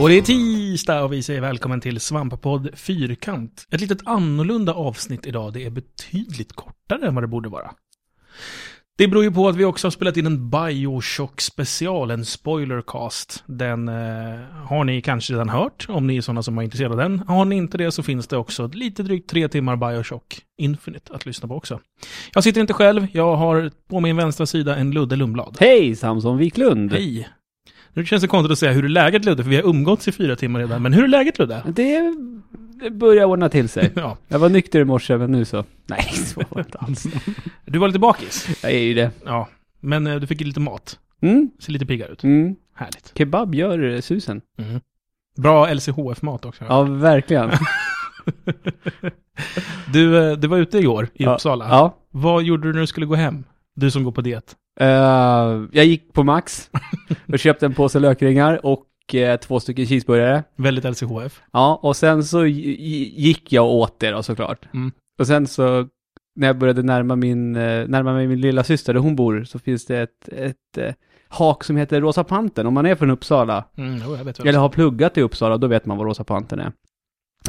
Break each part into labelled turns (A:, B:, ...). A: Och det är tisdag och vi säger välkommen till Svamppodd Fyrkant. Ett litet annorlunda avsnitt idag. Det är betydligt kortare än vad det borde vara. Det beror ju på att vi också har spelat in en Bioshock special, en spoilercast. Den eh, har ni kanske redan hört, om ni är sådana som är intresserade av den. Har ni inte det så finns det också lite drygt tre timmar Bioshock Infinite att lyssna på också. Jag sitter inte själv, jag har på min vänstra sida en Ludde Lundblad.
B: Hej Samson Wiklund!
A: Hej! Nu känns det konstigt att säga hur är läget Ludde, för vi har umgåtts i fyra timmar redan. Men hur är läget Ludde?
B: Det börjar ordna till sig.
A: Ja,
B: Jag var nykter i morse, men nu så. Nej, så var det inte alls.
A: du var lite bakis.
B: Jag är ju det.
A: Ja, men eh, du fick ju lite mat.
B: Mm,
A: Ser lite piggare ut.
B: mm.
A: Härligt.
B: Kebab gör eh, susen.
A: Bra LCHF-mat också.
B: Ja, verkligen.
A: Du, eh, du var ute igår i
B: Ja,
A: Uppsala.
B: Ja.
A: Vad gjorde du när du skulle gå hem? Du som går på diet.
B: Eh, jag gick på Max och köpte en påse lökringar och eh, två stycken cheeseburgare.
A: Väldigt LCHF.
B: Ja, och sen så gi- gi- gick jag och åt det då såklart.
A: Mm.
B: Och sen så när jag började närma, min, eh, närma mig min lilla syster där hon bor så finns det ett, ett eh, hak som heter Rosa Panten. Om man är från Uppsala
A: Mm, jo, jag vet
B: eller har pluggat i Uppsala, då vet man vad Rosa Pantern är.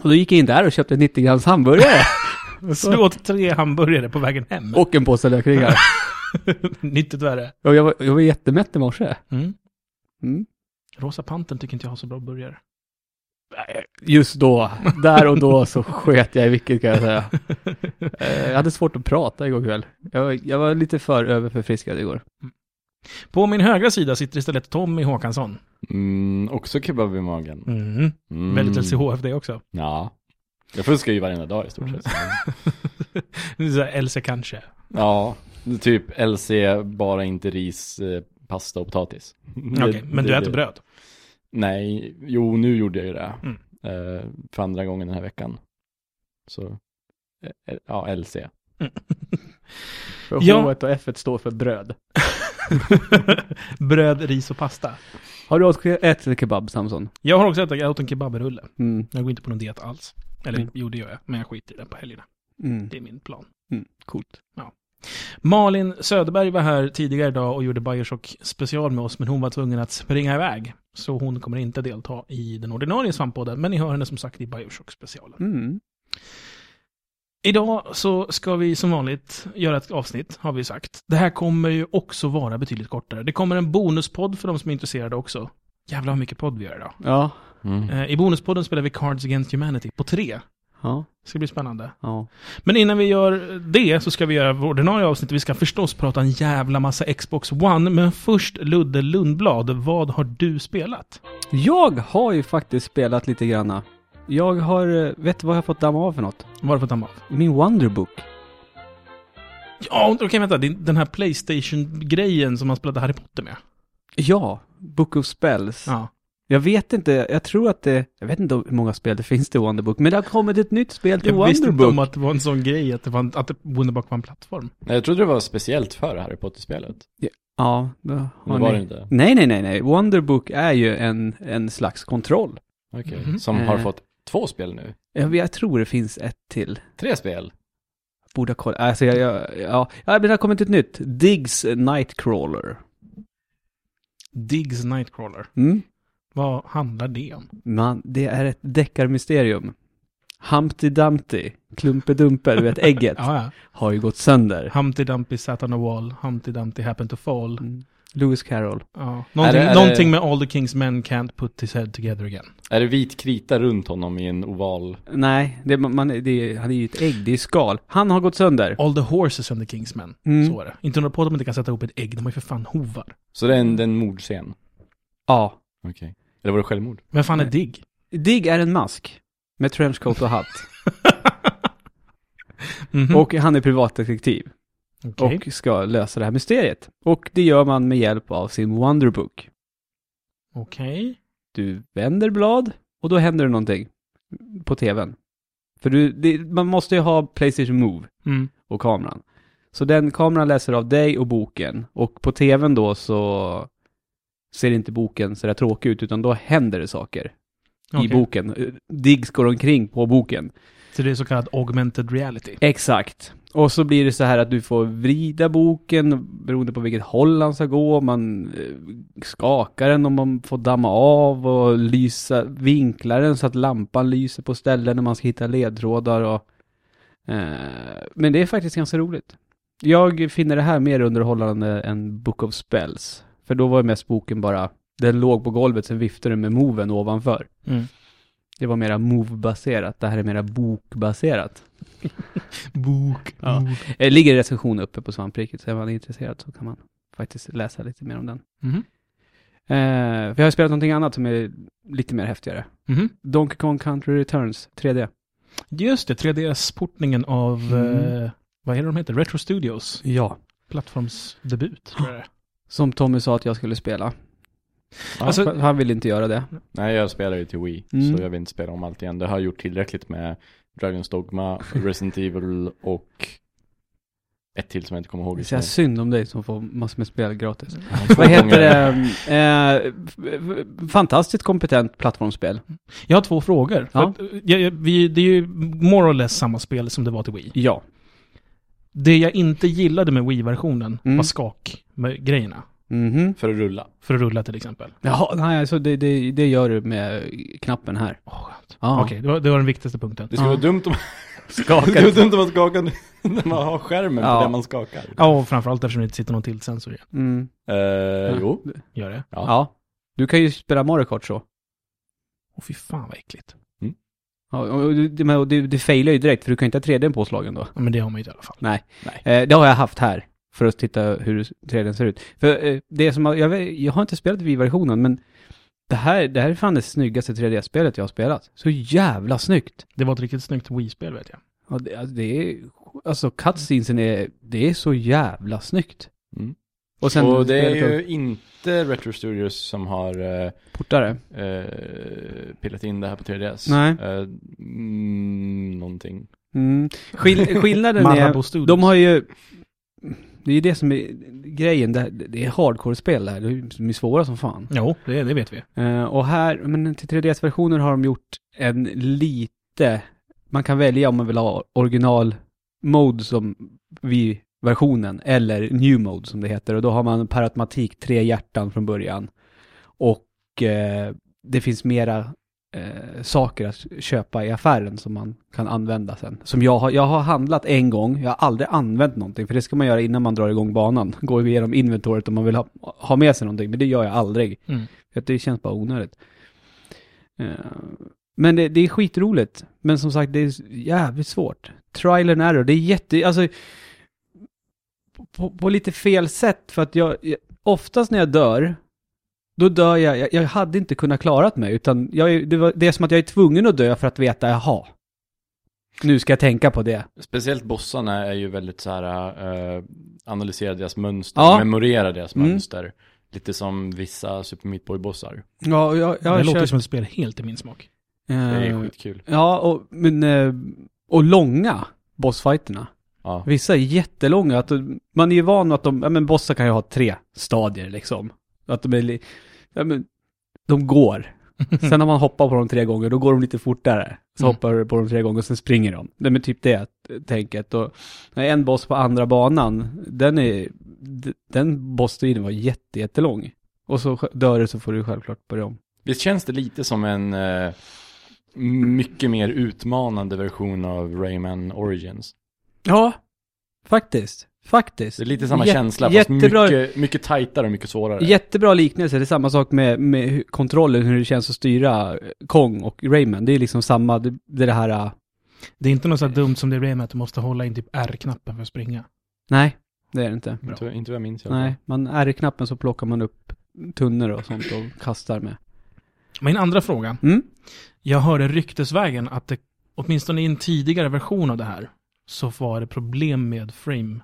B: Och då gick jag in där och köpte 90 grams hamburgare
A: Du åt tre hamburgare på vägen hem.
B: och en påse lökringar.
A: Nyttigt värre.
B: Och jag var, jag var jättemätt i morse.
A: Mm.
B: Mm.
A: Rosa panten tycker inte jag har så bra burgare.
B: Just då, där och då så sket jag i vilket kan jag säga. Eh, Jag hade svårt att prata igår kväll. Jag, var- jag var lite för överförfriskad igår.
A: På min högra sida sitter istället Tommy Håkansson.
C: Mm, också kebab i magen.
A: Mm.
C: Mm.
A: Väldigt LCHF det också.
C: Ja. Jag fuskar ju varenda dag i stort sett.
A: Det är så här, LC kanske.
C: Ja, det är typ LC, bara inte ris, eh, pasta och potatis.
A: Okej,
C: Det-
A: men
C: det-
A: du äter
C: det-
A: bröd.
C: Nej, jo nu gjorde jag ju det.
A: Mm.
C: Eh, för andra gången den här veckan. Så, eh, ja LC.
B: För
A: Ja.
B: H1 och F1 står för bröd.
A: bröd, ris och pasta.
B: Har du åt- ätit kebab, Samson?
A: Jag har också ätit, jag åt en kebabrulle.
B: Mm.
A: Jag går inte på någon diet alls. Eller
B: Mm.
A: jo, det gör jag. Men jag skiter i den på helgerna.
B: Mm.
A: Det är min plan.
B: Mm. Coolt.
A: Malin Söderberg var här tidigare idag och gjorde Bioshock special med oss, men hon var tvungen att springa iväg. Så hon kommer inte delta i den ordinarie svampodden, men ni hör henne som sagt i Bioshock specialen.
B: Mm.
A: Idag så ska vi som vanligt göra ett avsnitt, har vi sagt. Det här kommer ju också vara betydligt kortare. Det kommer en bonuspodd för de som är intresserade också. Jävlar vad mycket podd vi gör idag.
B: Ja.
C: Mm.
A: Eh, I bonuspodden spelar vi Cards Against Humanity på tre.
B: Ja.
A: Det ska bli spännande.
B: Ja.
A: Men innan vi gör det så ska vi göra vår ordinarie avsnitt. Vi ska förstås prata en jävla massa Xbox One. Men först Ludde Lundblad, vad har du spelat?
B: Jag har ju faktiskt spelat lite granna. Jag har, eh, vet du vad jag har fått damma av för något?
A: Vad har du fått damma av?
B: Min Wonderbook.
A: Ja, okej vänta. Det är Den här Playstation-grejen som man spelade Harry Potter med.
B: Ja, Book of Spells.
A: Ja.
B: Jag vet inte, jag tror att det, jag vet inte hur många spel det finns till Wonderbook, men det har kommit ett nytt spel till
A: Jag visste inte om
B: Wonderbook.
A: att det var en sån grej, att, det var en, att det- Wonderbook var en plattform.
C: Jag trodde det var speciellt för Harry Potter-spelet.
B: Ja, då har
C: Men det var
B: ni-
C: det inte.
B: Nej, nej, nej, nej. Wonderbook är ju en, en slags kontroll.
C: Okej.
A: Mhm.
C: Som har
B: Eh.
C: fått två spel nu.
B: Jag, jag tror det finns ett till.
C: Tre spel.
B: Borde ha kollat. Alltså, jag, jag, ja, ja, men det har kommit ett nytt. Diggs Nightcrawler.
A: Diggs Nightcrawler.
B: Mm.
A: Vad handlar det om?
B: Man, det är ett deckarmysterium. Humpty Dumpty, Klumpedumper, du vet ägget,
A: Ja, ja.
B: har ju gått sönder.
A: Humpty Dumpty sat on a wall, Humpty Dumpty happened to fall.
B: Mm. Lewis Carroll.
A: Ja. Någonting,
C: Är det- är
A: någonting
C: det-
A: med All the Kings Men can't put his head together again.
C: Är det vit krita runt honom i en oval?
B: Nej, det, man, det, han är ju ett ägg, det är ju skal. Han har gått sönder.
A: All the horses and the Kings Men.
B: Mm.
A: Så är det. Inte några på att de inte kan sätta ihop ett ägg, de har ju för fan hovar.
C: Så det är en, det är en mordscen?
B: Ja.
C: Okej. Eller var det självmord?
A: Vem fan är Digg?
B: Digg är en mask. Med trenchcoat och hatt.
A: Mhm.
B: Och han är privatdetektiv.
A: Okej.
B: Och ska lösa det här mysteriet. Och det gör man med hjälp av sin Wonderbook.
A: Okej.
B: Du vänder blad och då händer det någonting. På tvn. För du, det, man måste ju ha Playstation Move.
A: Mm.
B: och kameran. Så den kameran läser av dig och boken och på tvn då så ser inte boken så där tråkig ut utan då händer det saker i
A: Okej.
B: boken. Eh, Diggs går omkring på boken.
A: Så det är så kallad augmented reality.
B: Exakt. Och så blir det så här att du får vrida boken beroende på vilket håll han ska gå. Man eh, skakar den och man får damma av och lysa, vinkla den så att lampan lyser på ställen när man ska hitta ledtrådar och... Eh, men det är faktiskt ganska roligt. Jag finner det här mer underhållande än Book of Spells. För då var mest boken bara, den låg på golvet, sen viftade den med moven ovanför.
A: Mm.
B: Det var mera move-baserat, det här är mera bokbaserat.
A: Bok.
B: Ja.
A: bok.
B: Det Eh, ligger en recension uppe på svampriket, så är man intresserad så kan man faktiskt läsa lite mer om den.
A: Mhm.
B: Eh, vi har spelat någonting annat som är lite mer häftigare.
A: Mhm.
B: Donkey Kong Country Returns 3D.
A: Just det, 3DS-portningen av,
B: Mm.
A: eh, vad är det de heter? Retro Studios
B: Ja.
A: plattformsdebut. tror jag det är.
B: Som Tommy sa att jag skulle spela.
C: Ja.
B: Alltså, för han ville inte göra det.
C: Nej, jag spelar ju till Wii,
B: Mm.
C: så jag vill inte spela om allt igen. Det har jag gjort tillräckligt med Dragon's Dogma, Resident Evil och ett till som jag inte kommer ihåg.
B: Det
C: just
B: är
C: nu.
B: synd om dig som får massor med spel gratis.
C: Två
B: Vad heter
C: gånger.
B: det? Eh, f- f- fantastiskt kompetent plattformsspel.
A: Jag har två frågor. För
B: Ja.
A: att, eh, jag, jag, vi, det är ju more or less samma spel som det var till Wii.
B: Ja.
A: Det jag inte gillade med Wii-versionen
B: Mm.
A: var skak med grejerna.
B: Mhm.
C: För att rulla.
A: För att rulla till exempel.
B: Jaha, nej alltså det, det, det gör du med knappen här. Ah,
A: Åh, skönt.
B: Ja.
A: Okej, det, var- det var den viktigaste punkten.
C: Det skulle
B: Ja.
C: vara dumt om det skulle
B: Skakat.
C: vara dumt om man skakar när man har skärmen
B: Ja.
C: på det man skakar.
A: Ja, och framförallt eftersom det inte sitter någon tiltsensor i.
B: Mm.
C: Eh, jo,
A: Gör det?
C: Ja.
B: Ja. Du kan ju spela Mario Kart så.
A: Åh fy fan vad äckligt.
B: Ja, och och det, men det, det failar ju direkt för du kan inte ha 3D påslagen då.
A: Ja, men det har man ju i alla fall.
B: Eh, det har jag haft här för att titta hur 3D ser ut. För eh, det som, har- jag, vet- jag har inte spelat Wii-versionen men det här, det här är fan det snyggaste 3D-spelet jag har spelat. Så jävla snyggt!
A: Det var ett riktigt snyggt Wii-spel vet jag.
B: Ja, det, alltså, det är, alltså cutscenesen är, det är så jävla snyggt.
C: Mm.
B: Och sen
C: och det är
B: spelet
C: ju inte Retro Studios som har eh,
B: portare.
C: eh, pillat in det här på 3DS.
B: Nej.
C: Eh, mm, någonting.
B: Mm. Skill, skillnaden är...
A: Marabou Studios.
B: De har ju... Det är ju det som är grejen. Det, det är hardcore-spel det här. De är svåra som fan.
A: Jo, det, det vet vi. Mm.
B: Eh, och här, men till 3DS-versioner har de gjort en lite... Man kan välja om man vill ha original-mode som vi versionen eller new mode som det heter. Och då har man per automatik tre hjärtan från början. Och eh, det finns mera eh, saker att köpa i affären som man kan använda sen. Som jag har, jag har handlat en gång, jag har aldrig använt någonting, för det ska man göra innan man drar igång banan. Gå igenom inventoriet om man vill ha, ha med sig någonting, men det gör jag aldrig.
A: Mm.
B: För att det känns bara onödigt. Eh, Men det, det är skitroligt. Men som sagt, det är jävligt svårt. Trial and error, det är jätte, alltså... På, på lite fel sätt för att jag, jag, oftast när jag dör, då dör jag, jag, jag hade inte kunnat klarat mig utan jag, är- det, var, det är som att jag är tvungen att dö för att veta, jaha. Nu ska jag tänka på det.
C: Speciellt bossarna är ju väldigt så här, eh, analysera deras mönster,
B: Ja.
C: memorera deras
B: Mm.
C: mönster. Lite som vissa Super Meat Boy-bossar.
B: Ja, jag, Eh, jag
A: det låter ju som ett spel helt i min smak.
C: Det är skitkul.
B: Ja, och, men, eh, och långa bossfighterna.
C: Ja.
B: Vissa är jättelånga. Att man är ju van att de, ja men bossar kan ju ha tre stadier liksom. Att de är, li- ja men, de går.
C: Mm.
B: Sen när man hoppar på dem tre gånger, då går de lite fortare. Så
A: Mm.
B: hoppar du på dem tre gånger, sen springer de. Det är men typ det eh, tänket. Och när en boss på andra banan, den är, d- den bossstriden var jätte, jättelång. Och så sj- dör du så får du självklart börja om.
C: Visst känns det lite som en eh, mycket mer utmanande version av Rayman Origins?
B: Ja, faktiskt. Faktiskt.
C: Det är lite samma
B: Jätte-
C: känsla,
B: jättebra-
C: fast mycket, mycket tajtare och mycket svårare.
B: Jättebra liknelse, det är samma sak med, med hur- kontrollen, hur det känns att styra eh, Kong och Rayman. Det är liksom samma, det, det är det här... eh,
A: Det är inte något så här dumt som det blev med att du måste hålla in typ R-knappen för att springa.
B: Nej, det är det inte.
C: Inte, inte vad jag minns. i alla fall.
B: Nej, man R-knappen så plockar man upp tunnor och sånt och kastar med.
A: Min andra fråga.
B: Mm?
A: Jag hörde ryktesvägen att det, åtminstone i en tidigare version av det här, så var det problem med frame,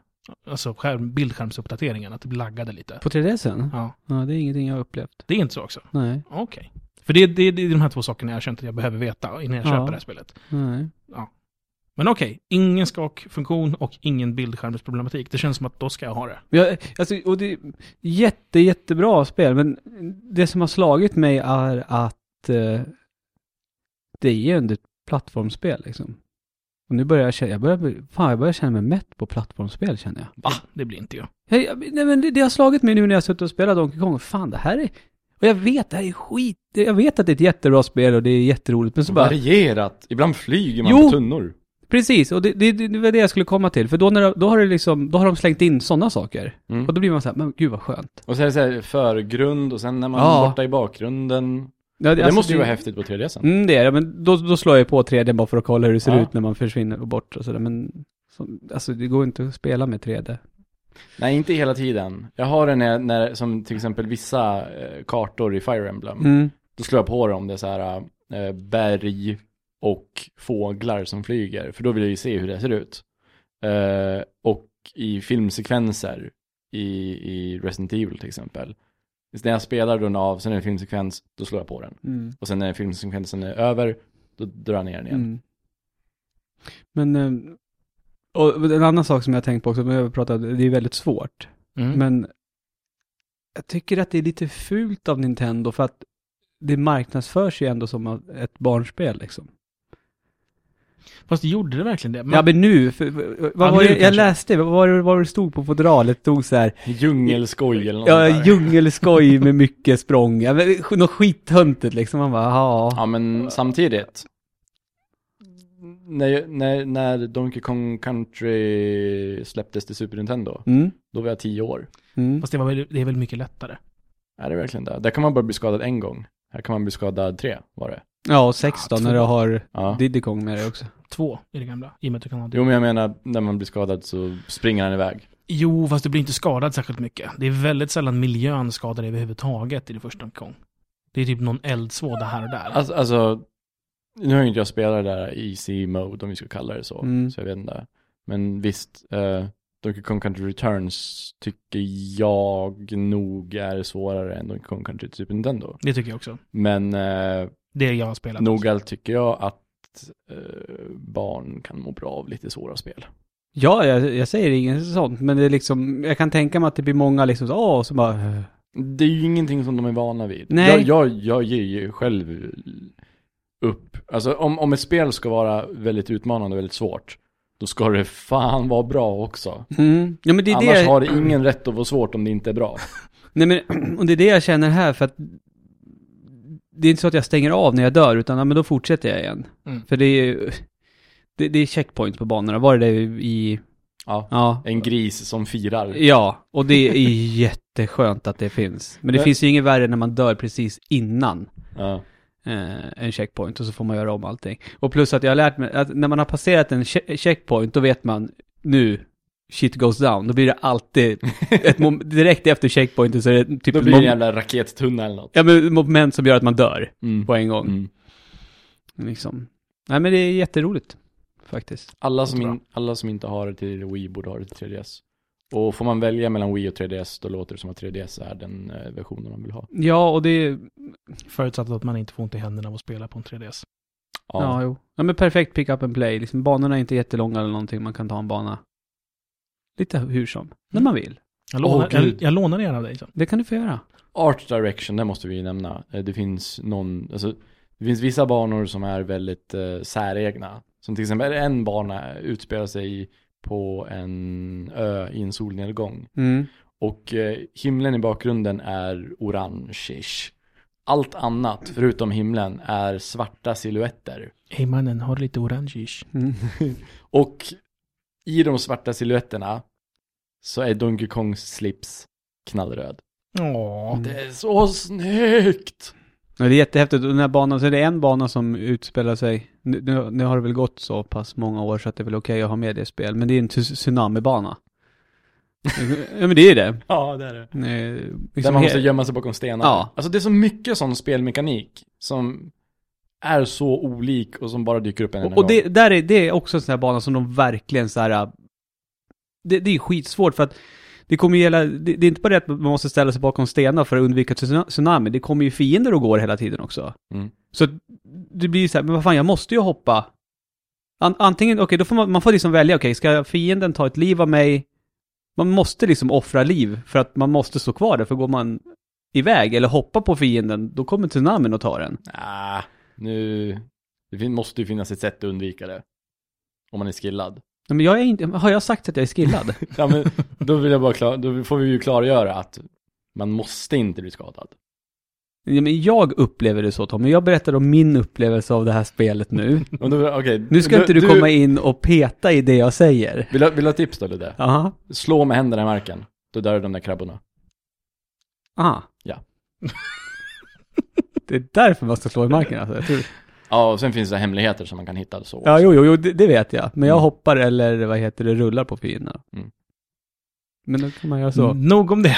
A: alltså skärm, bildskärmsuppdateringen, att det laggade lite.
B: På 3DSen?
A: Ja,
B: Ja, det är ingenting jag har upplevt.
A: det är inte så också.
B: Nej,
A: Okej. För det, det, det är de här två sakerna jag har känt att jag behöver veta innan jag
B: Ja.
A: köper det här spelet.
B: nej.
A: Men okej, ingen skakfunktion och ingen bildskärmsproblematik. Det känns som att då ska jag ha det.
B: Jag, alltså, och det är jätte, jättebra spel, men det som har slagit mig är att eh, det är ju ändå ett plattformsspel liksom. Och nu börjar jag känna, jag börjar, bli- fan jag börjar känna mig mätt på plattformsspel känner jag.
A: Va? Det blir inte jag.
B: jag, jag nej, men det, det har slagit mig nu när jag har suttit och spelat Donkey Kong, fan det här är, och jag vet det här är skit, jag vet att det är ett jättebra spel och det är jätteroligt, men så bara,
C: Varierat. Ibland flyger man
B: Jo.
C: på tunnor.
B: precis, och det, det, det, det var det jag skulle komma till, för då, när, då har det liksom, då har de slängt in sådana saker.
C: Mm.
B: Och då blir man så här, men gud vad skönt.
C: Och så är det så här förgrund och sen när man
B: Ja.
C: är borta i bakgrunden.
B: Ja,
C: Det,
B: alltså,
C: måste ju vara häftigt på 3DSen.
B: Mm, det är det. Men då, då slår jag på 3D bara för att kolla hur det ser
C: Ja.
B: ut när man försvinner och bort och sådär. Men så, alltså, det går inte att spela med 3D.
C: Nej, inte hela tiden. Jag har den när, när, som till exempel vissa eh, kartor i Fire Emblem.
B: Mm.
C: Då slår jag på det om det är så här eh, berg och fåglar som flyger. För då vill jag ju se hur det ser ut. Eh, och i filmsekvenser i, i Resident Evil till exempel. Så när jag spelar den av, sen är det en filmsekvens, då slår jag på den.
B: Mm.
C: Och sen när filmsekvensen är över, då drar jag ner den igen.
B: Mm. Men, eh, och en annan sak som jag har tänkt på också, men jag pratade, det är väldigt svårt.
A: Mm.
B: Men jag tycker att det är lite fult av Nintendo för att det marknadsförs ju ändå som ett barnspel liksom.
A: Fast gjorde det verkligen det? Man,
B: ja men nu, för, för, vad
A: Mm. Ja,
B: var
A: nu
B: det, jag
A: kanske.
B: läste, vad var det, vad var det stod på fodralet? Det stod så här,
C: Djungelskoj eller något
B: Ja,
C: sånt där.
B: djungelskoj med mycket språng. Ja, men Något skithöntigt liksom. Man bara, ja. eh,
C: Ja, men samtidigt. När, när, när Donkey Kong Country släpptes till Super Nintendo,
B: Mm.
C: då var jag tio år.
B: Mm.
A: Fast det, var, väl- det är väl mycket lättare?
C: Är det verkligen det? Där kan man bara bli skadad en gång. Här kan man bli skadad tre, var det.
B: Ja, och 16 när du har
C: Ja.
B: Diddy Kong med dig också.
A: Två i det gamla, i och med att du kan ha det.
C: Jo, men jag menar, när man blir skadad så springer han iväg.
A: Jo, fast du blir inte skadad särskilt mycket. Det är väldigt sällan miljön skadar dig överhuvudtaget i det första Donkey Kong. Det är typ någon eldsvåda här och där.
C: Alltså, alltså nu har ju inte jag spelat det där easy mode, om vi ska kalla det så.
B: Mm.
C: Så jag vet inte. Men visst, eh, Donkey Kong Country Returns tycker jag nog är svårare än Donkey Kong Country till Super Nintendo.
A: det tycker jag också.
C: Men eh,
A: Det är jag har spelat.
C: nogal tycker jag att eh, barn kan må bra av lite svåra spel.
B: Ja, jag, jag säger inget sånt, men det är liksom, jag kan tänka mig att det blir många liksom, så, åh, som bara, eh.
C: Det är ju ingenting som de är vana vid.
B: Nej.
C: Jag, jag, jag ger ju själv upp. Alltså om, om ett spel ska vara väldigt utmanande och väldigt svårt, då ska det fan vara bra också.
B: mm. ja, men det är
C: Annars
B: det,
C: har det ingen rätt att vara svårt om det inte är bra.
B: nej, men, och det är det jag känner här, för att det är inte så att jag stänger av när jag dör, utan ja, men då fortsätter jag igen.
A: Mm.
B: För det är ju, det, det är checkpoints på banorna, var det det i,
C: Ja.
B: ja,
C: En gris som firar.
B: Ja, och det är jätteskönt att det finns. Men det
C: Men-
B: finns ju inget värre när man dör precis innan
C: Ja.
B: eh, en checkpoint och så får man göra om allting. Och plus att jag har lärt mig att när man har passerat en che- checkpoint då vet man nu shit goes down. Då blir det alltid ett mom- direkt efter checkpointen så är det typ
C: Då
B: ett
C: blir det en
B: mom-
C: jävla rakettunna eller något.
B: ja, men moment som gör att man dör
C: Mm.
B: på en gång.
C: Mm.
B: Liksom. Nej men det är jätteroligt faktiskt.
C: Alla, som
A: Bra.
C: in, alla som inte har det till Wii borde ha det till 3DS. Och får man välja mellan Wii och 3DS, då låter det som att 3DS är den eh, versionen man vill ha.
B: Ja och det är,
A: Förutsatt att man inte får ont i händerna av att spela på en 3DS.
B: ja, jo. Ja men perfekt pick up and play. Liksom, banorna är inte jättelånga eller någonting, man kan ta en bana lite hur som, när man vill.
A: Jag
C: Åh,
A: lånar, jag,
C: gud.
A: jag lånar gärna av dig sen.
B: Det kan du få göra.
C: Art direction, det måste vi ju nämna. Eh, Det finns någon, alltså, det finns vissa banor som är väldigt eh, säregna. Som till exempel en bana utspelar sig på en ö i en solnedgång.
B: Mm.
C: Och eh, himlen i bakgrunden är orange-ish. Allt annat, förutom himlen, är svarta silhuetter.
A: Hej mannen, har du lite orange-ish?
B: Mm.
C: Och i de svarta silhuetterna så är Donkey Kongs slips knallröd.
A: Ja.
C: Det är så snyggt!
B: Ja, det är jättehäftigt. Och Den här banan, så är det en bana som utspelar sig. Nu, nu, nu har det väl gått så pass många år så att det är väl okej att ha med det i spel. Men det är en tsu- tsunamibana. ja men det är det.
C: Ja, det är det.
B: Eh,
C: Där
B: liksom
C: man måste
B: he-
C: gömma sig bakom stenar.
B: Ja.
C: Alltså det är så mycket sån spelmekanik som är så olik och som bara dyker upp en enda
B: och och det,
C: gång.
B: där är, det är också en sån här bana som de verkligen så här. äh, Det, det är skitsvårt för att det kommer ju hela, det, det är inte bara det att man måste ställa sig bakom stenar för att undvika tsuna- tsunami. Det kommer ju fiender och går hela tiden också.
C: Mm.
B: Så att det blir ju så här, men vad fan jag måste ju hoppa. An, antingen, okej då får man, man får liksom välja, okej ska fienden ta ett liv av mig? Man måste liksom offra liv för att man måste stå kvar där för går man iväg eller hoppar på fienden då kommer tsunamin och tar den.
C: Ah, nu... Det fin- måste ju finnas ett sätt att undvika det. om man är skillad.
B: Nej, men jag är inte, har jag sagt att jag är skillad?
C: Ja, men då, vill jag bara klar, då får vi ju klargöra att man måste inte bli skadad.
B: Nej, men jag upplever det så Tommy, jag berättar om min upplevelse av det här spelet nu.
C: Och då, okay,
B: Nu ska inte du, komma in och peta i det jag säger.
C: Vill du vill du ha tips då Ludde?
B: Jaha.
C: Slå med händerna i marken. Då dör de där krabborna.
B: Ah.
C: Ja.
B: det är därför man ska slå i marken alltså. Jag tror.
C: Ja, och sen finns det hemligheter som man kan hitta så.
B: Ja, jo, jo, jo det, det vet jag. Men jag
C: Mm.
B: hoppar eller vad heter det, rullar på fienderna.
C: Mm.
B: Men då kan man göra så.
A: Nog om det.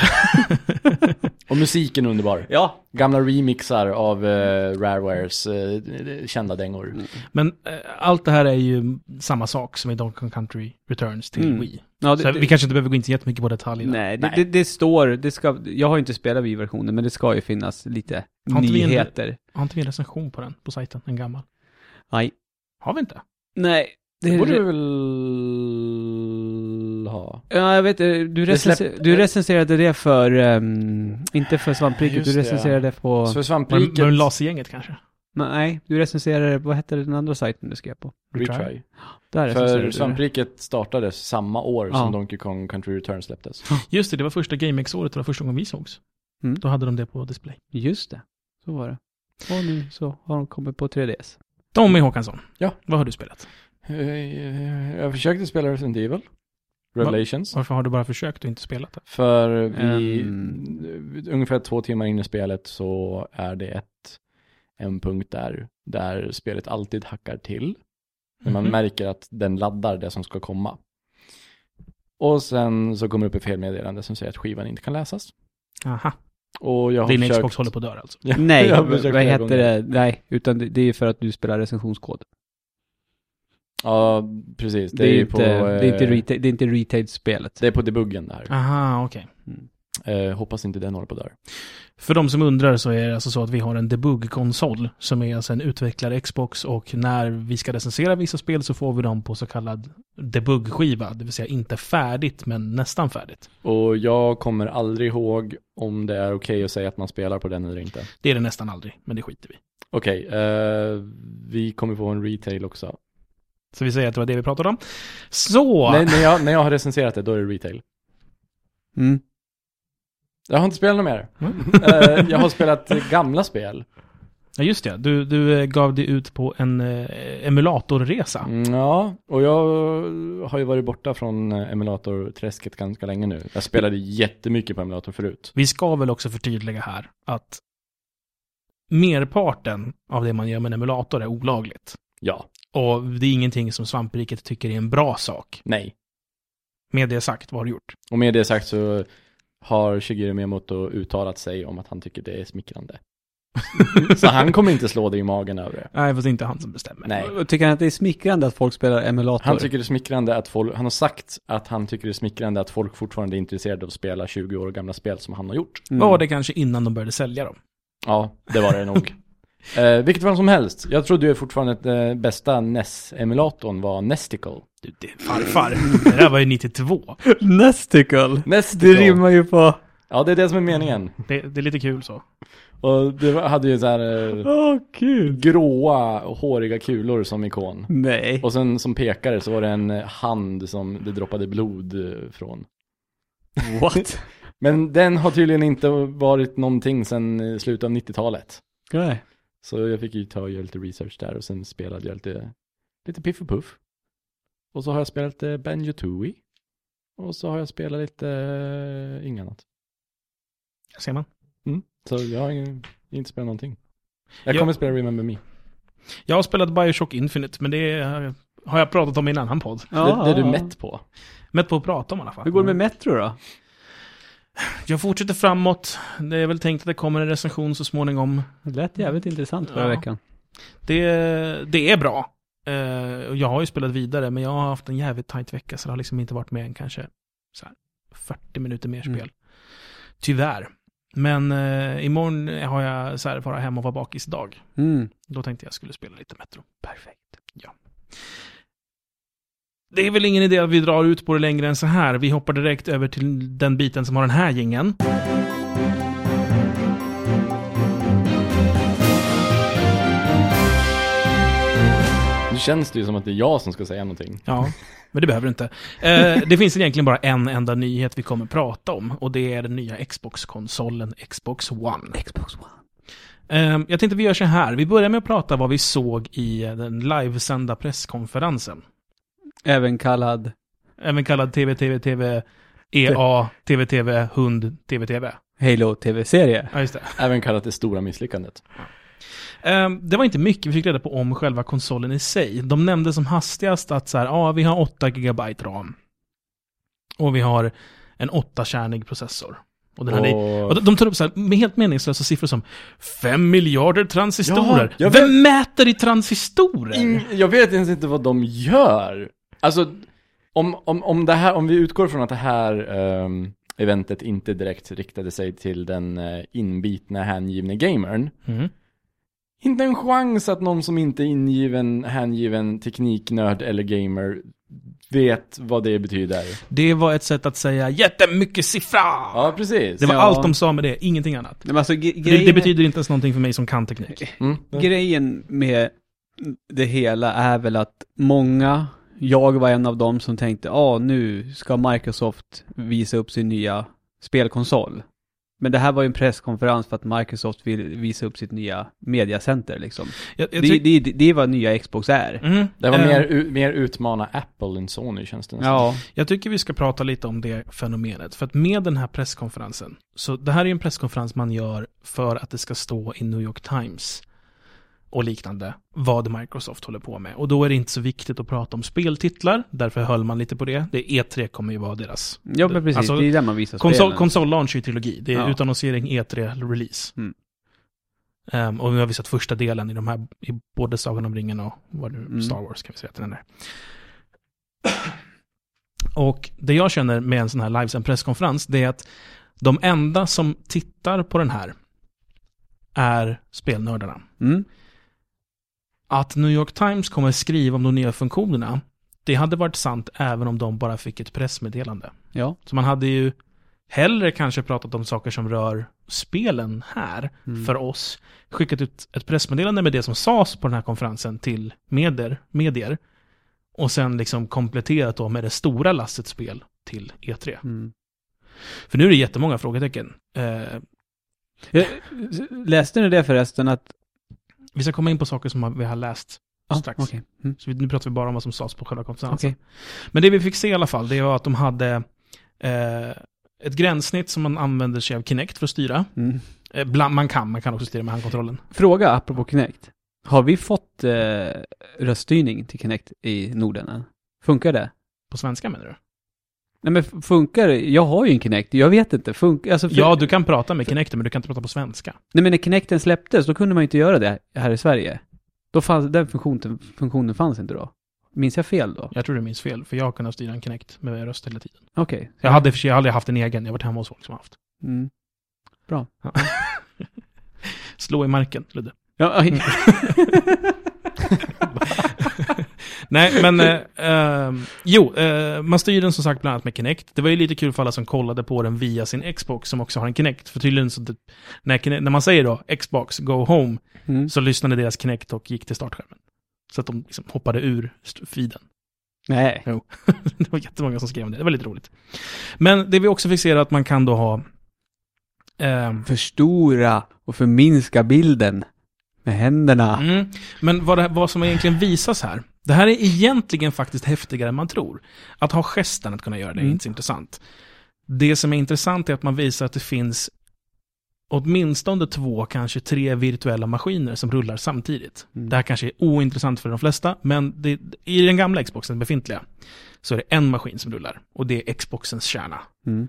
C: Och musiken är underbar.
B: Ja.
C: Gamla remixar av eh, Rarewares eh, kända dängor.
A: Men eh, allt det här är ju samma sak som i Donkey Kong Country Returns till
B: Mm.
A: Wii.
B: ja
A: Så vi kanske inte behöver gå in så jättemycket på detaljerna.
B: Nej, det,
C: Nej.
B: det, det står, det ska, jag har ju inte spelat Wii-versionen, men det ska ju finnas lite
A: Har inte vi en-
B: nyheter.
A: Har inte vi en recension på den på sajten? En gammal?
B: Nej.
A: Har vi inte?
B: Nej. Det,
C: borde du väl ha?
B: Ja, jag vet, eh, du, recenser,
C: släpp-
B: du recenserade det för, ehm, inte för svampriket,
C: Just
B: du
C: det,
B: recenserade det på,
C: Så
A: Men,
C: svampriket...
A: men Lasergänget kanske?
B: nej, du recenserade det, vad hette den andra sajten du skrev på?
C: Retry.
B: Där recenserade
C: För
B: du det.
C: svampriket startades samma år
B: Ja.
C: som Donkey Kong Country Returns släpptes.
A: Just det, det var första GameX-året och det var första gången vi sågs.
B: Mm.
A: Då hade de det på display.
B: Just det, så var det. Och nu så har de kommit på 3DS.
A: Tommy Håkansson.
C: Ja.
A: Vad har du spelat?
C: Eh, Jag försökte spela Resident Evil. Revelations.
A: Varför har du bara försökt och inte spelat det?
C: För vi,
B: Ehm.
C: ungefär två timmar in i spelet så är det ett, en punkt där, där spelet alltid hackar till. När Mm. man
A: Mhm.
C: märker att den laddar det som ska komma. Och sen så kommer det upp ett felmeddelande som säger att skivan inte kan läsas.
A: Mm. Aha.
C: Och jag har
A: Din
C: försökt...
A: Xbox håller på att dö alltså.
C: Ja,
B: Nej,
C: jag har
B: vad
C: försökt flera
B: heter
C: gånger.
B: det? Nej, utan det, det är ju för att du spelar recensionskod.
C: Ja, precis.
B: Det, är ju
C: på...
B: inte, det, är inte
C: eh,
B: retail, det är inte retail-spelet. Mm.
C: det är på debuggen där.
A: Aha, okej.
B: Ah.
C: Eh, hoppas inte den håller på att dö.
A: För de som undrar så är det alltså så att vi har en debug-konsol som är alltså en utvecklare Xbox och när vi ska recensera vissa spel så får vi dem på så kallad debug-skiva, det vill säga inte färdigt men nästan färdigt.
C: Och jag kommer aldrig ihåg om det är okej att säga att man spelar på den eller inte.
A: Det är det nästan aldrig, men det skiter vi i.
C: Okej, eh, vi kommer få en retail också.
A: Så vi säger att det var det vi pratade om. Så!
C: Nej, när, jag, när jag har recenserat det, då är det retail.
B: Mm.
C: Jag har inte spelat något mer.
A: Mm.
C: Eh, jag har spelat eh, gamla spel.
A: Ja, just det. Du, du eh, gav dig ut på en eh, emulatorresa.
C: Mm, ja, och jag har ju varit borta från eh, emulatorträsket ganska länge nu. Jag spelade jättemycket på emulator förut.
A: Vi ska väl också förtydliga här att merparten av det man gör med en emulator är olagligt.
C: Ja,
A: Och det är ingenting som svampriket tycker är en bra sak.
C: nej.
A: Med det sagt, vad har du gjort?
C: Och med det sagt så har Shigeru Miyamoto uttalat sig om att han tycker det är smickrande. så han kommer inte slå dig i magen över det.
A: Nej, fast det är inte han som bestämmer.
C: Nej.
B: Tycker han att det är smickrande att folk spelar emulator?
C: Han tycker det är smickrande att folk, han har sagt att han tycker det är smickrande att folk fortfarande är intresserade av att spela 20 år gamla spel som han har gjort.
B: Mm.
A: Var det kanske innan de började sälja dem?
C: Ja, det var det nog. Eh, vilket fall som helst, jag trodde ju fortfarande att eh, bästa NES-emulatorn var Nesticle.
A: Du, det, farfar. det där var ju 92.
B: Nesticle!
C: Nesticle?
B: Det rimmar ju på...
C: Ja, det är det som är meningen.
A: Det, det är lite kul så.
C: Och det var, hade ju så här eh,
B: Åh, kul!
C: gråa, håriga kulor som ikon.
B: Nej.
C: Och sen som pekare så var det en eh, hand som det droppade blod eh, från.
B: What?
C: Men den har tydligen inte varit någonting sedan eh, slutet av 90-talet.
B: Nej.
C: Så jag fick ju ta och göra lite research där och sen spelade jag lite, lite Piff och Puff. Och så har jag spelat lite Banjo Tooie. Och så har jag spelat lite, eh, inget annat.
A: Ser man.
C: Så jag har ingen- inte spelat någonting. Jag
A: Ja.
C: kommer spela Remember Me.
A: Jag har spelat Bioshock Infinite, men det eh, har jag pratat om i en annan podd.
B: Ja,
C: det, det är du
B: ja.
C: mätt på.
A: Mätt på att prata om i alla fall.
B: Hur går det med Metro då?
A: Jag fortsätter framåt. Det är väl tänkt att det kommer en recension så småningom.
B: Det lät jävligt intressant förra
A: Ja.
B: veckan.
A: Det, det är bra. Eh, och jag har ju spelat vidare, men jag har haft en jävligt tajt vecka, så det har liksom inte varit med än kanske så här, 40 minuter mer spel.
B: Mm.
A: Tyvärr. Men eh, imorgon har jag så här, bara hem och vara bakis dag.
B: Mm.
A: Då tänkte jag skulle spela lite Metro.
B: Perfekt.
A: Det är väl ingen idé att vi drar ut på det längre än så här. Vi hoppar direkt över till den biten som har den här gingen.
C: Nu känns det ju som att det är jag som ska säga någonting.
A: Ja, men det behöver du inte. Eh, det finns egentligen bara en enda nyhet vi kommer prata om och det är den nya Xbox-konsolen Xbox One.
B: Xbox One.
A: Eh, jag tänkte vi gör så här, vi börjar med att prata vad vi såg i eh, den livesända presskonferensen.
B: Även kallad...
A: Även kallad TV, TV, TV, EA, TV, TV, Hund, TV, TV.
B: Halo TV-serie.
A: Ja, just det.
C: Även kallat det stora misslyckandet.
A: Ehm, Det var inte mycket vi fick reda på om själva konsolen i sig. De nämnde som hastigast att så här, ja, vi har 8 GB RAM. Och vi har en 8-kärnig processor. Och den hade,
C: Och-
A: och de- de tar upp så här, med helt meningslösa siffror som 5 miljarder transistorer.
C: Ja, jag vet- Mm.
A: Vem mäter i transistorer?
C: Ing- jag vet ens inte vad de gör. Alltså, om, om, om, det här, om vi utgår från att det här ehm, eventet inte direkt riktade sig till den eh, inbitna hängivne gamern.
A: Mm.
C: Inte en chans att någon som inte är ingiven, hängiven tekniknörd eller gamer vet vad det betyder.
A: Det var ett sätt att säga jättemycket siffra!
C: Ja, precis.
A: Det var
B: Ja.
A: allt de sa med det, ingenting annat.
B: Men alltså, ge-
A: Det,
B: grejen,
A: det betyder inte ens någonting för mig som kan teknik.
C: Mm.
B: grejen med det hela är väl att många, jag var en av dem som tänkte, ja ah, nu ska Microsoft visa upp sin nya spelkonsol. Men det här var ju en presskonferens för att Microsoft vill visa upp sitt nya mediacenter liksom.
A: Jag, jag
B: Det,
A: tyck-
B: det, det, det är vad nya Xbox är.
A: Mm.
C: Det var
A: Ehm.
C: mer, u- mer utmana Apple än Sony känns det nästan.
B: Ja,
A: Jag tycker vi ska prata lite om det fenomenet. För att med den här presskonferensen, så det här är ju en presskonferens man gör för att det ska stå i New York Times och liknande, vad Microsoft håller på med. Och då är det inte så viktigt att prata om speltitlar, därför höll man lite på det. Det E3 kommer ju vara deras.
B: ja men precis.
A: Alltså,
B: det är där man visar
A: Konsol,
B: spelen.
A: konsol-launch är ju trilogi, det är
B: Ja.
A: utannonsering, E3, release.
B: Mm.
A: Ehm, och nu har vi sett första delen i de här, i både Sagan om ringen och vad nu,
B: Mm.
A: Star Wars kan vi säga att den är. Och det jag känner med en sån här livesänd presskonferens, det är att de enda som tittar på den här är spelnördarna.
B: Mm.
A: Att New York Times kommer skriva om de nya funktionerna, det hade varit sant även om de bara fick ett pressmeddelande.
B: Ja.
A: Så man hade ju hellre kanske pratat om saker som rör spelen här
B: Mm.
A: för oss. Skickat ut ett pressmeddelande med det som sades på den här konferensen till medier, medier och sen liksom kompletterat då med det stora lasset spel till E3.
B: Mm.
A: För nu är det jättemånga frågetecken. Eh,
B: Jag, läste ni det förresten att...
A: vi ska komma in på saker som vi har läst
B: Ja,
A: strax.
B: Okej. Mm.
A: Så vi- nu pratar vi bara om vad som sades på själva konferensen.
B: Okej.
A: Men det vi fick se i alla fall, det var att de hade eh, ett gränssnitt som man använder sig av Kinect för att styra.
B: Mm.
A: Eh, Bland, man kan, man kan också styra med handkontrollen.
B: Fråga apropå Kinect. Har vi fått eh, röststyrning till Kinect i Norden än? Funkar det?
A: På svenska menar du?
B: Nej men f- funkar det? Jag har ju en Kinect, jag vet inte. Funkar, alltså, för-
A: Ja, du kan prata med Kinect, men du kan inte prata på svenska.
B: Nej men när Kinecten släpptes, då kunde man ju inte göra det här i Sverige. Då fanns, den funktionen, funktionen fanns inte då. Minns jag fel då?
A: Jag tror du minns fel, för jag har kunnat styra en Kinect med röst hela tiden.
B: Okej.
A: Jag hade i och för sig aldrig haft en egen, jag har varit hemma hos folk som har haft.
B: Mm.
A: Slå i marken, Ludde.
B: Ja,
A: Mm.
B: oj.
A: Nej, men... Eh, ehm, jo, eh, man styr den som sagt bland annat med Kinect. Det var ju lite kul för alla som kollade på den via sin Xbox som också har en Kinect. För tydligen så... typ- När, Kinect- när man säger då Xbox, go home,
B: mm.
A: så lyssnade deras Kinect och gick till startskärmen. Så att de liksom hoppade ur st- feeden.
B: Nej.
A: det var jättemånga som skrev om det. Det var lite roligt. Men det vi också fick se är att man kan då ha... ehm,
B: Förstora och förminska bilden med händerna.
A: Mm. Men vad, det, vad som egentligen visas här, det här är egentligen faktiskt häftigare än man tror. Att ha gesten att kunna göra det är
B: Mm.
A: inte så intressant. Det som är intressant är att man visar att det finns åtminstone två, kanske tre virtuella maskiner som rullar samtidigt.
B: Mm.
A: Det här kanske är ointressant för de flesta, men det, i den gamla Xboxen, den befintliga, så är det en maskin som rullar. Och det är Xboxens kärna.
B: Mm.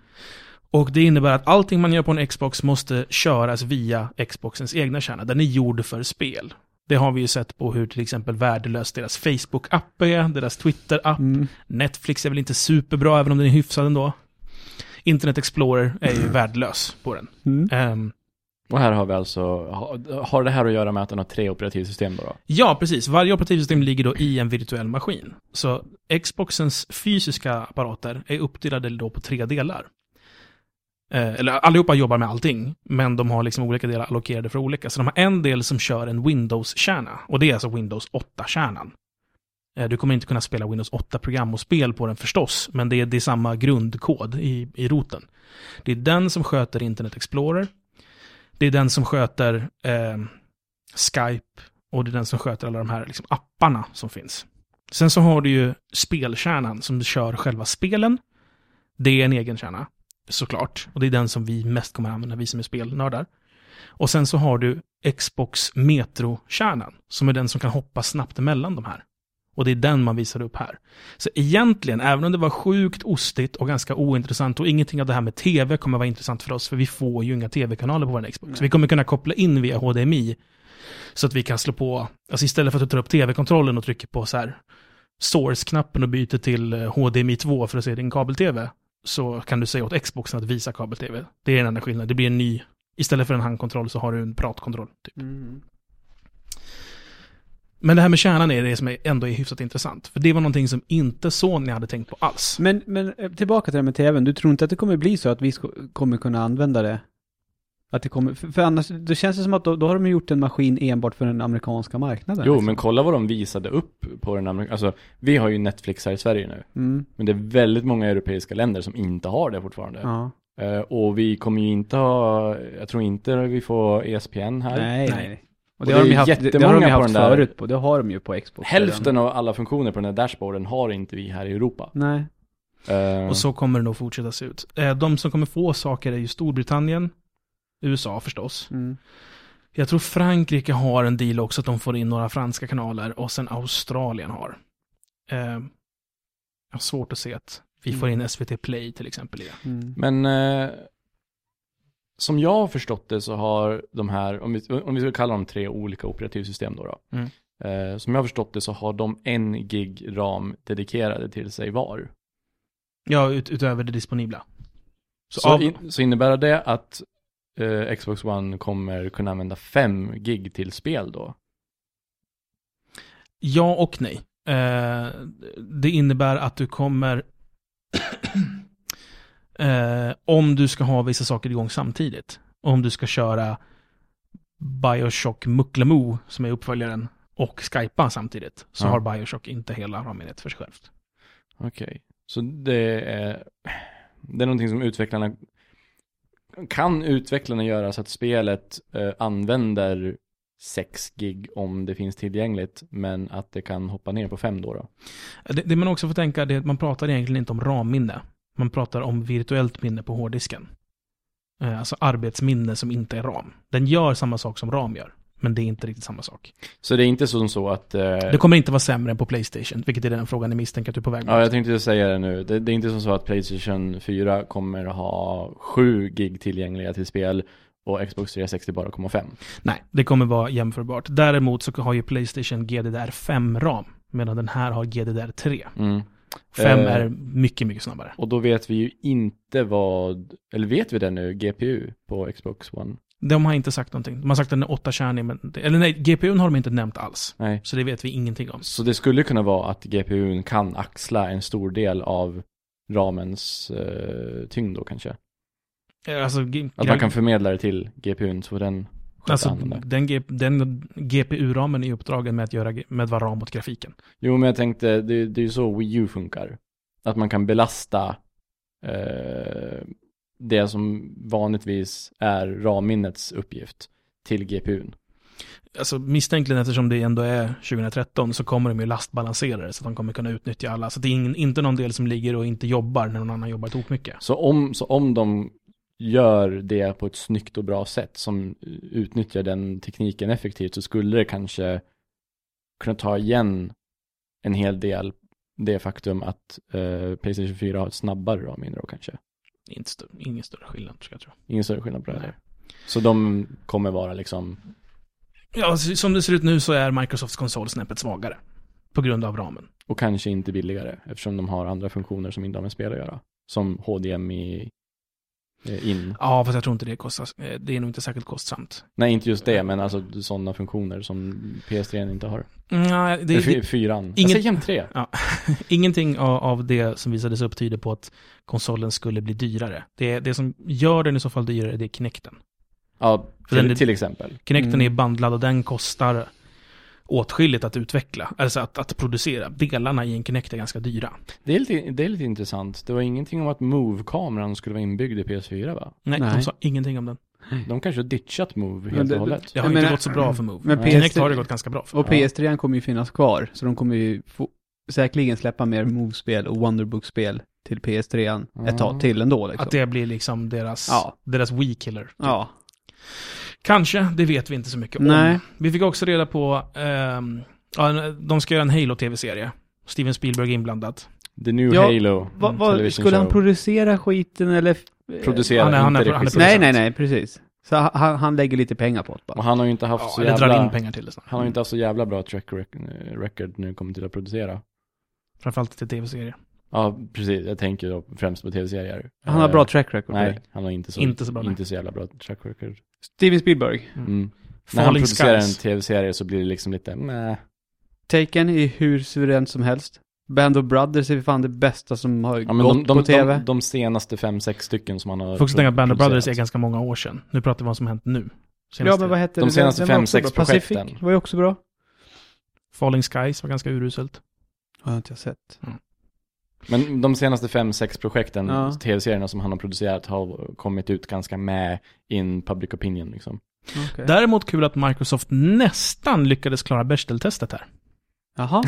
A: Och det innebär att allting man gör på en Xbox måste köras via Xboxens egna kärna. Den är gjord för spel. Det har vi ju sett på hur till exempel värdelös deras Facebook-app är, deras Twitter-app.
B: Mm.
A: Netflix är väl inte superbra, även om den är hyfsad ändå. Internet Explorer är ju värdelös på den.
B: Mm.
A: Ehm,
C: Och här har vi alltså, har, har det här att göra med att den har tre operativsystem bara?
A: ja, precis. Varje operativsystem ligger då i en virtuell maskin. Så Xboxens fysiska apparater är uppdelade då på tre delar. Eh, eller allihopa jobbar med allting, men de har liksom olika delar allokerade för olika. Så de har en del som kör en Windows-kärna, och det är alltså Windows 8-kärnan. Eh, Du kommer inte kunna spela Windows 8-program och spel på den förstås, men det är, det är samma grundkod i, i roten. Det är den som sköter Internet Explorer, det är den som sköter eh, Skype och det är den som sköter alla de här liksom, apparna som finns. Sen så har du ju spelkärnan som kör själva spelen. Det är en egen kärna, såklart. Och det är den som vi mest kommer använda, vi som är spelnördar. Och sen så har du Xbox Metro-kärnan, som är den som kan hoppa snabbt emellan de här. Och det är den man visar upp här. Så egentligen, även om det var sjukt ostigt och ganska ointressant och ingenting av det här med tv kommer vara intressant för oss, för vi får ju inga tv-kanaler på vår Xbox.
B: Nej.
A: Vi kommer kunna koppla in via HDMI, så att vi kan slå på, alltså istället för att du tar upp tv-kontrollen och trycker på så här source-knappen och byter till eh, HDMI 2 för att se din kabel-tv, så kan du säga åt Xboxen att visa kabel-tv. Det är den enda skillnaden, det blir en ny, istället för en handkontroll så har du en pratkontroll. Typ.
B: Mm.
A: Men det här med kärnan är det som är- ändå är hyfsat intressant, för det var någonting som inte Sony hade tänkt på alls.
B: Men, men eh, tillbaka till det här med tvn. Du tror inte att det kommer bli så att vi sko- kommer kunna använda det? Att det kommer, för, för annars, då känns det som att då, då har de gjort en maskin enbart för den amerikanska marknaden.
C: Jo,
B: liksom.
C: men kolla vad de visade upp på den amerikanska, alltså vi har ju Netflix här i Sverige nu,
B: Mm,
C: men det är väldigt många europeiska länder som inte har det fortfarande.
B: ja.
C: Eh, och vi kommer ju inte ha, jag tror inte vi får E ESPN här.
B: Nej,
A: Nej.
B: nej, nej. Och
C: det
B: det,
C: är
B: har de
C: ju
B: ju haft, det, det har de
C: jättemånga
B: ju
C: på
B: haft
C: den där-
B: förut på. Det har de ju på Xbox. redan.
C: Hälften av alla funktioner på den här dashboarden har inte vi här i Europa.
B: Nej.
C: Eh,
A: Och så kommer det nog fortsätta se ut. Eh, De som kommer få saker är ju Storbritannien, USA förstås.
B: Mm.
A: Jag tror Frankrike har en deal också att de får in några franska kanaler och sen Australien har. Eh, jag har svårt att se att vi får in SVT Play till exempel. igen.
B: Mm.
C: Men eh, som jag har förstått det så har de här, om vi, om vi ska kalla dem tre olika operativsystem då, då
A: Mm.
C: eh, som jag har förstått det så har de en gig ram dedikerade till sig var.
A: Ja, ut, utöver det disponibla.
C: Så,
A: Så, av,
C: in, så innebär det att eh, Xbox One kommer kunna använda fem gig till spel då?
A: ja och nej. Eh, det innebär att du kommer... eh, om du ska ha vissa saker igång samtidigt. Om du ska köra Bioshock Mucklemo, som är uppföljaren, och Skypa samtidigt, så
C: Ja.
A: har Bioshock inte hela ramenet för sig självt.
C: Okej, så det är, det är någonting som utvecklarna kan utvecklarna göra så att spelet eh, använder 6 gig om det finns tillgängligt, men att det kan hoppa ner på 5 då, då.
A: Det, det man också får tänka det är att man pratar egentligen inte om ramminne. Man pratar om virtuellt minne på hårddisken. Eh, Alltså arbetsminne som inte är RAM. Den gör samma sak som RAM gör, men det är inte riktigt samma sak.
C: Så det är inte som så att... eh,
A: Det kommer inte vara sämre än på Playstation, vilket är den frågan ni misstänker att du är på väg
C: Ja,
A: mot.
C: jag tänkte säga det nu. Det, det är inte som så att Playstation 4 kommer ha 7 gig tillgängliga till spel och Xbox 360 bara kommer ha 5.
A: Nej, det kommer vara jämförbart. Däremot så har ju Playstation GDDR5-ram, medan den här har GDDR3.
C: Mm.
A: 5
C: Eh.
A: är mycket, mycket snabbare.
C: Och då vet vi ju inte vad, eller vet vi det nu, GPU på Xbox One?
A: De har inte sagt någonting. De har sagt att den är 8-kärnig, men... Eller nej, GPUn har de inte nämnt alls.
C: Nej.
A: Så det vet vi ingenting om.
C: Så det skulle kunna vara att GPUn kan axla en stor del av ramens eh, tyngd då kanske.
A: Eh, Alltså, g-
C: Att man kan förmedla det till GPUn så får den sköta
A: Alltså,
C: hand om det.
A: den, G- den GPU-ramen är uppdragen med att göra med att vara ram mot grafiken.
C: Jo men jag tänkte, det, det är ju så Wii U funkar. Att man kan belasta eh, det som vanligtvis är ramminnets uppgift till GPUn.
A: Alltså misstänkligen eftersom det ändå är 2013 så kommer de ju lastbalansera det så att de kommer kunna utnyttja alla. Så det är ingen, inte någon del som ligger och inte jobbar när någon annan jobbar tok mycket.
C: Så om, så om de gör det på ett snyggt och bra sätt som utnyttjar den tekniken effektivt så skulle det kanske kunna ta igen en hel del det faktum att eh, Playstation 4 har ett snabbare ramminne då kanske.
A: Inte stö- ingen större skillnad ska jag tro.
C: Ingen större skillnad på det
A: Nej.
C: här. Så de kommer vara liksom,
A: Ja, så- som det ser ut nu så är Microsofts konsol snäppet svagare. På grund av ramen.
C: och kanske inte billigare eftersom de har andra funktioner som inte har med spel att göra. Som HDMI eh, in.
A: Ja, fast jag tror inte det kostar. eh, Det är nog inte särskilt kostsamt.
C: Nej, inte just det, men alltså sådana funktioner som PS3 inte har.
A: Nej, det, det,
C: Fy- fyran. Jag
A: Ingen-
C: säger jämt tre.
A: Ingenting av, av det som visades upp tyder på att konsolen skulle bli dyrare. Det, det som gör den i så fall dyrare det är Kinecten.
C: Ja,
A: För den
C: till,
A: är-
C: till exempel.
A: Kinecten
B: Mm.
A: är bandlad och den kostar åtskilligt att utveckla, alltså att, att producera. Delarna i en Kinect är ganska dyra.
C: Det är, lite, det är lite intressant. Det var ingenting om att Move-kameran skulle vara inbyggd i PS4 va?
A: Nej,
B: Nej.
A: de sa ingenting om den.
C: De kanske har ditchat Move
B: Men
C: helt
B: det-
C: och hållet.
A: Det har
B: Jag
A: inte
B: menar-
A: gått så bra för Move.
B: Men
C: Nej.
A: Kinect
B: PS3,
A: har det gått ganska bra för.
B: och PS3 kommer ju finnas kvar, så de kommer ju få, säkerligen släppa mer Move-spel och Wonderbook-spel till PS3
C: Mm.
B: ett tag till ändå liksom.
A: Att det blir liksom deras,
B: Ja.
A: deras we-killer.
B: Ja.
A: Kanske, det vet vi inte så mycket om.
B: Nej.
A: Vi fick också reda på, ehm, ja, en- de ska göra en Halo-tv-serie. Steven Spielberg inblandat.
C: The New
B: Ja,
C: Halo.
B: Vad-
C: mm,
B: vad-
C: television
B: skulle han
C: show.
B: producera skiten eller?
C: producera?
A: Han är- han är-
C: inte
A: han är
C: regissera.
B: Nej, nej, nej, precis. Så han, han lägger lite pengar på det bara.
C: Och han har ju inte haft
A: Ja,
C: så
A: eller drar in
C: jävla...
A: pengar till det snarare.
C: Han har ju inte haft så jävla bra track rec- record nu kommer till att producera.
A: Framförallt till tv-serier.
C: Ja, precis. Jag tänker då främst på tv-serier.
B: Han har
C: Eh,
B: bra track record.
C: Nej, han har inte så,
A: Inte så bra, nej.
C: inte så jävla bra track record.
B: Steven Spielberg.
C: Mm. När han
A: Falling
C: producerar
A: Skies.
C: en tv-serie så blir det liksom lite, nej.
B: Taken är hur suveränt som helst. Band of Brothers är fan det bästa som har
C: Ja, men
B: gått
C: de, de,
B: på tv.
C: de, de senaste fem, sex stycken som han har
A: Får också tänka att Band of
C: producerat.
A: Brothers är ganska många år sedan. Nu pratar vi om vad som hänt nu.
B: ja,
A: Senaste-
B: men vad hette
C: De
B: det?
C: senaste
B: var
C: fem,
B: också
C: sex
B: bra. Pacific
C: projekten.
B: var ju också bra.
A: Falling Skies var ganska uruselt.
B: Har jag inte sett.
C: Men de senaste fem, sex projekten,
B: Ja.
C: tv-serierna som han har producerat har kommit ut ganska med in public opinion liksom.
B: Okej.
A: Däremot kul att Microsoft nästan lyckades klara Bechdel-testet här.
B: Jaha.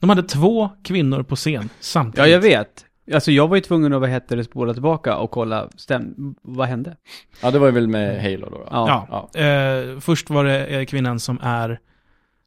A: De hade två kvinnor på scen samtidigt.
B: Ja, jag vet. Alltså jag var ju tvungen att, vad hette det, spåra tillbaka och kolla, stäm, vad hände?
C: Ja, det var ju väl med Halo då. då.
B: Ja.
A: Ja. Eh, först var det eh, kvinnan som är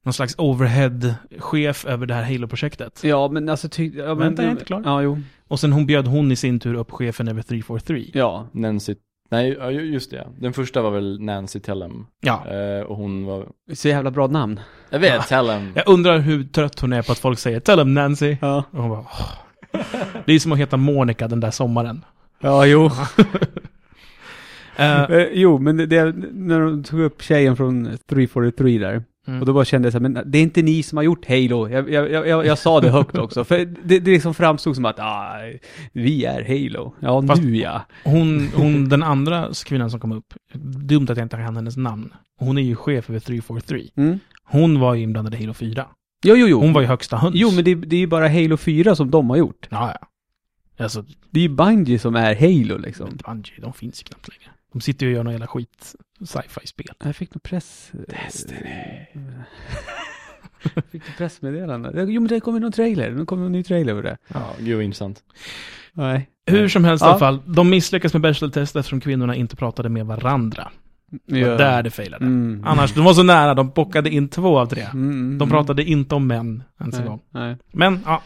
A: någon slags overhead-chef över det här Halo-projektet.
B: Ja, men alltså ty, ja, men,
A: Vänta, jag är inte klar.
B: Ja, jo.
A: Och sen hon bjöd hon i sin tur upp chefen över 343.
B: Ja.
C: Nancy, nej, ja, ju- just det. Den första var väl Nancy Tellem.
A: Ja.
C: Eh, och hon var,
B: Så jävla bra namn.
C: jag vet, Tellem.
A: Jag undrar hur trött hon är på att folk säger “Tell them Nancy”.
B: Ja.
A: Och hon bara "Åh." Det är som att heta Monica den där sommaren.
B: Ja, jo.
A: Eh,
B: Eh, jo, men det, det, när de tog upp tjejen från 343 där,
A: Mm.
B: och då bara kände jag så här, men det är inte ni som har gjort Halo. Jag, jag, jag, jag, jag sa det högt också, för det, det liksom framstod som att, ah, vi är Halo. Ja,
A: Fast-
B: nu ja.
A: hon, hon, den andra kvinnan som kom upp, dumt att jag inte kan hennes namn. Hon är ju chef över 343.
B: Mm.
A: Hon var ju inblandad i Halo 4.
B: Jo, jo, jo.
A: Hon var ju högsta höns.
B: Jo, men det, det är ju bara Halo 4 som de har gjort.
A: Ja, ja. Alltså,
B: Det är ju Bungie som är Halo liksom.
A: Bungie, de finns ju knappt längre. De sitter ju och gör några jävla skit sci-fi-spel.
B: Jag fick nog press... Jag fick något pressmeddelande. Jo, men det kommer någon trailer. Nu kommer en ny trailer över det.
C: Ja, gud vad intressant.
B: Nej.
A: Hur som helst i
B: Ja.
A: alla fall, de misslyckas med Bechdel-testet eftersom kvinnorna inte pratade med varandra. Det var där det failade.
B: Mm.
A: Annars, de var så nära, de bockade in två av tre.
B: Mm,
A: De pratade inte om män ens en
B: nej,
A: gång.
B: nej.
A: Men, ja.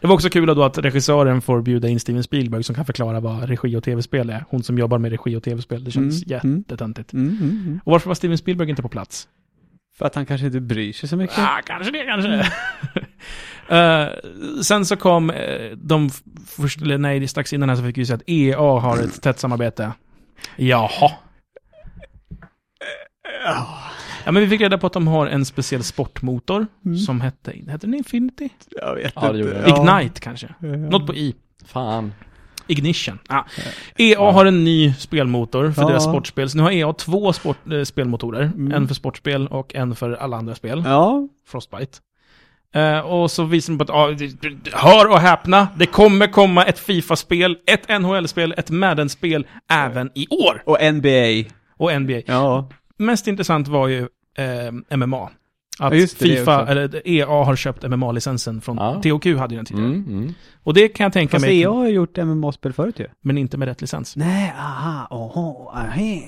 A: Det var också kul då att regissören får bjuda in Steven Spielberg som kan förklara vad regi och tv-spel är. Hon som jobbar med regi och tv-spel. Det känns
B: Mm, mm.
A: jättetöntigt.
B: Mm, mm, mm.
A: Och varför var Steven Spielberg inte på plats?
B: För att han kanske inte bryr sig så mycket.
A: Ah, kanske det, kanske det. Mm. Eh, sen så kom eh, de f- först, eller nej, det strax innan här så fick vi se att EA har ett tätt samarbete. Jaha. Ah. Ja, men vi fick reda på att de har en speciell sportmotor som hette, hette den Infinity?
B: Jag vet
C: Ja, det gjorde
B: inte.
C: det.
A: Ignite kanske? Något på I.
C: Fan.
A: Ignition. Ah. EA har en ny spelmotor för
B: Ja.
A: deras sportspel. Så nu har EA två sport, eh, spelmotorer.
B: Mm.
A: En för sportspel och en för alla andra spel.
B: Ja.
A: Frostbite. Eh, och så visar de på att, ja, det- det- hör och häpna, det kommer komma ett Fifa-spel, ett NHL-spel, ett Madden-spel även i år.
B: Och NBA.
A: Och NBA.
B: Ja.
A: Mest intressant var ju eh, MMA. Att
B: Ja, just det, det
A: Fifa,
B: också.
A: eller EA har köpt MMA-licensen från
C: Ja.
A: THQ hade ju den tidigare.
C: Mm, mm.
A: Och det kan jag tänka
B: Fast E
A: mig,
B: EA har ju gjort MMA-spel förut ju.
A: men inte med rätt licens.
B: Nej, aha, oho, ahä.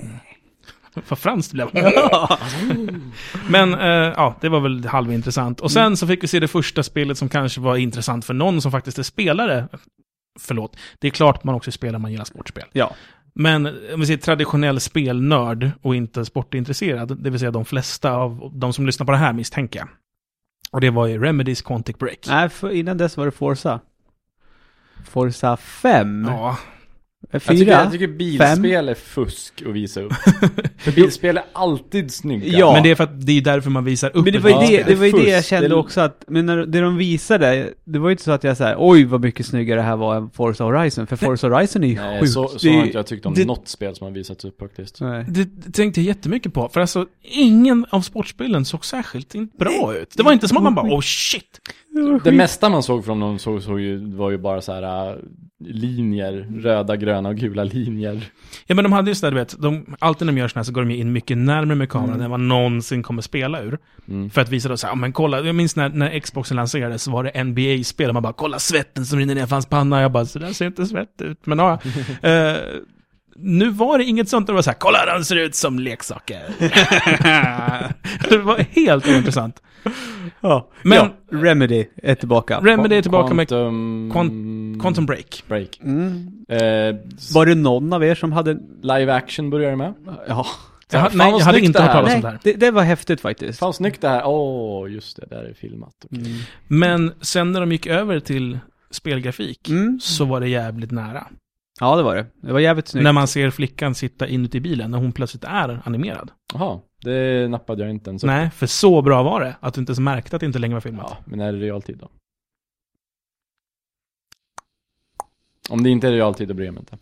A: För franskt blev Men eh, ja, det var väl halvintressant. Och sen så fick vi se det första spelet som kanske var intressant för någon som faktiskt är spelare. Förlåt, det är klart man också spelar om man gillar sportspel.
B: Ja.
A: Men om vi säger traditionell spelnörd och inte sportintresserad, det vill säga de flesta av de som lyssnar på det här misstänker jag. Och det var ju Remedys Quantic
B: Ah,
A: Break.
B: Nej, för innan dess var det Forza. Forza 5.
A: Ja,
B: Fyra?
C: Jag tycker, jag tycker bilspel är fusk att visa upp. För bilspel är alltid snygga.
B: Ja.
A: Men det är för att det är därför man visar upp
B: Men det
A: ett
B: var ju
C: Ja,
B: det,
A: basket.
B: det, var ju det jag
C: fusk.
B: kände
C: Det-
B: också att, men när, det de visade, det var ju inte så att jag såhär, oj vad mycket snyggare det här var än Forza Horizon, för Forza Horizon är ju
C: Nej,
B: sjukt.
C: så, så
B: Det är-
C: har inte jag tyckt om
A: det-
C: något spel som har visats upp faktiskt.
B: Nej.
A: Det, det tänkte jag jättemycket på. För alltså, ingen av sportspelen såg särskilt inte bra ut. Det var inte som att man
B: Mm.
A: bara oh shit.
C: Det mesta man såg från dem såg, såg ju, var ju bara så här äh, linjer, röda, gröna och gula linjer.
A: Ja men de hade ju sådär, du vet, de, alltid när de gör sådana här så går de ju in mycket närmare med kameran än vad någonsin kommer spela ur.
C: Mm.
A: För att visa då såhär, ja men kolla, jag minns när, när Xboxen lanserades så var det NBA-spel och man bara kolla svetten som rinner ner för hans panna. Jag bara, så där ser inte svett ut. Men ja. eh, nu var det inget sånt, det var såhär, kolla de ser ut som leksaker. det var helt ointressant.
B: Ja.
A: Men-
B: Men, Remedy är tillbaka.
A: Remedy är tillbaka med
C: Quantum...
A: Quantum Break.
C: Break.
B: Mm.
C: Eh, s-
B: Var det någon av er som hade,
C: live action börjar det med.
B: ja.
C: Så
A: Jag,
C: här,
A: ha-
C: fan
A: nej,
C: vad
A: jag hade
C: snyggt
A: inte
C: det
A: hört
C: här.
A: talas om
B: Nej,
A: det här.
B: det, det var häftigt faktiskt.
C: Fan snyggt det här. Åh, just det, där är filmat. Okej.
B: Mm.
A: Men sen när de gick över till spelgrafik
B: Mm.
A: så var det jävligt nära.
B: Ja, det var det. Det var jävligt snyggt.
A: När man ser flickan sitta inuti bilen när hon plötsligt är animerad.
C: Jaha, det nappade jag inte ens upp.
A: Nej, för så bra var det att du inte ens märkte att det inte längre var filmat.
C: Ja, men är det realtid då? Om det inte är realtid, då bryr jag mig inte.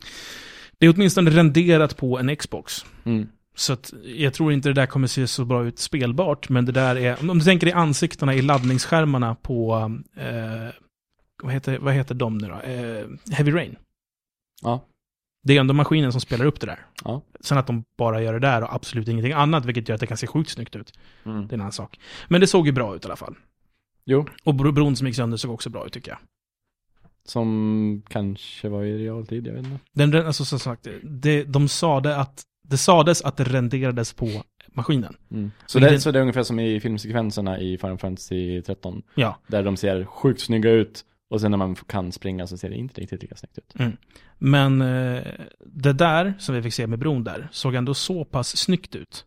A: Det är åtminstone renderat på en Xbox.
C: Mm.
A: Så att jag tror inte det där kommer se så bra ut spelbart, men det där är, om- om du tänker dig ansiktena i laddningsskärmarna på, eh, vad, heter, vad heter de nu då? Eh, Heavy Rain.
C: Ja.
A: Det är ändå maskinen som spelar upp det där.
C: Ja.
A: Sen att de bara gör det där och absolut ingenting annat, vilket gör att det kan se sjukt snyggt ut.
C: Mm.
A: Det är en annan sak. Men det såg ju bra ut i alla fall.
C: Jo,
A: Och bro- bron som gick sönder såg också bra ut tycker jag.
C: som kanske var i realtid, jag vet inte.
A: Den, den- alltså som sagt, det, de sade att, det sades att det renderades på maskinen.
C: Mm. Så,
A: Men
C: det,
A: det-
C: så det är ungefär som i filmsekvenserna i Final Fantasy 13.
A: Ja.
C: Där de ser sjukt snygga ut och sen när man kan springa så ser det inte riktigt lika snyggt ut.
A: Men eh, det där som vi fick se med bron där såg ändå så pass snyggt ut.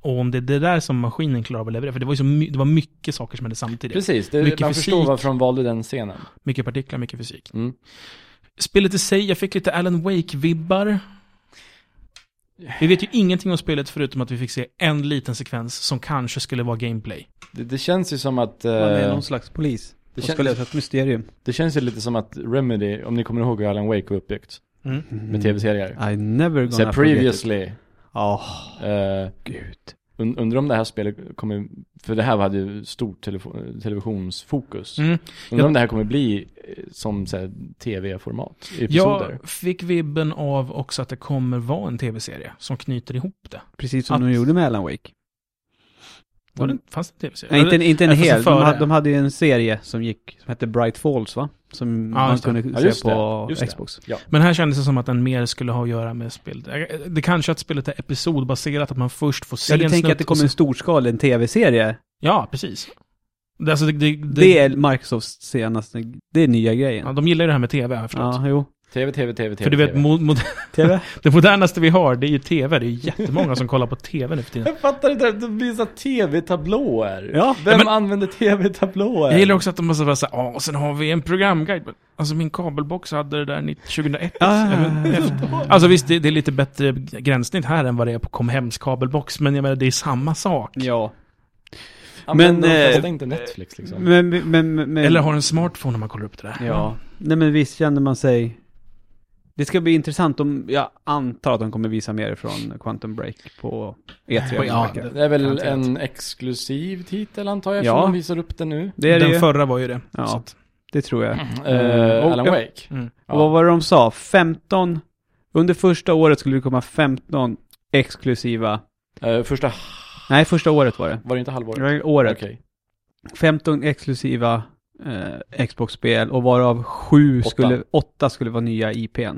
A: Och om det är det där som maskinen klarar av att leverera, för det var ju så my- det var mycket saker som hände samtidigt.
C: Precis, det,
A: Mycket
C: man förstår
A: fysik.
C: varför de valde den scenen.
A: Mycket partiklar, mycket fysik.
C: Mm.
A: Spelet i sig, jag fick lite Alan Wake-vibbar. Vi vet ju ingenting om spelet förutom att vi fick se en liten sekvens som kanske skulle vara gameplay.
C: Det, det känns ju som att... eh,
B: Man är någon slags polis.
C: det,
B: Det
C: kän,
B: ska lösa ett mysterium.
C: det känns ju lite som att Remedy, om ni kommer ihåg hur Alan Wake var uppbyggt
A: Mm.
C: med tv-serier.
B: I never gonna
C: Så previously,
B: Ja,
C: eh,
B: gud.
C: und- undrar om det här spelet kommer, för det här hade ju stort telefo- televisionsfokus.
A: Mm.
C: Undrar om det här kommer bli eh, som så här, tv-format, episoder.
A: Jag fick vibben av också att det kommer vara en tv-serie som knyter ihop det.
B: Precis som
A: Att-
B: de gjorde med Alan Wake.
A: Var
B: Mm.
A: det, fanns det en tv-serie?
B: Nej, inte, en- inte en
A: alltså
B: hel. De,
A: före.
B: ha- de hade ju en serie som gick, som hette Bright Falls va? Som
A: Ja,
B: man
A: just det.
B: kunde
C: Ja, just
B: se på
C: det. Just det.
B: Xbox.
A: Men här kändes det som att den mer skulle ha att göra med spel. eh, Det kanske är att spelet är episodbaserat, att man först får se
B: Ja, du tänker
A: snutt
B: att det
A: och
B: kommer en
A: så-
B: storskalig en tv-serie.
A: Ja, precis. Det, alltså, det, det,
B: Det, är Microsofts senaste, det är nya grejen.
A: ja,
B: Ja,
A: de gillar ju det här med tv, har jag förstått.
B: jo.
C: Tv, tv, tv, tv.
A: För du vet,
C: TV.
A: mo- mod-
B: Tv?
A: det modernaste vi har, det är ju tv. Det är ju jättemånga som kollar på tv nu för tiden.
C: Jag fattar inte, de visar tv-tablåer.
B: Ja.
C: Vem
A: Ja, men-
C: använder tv-tablåer?
A: Jag gillar också att de måste vara såhär, ja, och sen har vi en programguide. Men, Alltså min kabelbox hade det där 19- 2001.
B: Ah.
A: Även efter- Alltså visst, det, det är lite bättre gränssnitt här än vad det är på Comhems kabelbox, men jag menar det är samma sak.
B: Ja.
C: Använder
B: Men,
C: de flesta
B: eh,
C: inte Netflix liksom.
B: Men, men, men, men,
A: Eller har en smartphone när man kollar upp det där.
B: Ja, nej men visst kände man sig... Det ska bli intressant om, jag antar att de kommer visa mer från Quantum Break på E E3.
A: På- ja,
B: det,
C: Det är väl
A: Garanterat.
C: en exklusiv titel antar jag, eftersom
B: Ja.
C: de visar upp den nu.
B: det är det
A: Den
B: ju.
A: förra var ju det.
B: Ja.
A: Så att,
B: Det tror jag.
C: Eh,
B: och-
C: Alan Wake.
A: mm.
C: Ja.
B: Och vad var det de sa? 15... Under första året skulle det komma 15 exklusiva...
C: Eh, första,
B: Nej, första året var det.
C: var det inte
B: Det
C: halvåret?
B: var året.
C: Okej.
B: 15 exklusiva eh, Xbox-spel och varav sju
C: Åtta.
B: skulle... Åtta skulle vara nya IPn.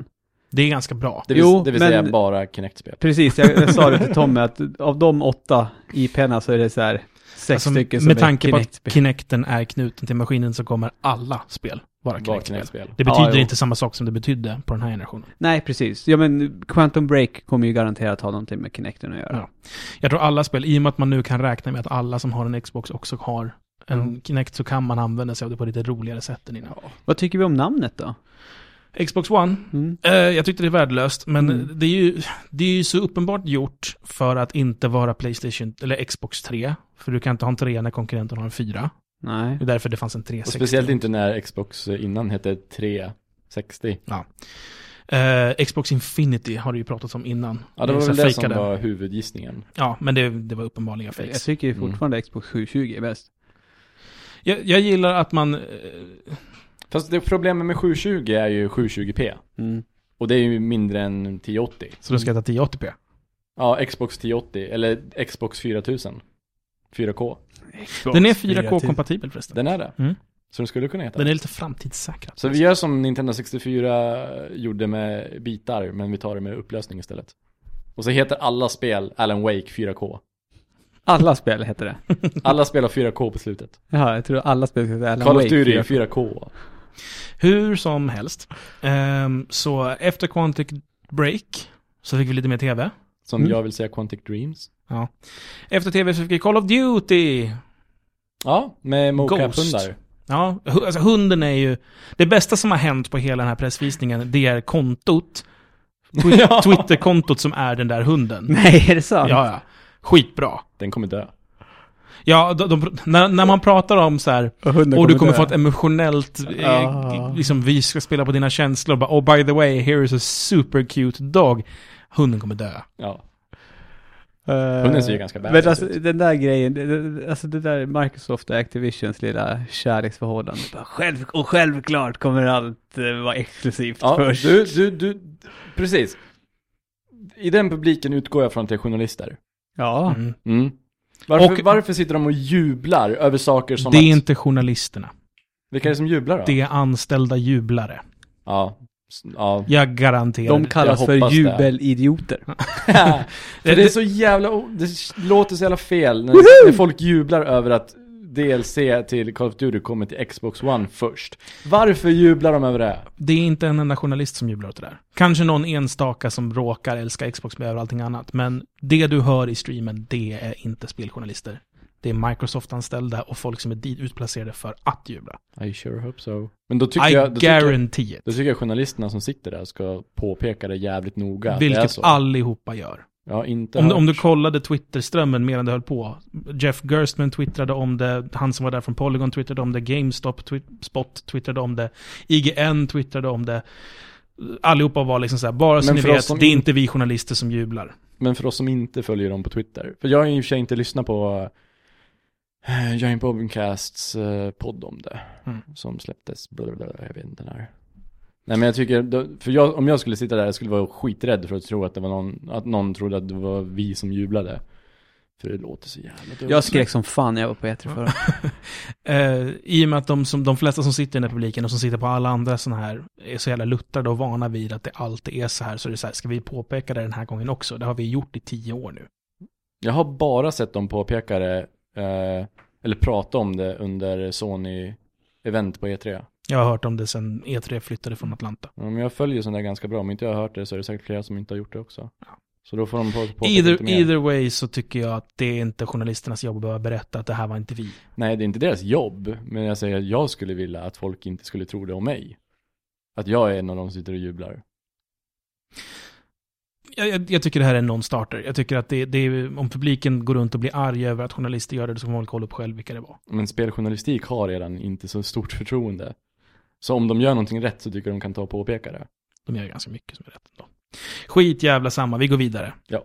A: Det är ganska bra.
C: Det vill,
B: Jo,
C: det vill
B: men-
C: säga bara Kinect-spel.
B: Precis, jag, jag sa det till Tommy att av de åtta IPn så är det så här sex
A: Alltså,
B: stycken som
A: med
B: är
A: tanke på att
B: Kinect-spel.
A: Kinecten är knuten till maskinen så kommer alla spel vara
C: Bara
A: Kinect-spel.
C: Kinect-spel.
A: Det betyder
B: Ja, jo.
A: inte samma sak som det betydde på den här generationen.
B: Nej, precis. Ja, men Quantum Break kommer ju garanterat ha någonting med Kinecten att göra.
A: Ja. Jag tror alla spel, i och med att man nu kan räkna med att alla som har en Xbox också har en
B: Mm.
A: Kinect så kan man använda sig av det på lite roligare sätt än innan.
B: Vad tycker vi om namnet då?
A: Xbox One,
B: Mm.
A: eh, jag tyckte det är värdelöst, men
B: Mm.
A: det, är ju, det är ju så uppenbart gjort för att inte vara Playstation, eller Xbox 3, för du kan inte ha en 3 när konkurrenten har en 4.
B: Nej.
A: Det är därför det fanns en
C: Och
A: 360.
C: speciellt inte när Xbox innan hette 360.
A: Eh, Xbox Infinity har det ju pratats om innan. Eh,
C: Ja, det var
A: Så
C: väl
A: jag
C: det som
A: fejkade.
C: var huvudgissningen.
A: Ja, men det, det var uppenbarligen
B: Jag
A: fakes.
B: tycker ju fortfarande Xbox 720 är bäst.
A: Jag, jag gillar att man... eh,
C: Fast det problemet med 720 är ju 720p.
B: Mm.
C: Och det är ju mindre än 1080.
A: Så du ska ta 1080p?
C: Ja, Xbox 1080 eller Xbox 4000. 4K.
A: Den är
D: Fyra till.
A: 4K-kompatibel förresten.
C: Den är det.
A: Mm.
C: Så den skulle kunna heta.
A: Den är lite framtidssäkrad.
C: Så vi gör som Nintendo 64 gjorde med bitar, men vi tar det med upplösning istället. Och så heter alla spel Alan Wake 4K.
B: Alla spel heter det.
C: Alla spel har 4K på slutet.
B: Ja, jag tror alla spel heter Alan
C: Call
B: Wake.
C: of Duty är
B: 4K.
C: 4K.
A: Hur som helst. Ehm, så efter Quantic Break så fick vi lite mer tv.
C: Som
B: Mm.
C: jag vill säga Quantic Dreams.
A: Efter tv så fick vi Call of Duty.
C: Ja, med
A: Ghost.
C: mocap-hundar.
A: Ja, hu- alltså hunden är ju... Det bästa som har hänt på hela den här pressvisningen, det är kontot.
C: Ja.
A: Twitter-kontot som är den där hunden.
B: Nej, är det sant?
A: Ja, ja. Skitbra.
C: Den kommer dö.
A: Ja, de, de, när, när man pratar om så här,
B: Och, hunden
A: och du kommer
B: dö.
A: få ett emotionellt, eh,
B: Ah.
A: liksom vi ska spela på dina känslor, bara, oh by the way, here is a super cute dog. Hunden kommer dö.
C: Ja.
B: Eh,
C: Hunden ser ju ganska
B: Men
C: badass
B: alltså
C: ut.
B: den där grejen, det- det- alltså det där är Microsoft och Activisions lilla kärleksförhållande. Bara Själv, och självklart kommer allt eh, vara exklusivt
C: ja
B: först.
C: du, du, du, precis. I den publiken utgår jag från att det är journalister.
B: Ja,
A: Mm.
C: Mm. Varför,
A: Och-
C: varför sitter de och jublar över saker som
A: Det är
C: att...
A: inte journalisterna.
C: Vilka är det som jublar då?
A: Det är anställda jublare.
C: Ja. S- ja.
A: Jag garanterar.
B: de
A: det.
B: kallas
C: jag
B: för
C: hoppas det.
B: jubelidioter.
C: För det är så jävla, o- det låter så jävla fel när, när folk jublar över att DLC till Call of Duty kommer till Xbox One först. Varför jublar de över det?
A: det är inte en enda journalist som jublar åt det där. Kanske någon enstaka som råkar älska Xbox över allting annat, men det du hör i streamen, det är inte speljournalister. Det är Microsoft-anställda och folk som är dit utplacerade för att jubla.
C: I sure hope so. Men då tycker,
A: I
C: jag, då, tycker jag,
A: guarantee it.
C: då tycker jag journalisterna som sitter där ska påpeka det jävligt noga. att det är
A: Vilket
C: så.
A: allihopa gör.
C: Jag har inte
A: Om,
C: hört.
A: du- om du kollade Twitterströmmen medan det höll på. Jeff Gerstmann twittrade om det, han som var där från Polygon twittrade om det, GameStop twi- Spot twittrade om det, IGN twittrade om det. Allihopa var liksom såhär, bara så
C: Men
A: ni
C: för oss
A: vet,
C: som
A: det är
C: in-
A: inte vi journalister som jublar.
C: Men för oss som inte följer dem på Twitter. För jag har ju i och för sig inte lyssnat på eh, Giant Bobbencasts eh, podd om det.
A: Mm.
C: Som släpptes, blablabla, jag vet inte när. Nej men jag tycker, då- för jag, om jag skulle sitta där, jag skulle vara skiträdd för att tro att det var någon, att någon trodde att det var vi som jublade. För det låter så jävla dumt.
B: Jag skrek som fan när jag var på E3 förra.
A: Eh, I och med att de, som, de flesta som sitter i den här publiken och som sitter på alla andra sådana här är så jävla luttrade och vana vid att det alltid är så här, så är det så här, ska vi påpeka det den här gången också? Det har vi gjort i tio år nu.
C: Jag har bara sett dem påpeka det, eh, eller prata om det under Sony-event på E E3.
A: Jag har hört om det sedan E3 flyttade från Atlanta.
C: Ja, Men jag följer sånt där ganska bra, om inte jag har hört det så är det säkert flera som inte har gjort det också. Så då får de på, på
A: Either, either way så tycker jag att det är inte journalisternas jobb att behöva berätta att det här var inte vi.
C: Nej, det är inte deras jobb, men jag säger att jag skulle vilja att folk inte skulle tro det om mig. Att jag är en av de som sitter och jublar.
A: Jag, jag, jag tycker det här är en non-starter. Jag tycker att det, det är, om publiken går runt och blir arg över att journalister gör det, så får man väl kolla upp själv vilka det var.
C: Men speljournalistik har redan inte så stort förtroende. Så om de gör någonting rätt så tycker jag de kan ta och påpeka det.
A: De gör ganska mycket som är rätt ändå. Skit jävla samma, vi går vidare.
C: Ja.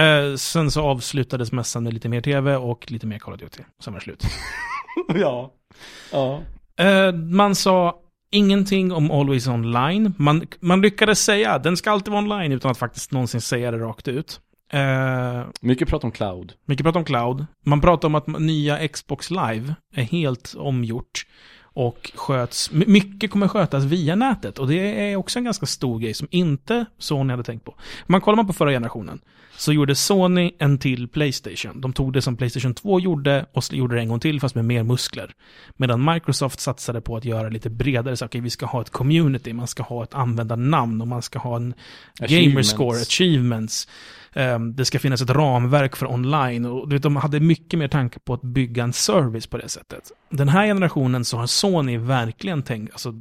A: Eh, sen så avslutades mässan med lite mer tv och lite mer Call of Duty. Sen var det slut.
C: ja. Ja.
A: Eh, man sa ingenting om Always Online. Man, man lyckades säga att den ska alltid vara online utan att faktiskt någonsin säga det rakt ut. Eh,
C: Mycket prat om cloud.
A: Mycket prat om cloud. Man pratar om att nya Xbox Live är helt omgjort. Och sköts, my- mycket kommer skötas via nätet. Och det är också en ganska stor grej som inte Sony hade tänkt på. Man kollar man på förra generationen så gjorde Sony en till Playstation. De tog det som Playstation 2 gjorde och sl- gjorde det en gång till fast med mer muskler. Medan Microsoft satsade på att göra lite bredare saker. Vi ska ha ett community, man ska ha ett användarnamn och man ska ha en gamerscore,
C: Achievements.
A: achievements. Ehm, det ska finnas ett ramverk för online. Och, du vet, de hade mycket mer tanke på att bygga en service på det sättet. Den här generationen så har Sony verkligen tänkt, alltså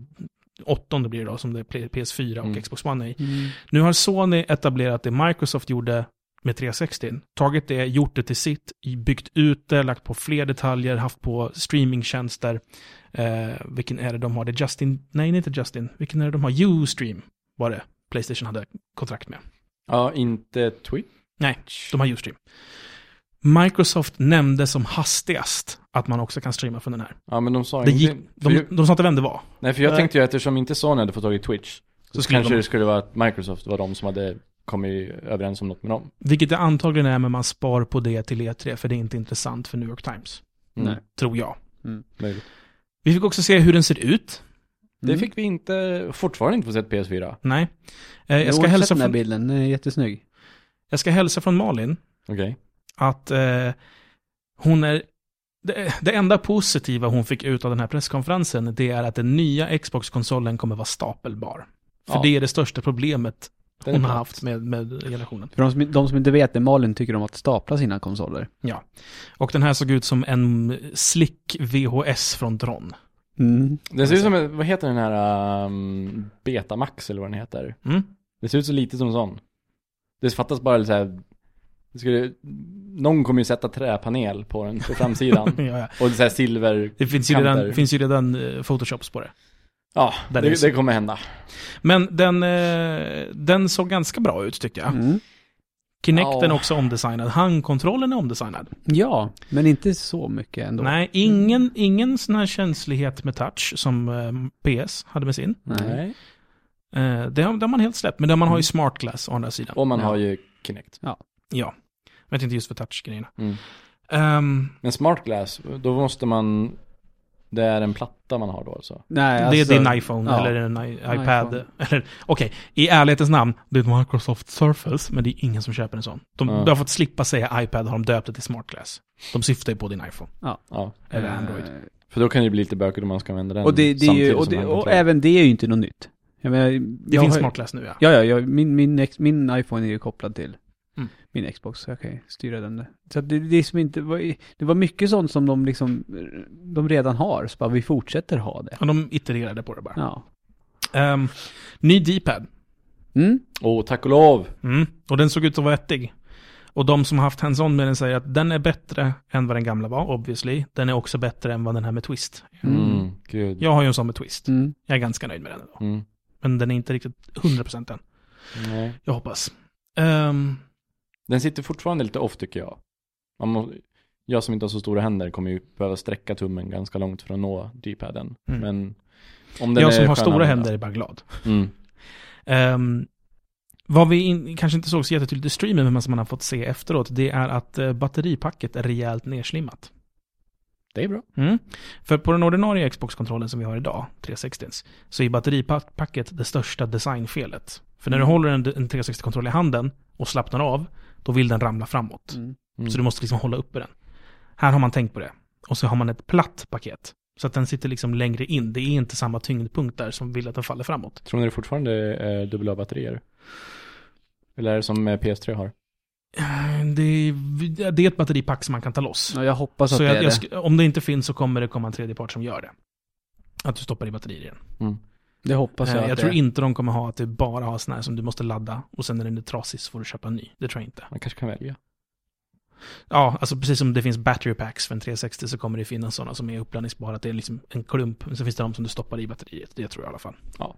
A: åttonde blir det då, som det är PS4 och
C: Mm.
A: Xbox One är i. Nu har Sony etablerat det Microsoft gjorde med 360. Tagit det, gjort det till sitt, byggt ut det, lagt på fler detaljer, haft på streamingtjänster. Eh, vilken är det de har? Det är Justin, nej inte Justin, vilken är det de har? Ustream var det Playstation hade kontrakt med.
C: Ja, inte Twitch.
A: Nej, de har Ustream. Microsoft nämnde som hastigast att man också kan streama från den här.
C: Ja, men de sa
A: Det
C: ingenting.
A: gick,
C: För
A: de,
C: jag-
A: de sa inte vem det var.
C: Nej, för jag
A: Nej.
C: tänkte ju att eftersom inte Sony hade fått tag i Twitch, så,
A: Så skulle
C: kanske
A: de-
C: det skulle vara att Microsoft var de som hade kommit överens om något med dem.
A: Vilket det antagligen är, men man spar på det till E3, för det är inte intressant för New York Times.
C: Mm,
B: Nej.
A: Tror jag.
C: möjligt.
A: Vi fick också se hur den ser ut.
B: Mm.
C: Det fick vi inte, fortfarande inte få sett PS4.
A: Nej. Eh, Jag ska,
B: har
A: hälsa
B: sett den här
A: från,
B: bilden, den är jättesnygg.
A: jag ska hälsa från Malin
C: Okej.
A: att eh, hon är... Det, det enda positiva hon fick ut av den här presskonferensen, det är att den nya Xbox-konsolen kommer vara stapelbar. För
C: Ja.
A: det är det största problemet
C: Den är
A: hon har
C: bra.
A: haft med, med generationen.
B: För de som, de som inte vet det, Malin tycker om att stapla sina konsoler.
A: Och den här såg ut som en slick VHS från Dron.
B: Mm.
C: Den ser ut som, en- vad heter den här um, Betamax eller vad den heter?
A: Mm?
C: Det ser ut så lite som en sån. Det fattas bara så här, det skulle, någon kommer ju sätta träpanel på den på framsidan.
A: Ja, ja.
C: Och så här silver,
A: Det finns ju
C: Kanter.
A: redan, finns ju redan eh, photoshops på det.
C: ja,
A: Där är
C: det,
A: det.
C: det kommer hända.
A: Men den, eh, den såg ganska bra ut tyckte jag.
B: Mm.
A: Kinecten
C: Ja.
A: också omdesignad. Handkontrollen är omdesignad.
B: Ja, men inte så mycket ändå.
A: Nej,
B: Mm.
A: ingen, ingen sån här känslighet med touch som eh, PS hade med sin.
B: Nej.
A: Eh, det, har, det har man helt släppt, men där
B: Mm.
A: man har ju smart glass å andra sidan.
C: Och man
B: Ja.
C: har ju Kinect.
A: Ja. Jag vet inte just för touchgrejerna.
C: Mm.
A: Ehm,
C: Men smart glass, då måste man, det är en platta man har då alltså.
B: Nej,
A: det
B: alltså,
A: är din iPhone
B: ja.
A: eller en i-
B: En
A: iPad.
B: iPhone.
A: Eller, Okej, i ärlighetens namn, det är ett Microsoft Surface, men det är ingen som köper en sån. De,
C: Ja.
A: de har fått slippa säga iPad, har de döpt det till smart glass. De syftar ju på din iPhone,
C: Ja,
A: eller Android.
B: Eh,
C: för då kan det ju bli lite bökigt om man ska använda den
B: Och, det, det är
C: samtidigt
B: ju,
C: som
B: och, det,
C: handkontroll.
B: och även det är ju inte något nytt. Jag menar,
A: Det
B: jag
A: finns
B: har-
A: smart glass nu ja.
B: Ja, ja, ja min, min, ex, min iPhone är ju kopplad till
A: Mm.
B: min Xbox, så jag kan ju styra den där. Så att det, det, är som inte, var- det var mycket sånt som de liksom, de redan har, så bara vi fortsätter ha det.
A: Ja, de itererade på det bara.
B: Ja.
A: Ehm, ny D-pad.
B: Mm.
C: Åh, tack och lov!
A: Mm. Och den såg ut att vara vettig. Och de som har haft hands-on med den säger att den är bättre än vad den gamla var, obviously. Den är också bättre än vad den här med twist.
B: Mm.
C: Mm, gud.
A: Jag har ju en sån med twist.
B: Mm.
A: Jag är ganska nöjd med den ändå.
C: Mm.
A: Men den är inte riktigt 100% än.
C: Nej.
A: Jag hoppas. Ehm,
C: Den sitter fortfarande lite off tycker jag. Man må, jag som inte har så stora händer kommer ju behöva sträcka tummen ganska långt för att nå D-paden.
A: Mm.
C: Men om den
A: jag
C: är
A: som har
C: skön
A: stora
C: att
A: händer
C: använda-
A: är bara glad.
C: Mm.
A: Ehm, vad vi in, kanske inte såg så jättetydligt i streamen, men som man har fått se efteråt, det är att eh, batteripacket är rejält nerslimmat.
C: Det är bra.
A: Mm. För på den ordinarie Xbox-kontrollen som vi har idag, 360s, så är batteripacket det största designfelet. För
B: Mm.
A: när du håller en, en 360-kontroll i handen och slappnar av, då vill den ramla framåt.
B: Mm.
C: Mm.
A: Så du måste liksom hålla uppe den. Här har man tänkt på det. Och så har man ett platt paket. Så att den sitter liksom längre in. Det är inte samma tyngdpunkt där som vill att den faller framåt.
C: Tror ni det fortfarande är eh, dubbla batterier? Eller är det som eh, PS3 har?
A: Eh, Det är, det är ett batteripack som man kan ta loss.
B: Mm, Ja, jag hoppas att
A: Så
B: det
A: jag,
B: är
A: jag,
B: det.
A: sk- om det inte finns så kommer det komma en tredjepart som gör det. Att du stoppar i batterier i den.
B: Det hoppas jag
A: Eh,
B: att
A: jag
B: det
A: tror
B: är.
A: inte de kommer ha att du bara har sån här som du måste ladda och sen när den är trasig så får du köpa en ny. Det tror jag inte.
C: Man kanske kan välja.
A: Ja, alltså precis som det finns battery packs för en 360 så kommer det finnas sådana som är uppladdningsbara. Att det är liksom en klump. Men så finns det de som du stoppar i batteriet. Det tror jag i alla fall.
C: Ja.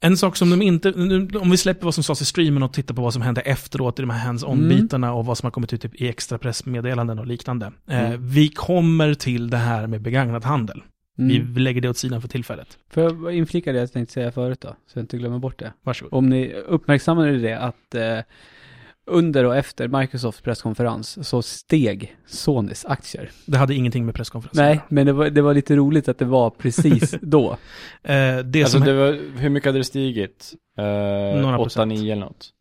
A: En sak som de inte, nu- om vi släpper vad som sades i streamen och tittar på vad som hände efteråt i de här
B: Mm.
A: hands-on-bitarna och vad som har kommit ut typ i extra pressmeddelanden och liknande. Eh,
C: Mm.
A: vi kommer till det här med begagnad handel.
B: Mm.
A: Vi lägger det åt sidan för tillfället.
B: Får jag inflika det jag tänkte säga förut då? Så jag inte glömmer bort det.
A: Varsågod.
B: Om ni uppmärksammade det att eh, under och efter Microsofts presskonferens så steg Sonys aktier.
A: Det hade ingenting med presskonferensen att
B: Nej,
A: göra.
B: men det var, det var lite roligt att det var precis då.
A: Eh, det
C: alltså
A: som
C: det var, hur mycket hade det stigit? Eh,
A: Några
C: 8-9
A: procent.
C: eller något?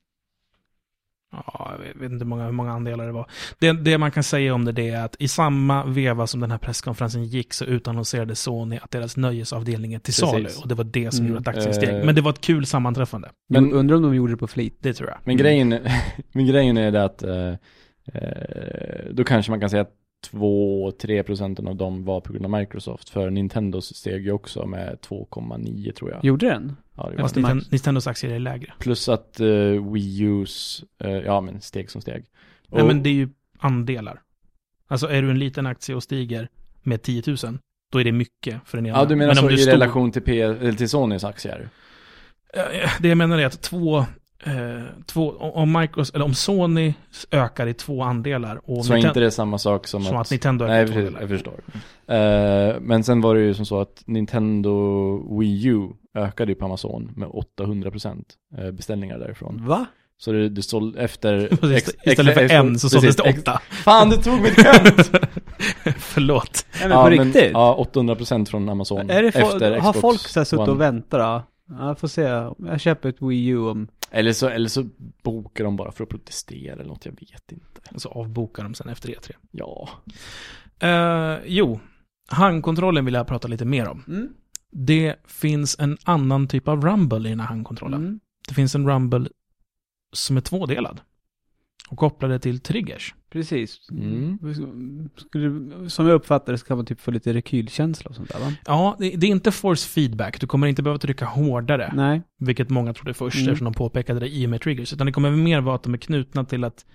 A: Ja, jag vet inte hur många, hur många andelar det var. Det, det man kan säga om det, det är att i samma veva som den här presskonferensen gick så utannonserade Sony att deras nöjesavdelning är till
C: Precis.
A: salu. Och det var det som
B: Mm.
A: gjorde att aktien steg.
C: Eh.
A: Men det var ett kul sammanträffande.
B: Men
C: Men-
B: undrar om de gjorde det på flit.
A: Det tror jag.
C: Men, grejen, men grejen är det att eh, eh, då kanske man kan säga att 2-3 procenten av dem var på grund av Microsoft. För Nintendo steg ju också med 2,9 tror jag.
B: Gjorde den?
C: Ja, det
A: Mm. Fast
C: var.
A: Ninten- Nintendos aktier är lägre.
C: Plus att uh, Wii U's, eh, ja men steg som steg.
A: Nej,
C: Och-
A: men det är ju andelar. Alltså är du en liten aktie och stiger med 10 000, då är det mycket för den ena.
C: ja, du menar
A: men
C: så
A: om du
C: i
A: är stor-
C: relation till, P- eller till Sonys aktier?
A: Eh, Det jag menar är att två, eh, två om, Micros, eller om Sony ökar i två andelar och om
C: Så är
A: Ninten-
C: inte det samma sak som,
A: som att,
C: att
A: Nintendo ökar
C: Nej,
A: i två
C: precis,
A: andelar.
C: jag förstår. Eh, men sen var det ju som så att Nintendo Wii U ökade ju på Amazon med 800% eh, beställningar därifrån.
B: Va?
C: Så det, det såld efter...
A: Precis,
C: ex-
A: Istället
C: ex-
A: för
C: ex-
A: en så såldes det
C: precis, ex-
A: åtta.
C: Fan, du tog mitt skämt!
A: Förlåt.
B: Nej men på riktigt?
C: ja, 800% från Amazon
B: är det fo-
C: efter
B: har
C: Xbox
B: folk så här suttit
C: One.
B: och väntat då? Ja, jag får se. Jag köper ett Wii U om...
C: Eller så, eller så bokar de bara för att protestera eller något, jag vet inte.
A: Och så avbokar de sen efter E3.
C: Ja.
A: Eh, jo, handkontrollen vill jag prata lite mer om.
B: Mm.
A: Det finns en annan typ av rumble i den här handkontrollen.
B: Mm.
A: Det finns en rumble som är tvådelad. Och kopplade till triggers.
B: Precis.
C: Mm.
B: Skulle, som jag uppfattar det ska man typ få lite rekylkänsla och sånt där va?
A: Ja, det, det är inte force feedback. Du kommer inte behöva trycka hårdare.
B: Nej.
C: typ.
A: Vilket många trodde först
B: Mm.
A: eftersom de påpekade det i och med triggers. Utan det kommer mer vara att de är knutna till att,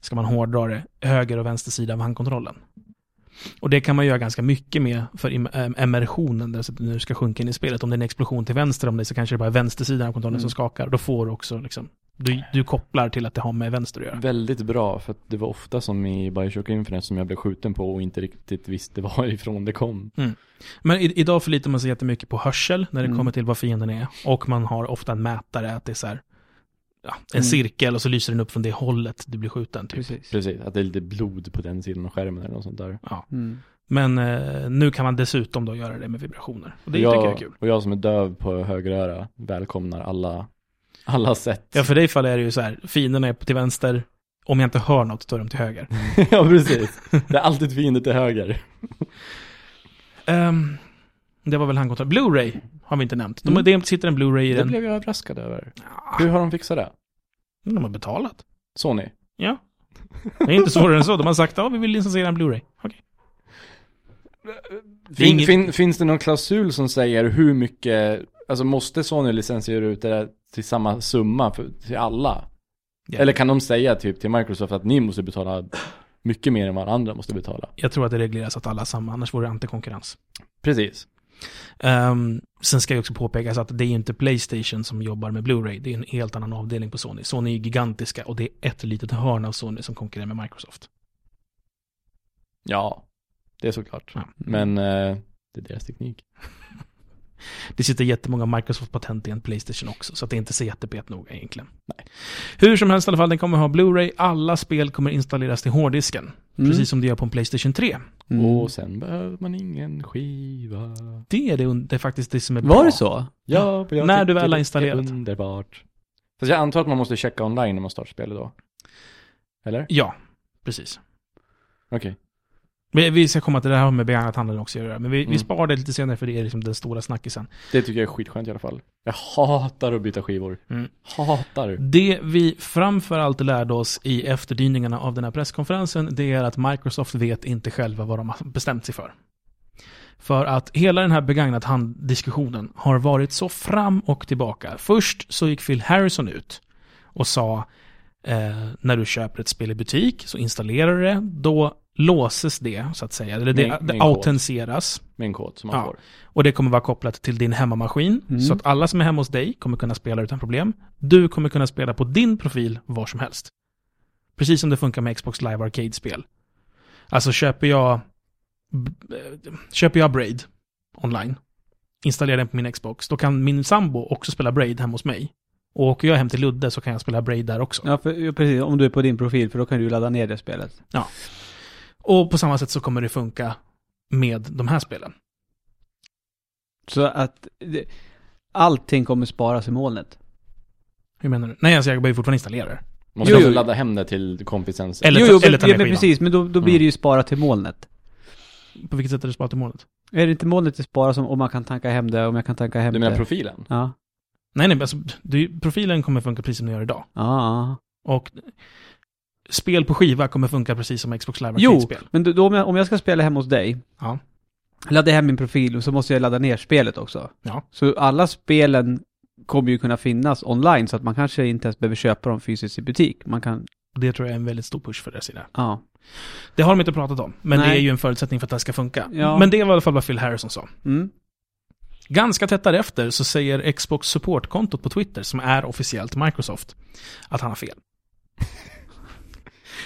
A: ska man hårdra det, höger och vänster sida av handkontrollen. Och det kan man göra ganska mycket med för im- em- immersionen, alltså att du nu ska sjunka in i spelet. Om det är en explosion till vänster om dig så kanske det bara är vänstersidan av kontrollen
B: Mm.
A: som skakar. Då får du också liksom, du, du kopplar till att det har med vänster att göra.
C: Väldigt bra, för att det var ofta som i Bioshock Infinite som jag blev skjuten på och inte riktigt visste varifrån det kom.
A: Men i, idag förlitar man sig jättemycket på hörsel när det
B: Mm.
A: kommer till vad fienden är. Och man har ofta en mätare, att det är så här, ja, en
B: Mm.
A: cirkel och så lyser den upp från det hållet du blir skjuten. Typ.
B: Precis.
C: Precis, att det är lite blod på den sidan av skärmen eller något sånt där.
A: Ja.
B: Mm.
A: Men eh, nu kan man dessutom då göra det med vibrationer. Och det
C: jag,
A: tycker jag är kul.
C: Och jag som är döv på höger öra välkomnar alla, alla sätt.
A: Ja, för dig fall är det ju så här, fienden är till vänster, om jag inte hör något då är de till höger.
C: ja, precis. Det är alltid fiende till höger.
A: Ehm, det var väl handkontroll. Blu-ray har vi inte nämnt. De,
C: Mm.
A: Det sitter en Blu-ray i
C: Det
A: den.
C: blev jag överraskad över.
A: Ah,
C: Hur har de fixat det?
A: De har betalat.
C: Sony?
A: Ja. Det är inte svårare än så. De har sagt, ja vi vill licensiera en Blu-ray. Okej. Det är
C: Fin,
A: inget-
C: fin, finns det någon klausul som säger hur mycket, alltså måste Sony licensiera ut det där till samma summa för, till alla?
A: Ja.
C: Eller kan de säga typ till Microsoft att ni måste betala mycket mer än vad andra måste betala?
A: Jag tror att det regleras att alla har samma, annars vore det antikonkurrens.
C: Precis.
A: Ehm, sen ska jag också påpekas att det är ju inte Playstation som jobbar med Blu-ray. Det är en helt annan avdelning på Sony. Sony är ju gigantiska och det är ett litet hörn av Sony som konkurrerar med Microsoft.
C: Ja, det är såklart.
A: Ja.
C: Men eh, det är deras teknik.
A: Det sitter jättemånga Microsoft-patent i en Playstation också, så att det är inte så jättepet nog egentligen. Hur som helst i alla fall, den kommer ha Blu-ray. Alla spel kommer installeras till hårddisken,
B: Mm.
A: precis som det gör på en Playstation 3.
B: Mm.
C: Och sen behöver man ingen skiva.
A: Det är, det, un- det är faktiskt det som är bra.
B: Var det så?
C: Ja, jag
A: När du
C: tycker
A: väl har
C: det är
A: installerat.
C: Underbart. Fast jag antar att man måste checka online när man startar spelet då. Eller?
A: Ja, precis.
C: Okej.
A: Men vi ska komma till det här med begagnat handel också, att göra, men vi, vi
C: Mm.
A: sparar det lite senare för det är liksom den stora snackisen.
C: Det tycker jag är skitskönt i alla fall. Jag hatar att byta skivor.
A: Mm.
C: Hatar.
A: Det vi framförallt lärde oss i efterdyningarna av den här presskonferensen, det är att Microsoft vet inte själva vad de har bestämt sig för. För att hela den här begagnat hand-diskussionen har varit så fram och tillbaka. Först så gick Phil Harrison ut och sa eh, när du köper ett spel i butik så installerar du det, då låses det så att säga, eller det,
C: Med- med
A: det
C: en kod.
A: autenseras.
C: Med en kod som man
A: Ja.
C: får.
A: Och det kommer vara kopplat till din hemmamaskin.
B: Mm.
A: Så att alla som är hemma hos dig kommer kunna spela utan problem. Du kommer kunna spela på din profil var som helst. Precis som det funkar med Xbox Live Arcade-spel. Alltså köper jag, b- eh, köper jag Braid online, installerar den på min Xbox, då kan min sambo också spela Braid hemma hos mig. Och åker jag hem till Ludde så kan jag spela Braid där också.
B: Ja, för, ja, precis. Om du är på din profil, för då kan du ladda ner det spelet.
A: Och på samma sätt så kommer det funka med de här spelen.
B: Så att det, allting kommer sparas i molnet.
A: Hur menar du? Nej, alltså jag behöver ju fortfarande installera det.
C: Man ska
B: Jo,
C: alltså
B: jo.
C: ladda hem det till kompisen sen.
A: Eller
B: jo,
A: ta-
B: jo,
A: eller ta ner
B: men, ja, men
A: skivan.
B: precis. Men då, då blir
C: Mm.
B: det ju sparat till molnet.
A: På vilket sätt är det sparat i målet?
B: Är det inte molnet det sparas om, om man kan tanka hem det, om jag kan tanka hem
C: Du
B: det?
C: menar profilen?
B: ja.
A: Nej, nej, men alltså, du, profilen kommer funka precis som den gör idag.
B: Ja, ja.
A: Och spel på skiva kommer funka precis som Xbox Live
B: Jo,
A: Arcade-spel.
B: men då, då om, jag, om jag ska spela hemma hos dig,
A: Ja.
B: laddar hem min profil och så måste jag ladda ner spelet också.
A: Ja.
B: Så alla spelen kommer ju kunna finnas online så att man kanske inte ens behöver köpa dem fysiskt i butik. Man kan,
A: Det tror jag är en väldigt stor push för deras sida.
B: ja.
A: Det har de inte pratat om, men det
B: Nej.
A: är ju en förutsättning för att det här ska funka.
B: Ja.
A: Men det var i alla fall vad Phil Harrison sa.
B: Mm.
A: Ganska tätt därefter så säger Xbox supportkontot på Twitter, som är officiellt Microsoft, att han har fel.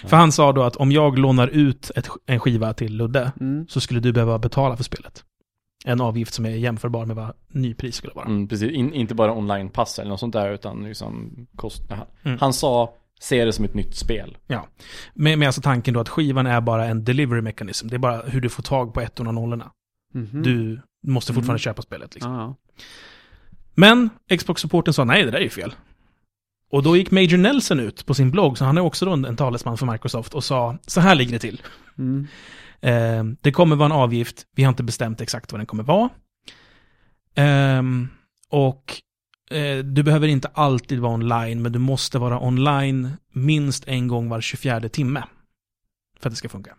A: För han sa då att om jag lånar ut ett, en skiva till Ludde
B: Mm.
A: så skulle du behöva betala för spelet. En avgift som är jämförbar med vad nypris skulle vara.
C: Mm, precis, In, inte bara online-pass eller något sånt där utan liksom kost... Han,
A: Mm.
C: han sa, se det som ett nytt spel.
A: Med, med alltså tanken då att skivan är bara en delivery mechanism. Det är bara hur du får tag på ettorna och nollorna.
B: Mhm.
A: Du måste fortfarande
B: Mm.
A: köpa spelet. Liksom.
B: Ja.
A: Men Xbox-supporten sa nej, det där är ju fel. Och då gick Major Nelson ut på sin blogg, så han är också då en, en talesman för Microsoft, och sa så här ligger det till.
B: Mm.
A: Eh, det kommer vara en avgift, vi har inte bestämt exakt vad den kommer vara. Ehm, och eh, du behöver inte alltid vara online, men du måste vara online minst en gång var 24 timme. För att det ska funka.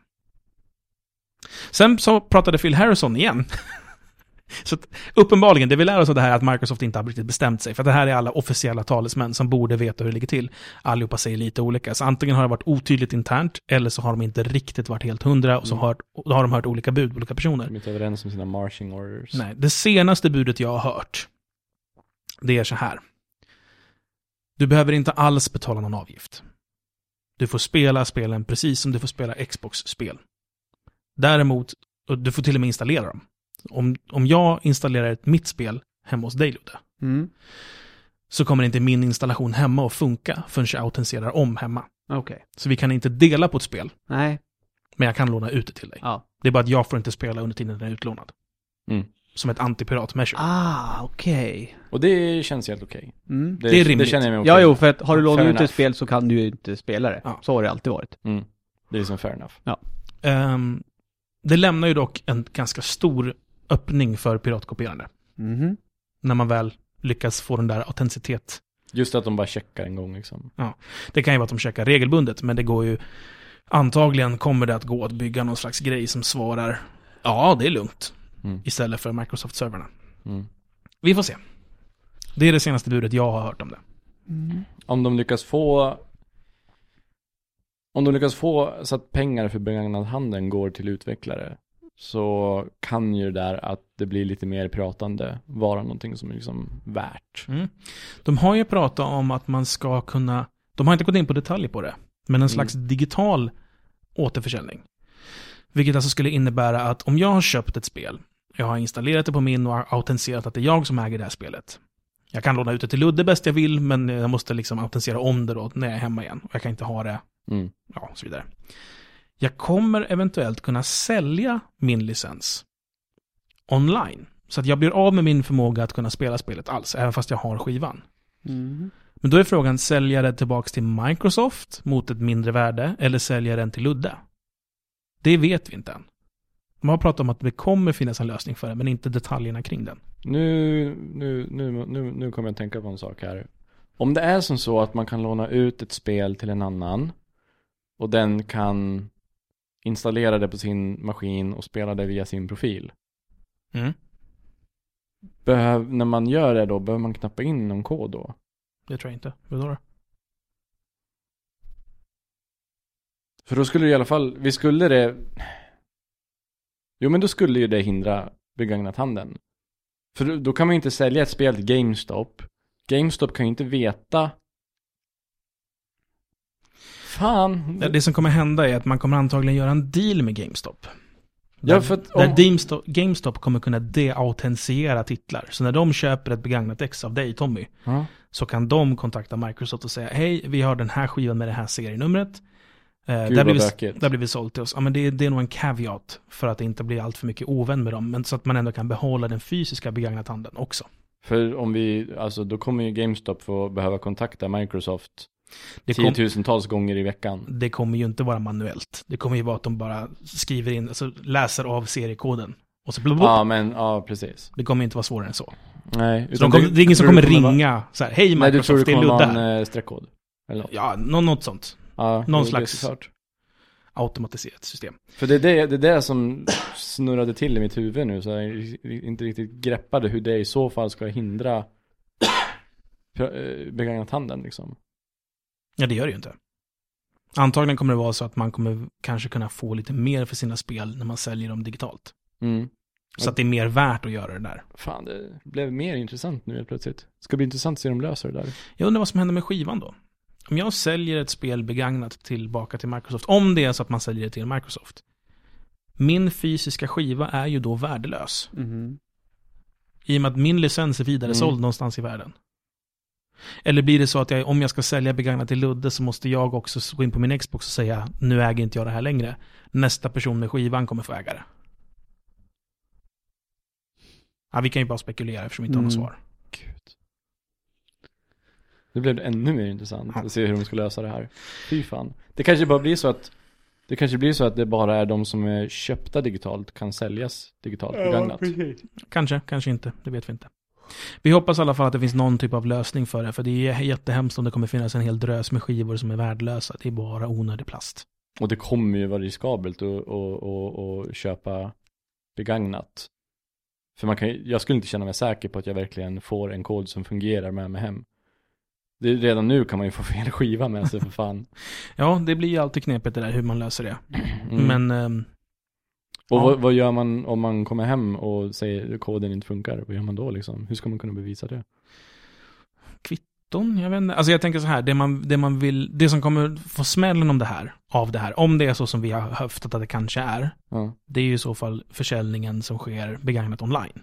A: Sen så pratade Phil Harrison igen. så att, uppenbarligen, det vi lär oss av det här är att Microsoft inte har riktigt bestämt sig. För att det här är alla officiella talesmän som borde veta hur det ligger till. Allihopa säger lite olika. Så antingen har det varit otydligt internt, eller så har de inte riktigt varit helt hundra. Och så
C: Mm.
A: har, och då har de hört olika bud, olika personer.
C: De är inte överens om sina marching orders.
A: Nej, det senaste budet jag har hört, det är så här. Du behöver inte alls betala någon avgift. Du får spela spelen precis som du får spela Xbox-spel. Däremot, och du får till och med installera dem. Om, om jag installerar ett mitt spel hemma hos dig, Ludde,
B: Mm.
A: så kommer inte min installation hemma att funka förrän jag autenserar om hemma.
B: Okej.
A: Så vi kan inte dela på ett spel,
B: Nej.
A: men jag kan låna ut det till dig.
B: Ja.
A: Det är bara att jag får inte spela under tiden den är utlånad.
C: Mm.
A: Som ett antipirat-measure.
B: Ah, okej.
C: Och det känns helt okej.
B: Mm.
A: Det är rimligt.
C: Det känner jag mig okej
B: Ja, jo,
C: med.
B: för att har du lånat
C: Fair
B: ut ett
C: enough.
B: spel så kan du ju inte spela det.
A: Ja.
B: Så har det alltid varit.
C: Mm. Det är liksom fair enough.
A: Ehm, det lämnar ju dock en ganska stor öppning för piratkopierande.
B: Mhm.
A: När man väl lyckas få den där autenticitet.
C: Just att de bara checkar en gång liksom.
A: Det kan ju vara att de checkar regelbundet, men det går ju... Antagligen kommer det att gå att bygga någon slags grej som svarar ja, det är lugnt.
C: Mm.
A: Istället för Microsoft-servrarna.
C: Mm.
A: Vi får se. Det är det senaste budet jag har hört om det.
C: Om de lyckas få Om de lyckas få så att pengar för begagnad handeln går till utvecklare så kan ju det där att det blir lite mer pratande vara någonting som är liksom värt.
A: De har ju pratat om att man ska kunna... De har inte gått in på detaljer på det, men en slags digital återförsäljning. Vilket alltså skulle innebära att om jag har köpt ett spel, jag har installerat det på min och autentiserat att det är jag som äger det här spelet. Jag kan låna ut det till Ludde bäst jag vill, men jag måste liksom autentisera om det då när jag är hemma igen. Och jag kan inte ha det,
C: Mm.
A: ja, och så vidare. Jag kommer eventuellt kunna sälja min licens online. Så att jag blir av med min förmåga att kunna spela spelet alls, även fast jag har skivan.
B: Mhm.
A: Men då är frågan, sälja den tillbaka till Microsoft mot ett mindre värde eller sälja den till Ludde? Det vet vi inte än. De har pratat om att det kommer finnas en lösning för det, men inte detaljerna kring den.
C: Nu, nu, nu, nu, nu kommer jag att tänka på en sak här. Om det är som så att man kan låna ut ett spel till en annan och den kan installera det på sin maskin och spela det via sin profil.
A: Mm.
C: Behöv, när man gör det då, behöver man knappa in någon kod då?
A: Det tror jag inte. Vadå då?
C: För då skulle det i alla fall, vi skulle det... Jo men då skulle ju det hindra begagnat handeln. För då- då kan man ju inte sälja ett spel till GameStop. GameStop kan ju inte veta... Fan.
A: Det- Det som kommer hända är att man kommer antagligen göra en deal med GameStop. Där,
C: Ja, för att om-
A: där GameStop, GameStop kommer kunna deautentiera titlar. Så när de köper ett begagnat ex av dig, Tommy,
C: Ja.
A: så kan de kontakta Microsoft och säga hej, vi har den här skivan med det här serienumret. Eh,
C: Gud,
A: där,
C: vad
A: blir vi,
C: bökigt.
A: där blir vi såld till oss. Ja, men det, är- det är nog en caveat för att det inte blir allt för mycket ovän med dem. Men så att man ändå kan behålla den fysiska begagnathandeln också.
C: För om vi, alltså då kommer ju GameStop få behöva kontakta Microsoft
A: Det, kom,
C: tiotusentals gånger i veckan.
A: det kommer ju inte vara manuellt. Det kommer ju vara att de bara skriver in, alltså läser av seriekoden. Och så blablabla.
C: Ja men, ja precis.
A: Det kommer ju inte vara svårare än så.
C: Nej,
A: så
C: utan
A: de kommer, det är ingen som
C: tror
A: kommer
C: det vara-
A: ringa så här, hej
C: Nej du tror det
A: Microsoft, det är
C: kommer
A: Ludde.
C: vara eh,
A: här."
C: en eh, streckkod? Eller något.
A: Ja, nå- något sånt.
C: Ja,
A: Någon
C: jo, det är
A: slags-
C: såklart.
A: Automatiserat system.
C: För det är det, det är det som snurrade till i mitt huvud nu så jag inte riktigt greppade hur det i så fall ska hindra pra- eh, begagnathandeln liksom.
A: Ja, det gör det ju inte. Antagligen kommer det vara så att man kommer kanske kunna få lite mer för sina spel när man säljer dem digitalt.
C: Mm.
A: Så att det är mer värt att göra det där.
C: Fan, det blev mer intressant nu helt plötsligt. Det ska bli intressant att se hur de löser det där.
A: Jag undrar vad som händer med skivan då? Om jag säljer ett spel begagnat tillbaka till Microsoft, om det är så att man säljer det till Microsoft. Min fysiska skiva är ju då värdelös.
B: Mhm.
A: I och med att min licens är vidare
C: Mm.
A: såld någonstans i världen. Eller blir det så att jag, om jag ska sälja begagnat till Ludde så måste jag också gå in på min Xbox och säga nu äger inte jag det här längre. Nästa person med skivan kommer få äga det. Ja, vi kan ju bara spekulera eftersom vi inte har något
B: Mm.
A: svar.
C: Gud. Nu blev det ännu mer intressant att se hur de ska lösa det här. Fy fan. Det kanske bara blir så att det kanske blir så att det bara är de som är köpta digitalt kan säljas digitalt begagnat.
A: Kanske, kanske inte. Det vet vi inte. Vi hoppas i alla fall att det finns någon typ av lösning för det, för det är jättehemskt om det kommer finnas en hel drös med skivor som är värdelösa. Det är bara onödig plast.
C: Och det kommer ju vara riskabelt att och, och, och köpa begagnat. För man kan, ju- jag skulle inte känna mig säker på att jag verkligen får en kod som fungerar med mig hem. Det, är- redan nu kan man ju få fel skiva med sig för fan.
A: Ja, det blir ju alltid knepigt det där hur man löser det.
C: Mm.
A: Men ehm,
C: Och
A: Ja.
C: vad, vad gör man om man kommer hem och säger att koden inte funkar? Vad gör man då liksom? Hur ska man kunna bevisa det?
A: Don, jag vet inte. Alltså jag tänker så här, det man, det man vill, det som kommer få smällen om det här, av det här, om det är så som vi har höftat att det kanske är,
C: Ja,
A: det är ju i så fall försäljningen som sker begagnat online.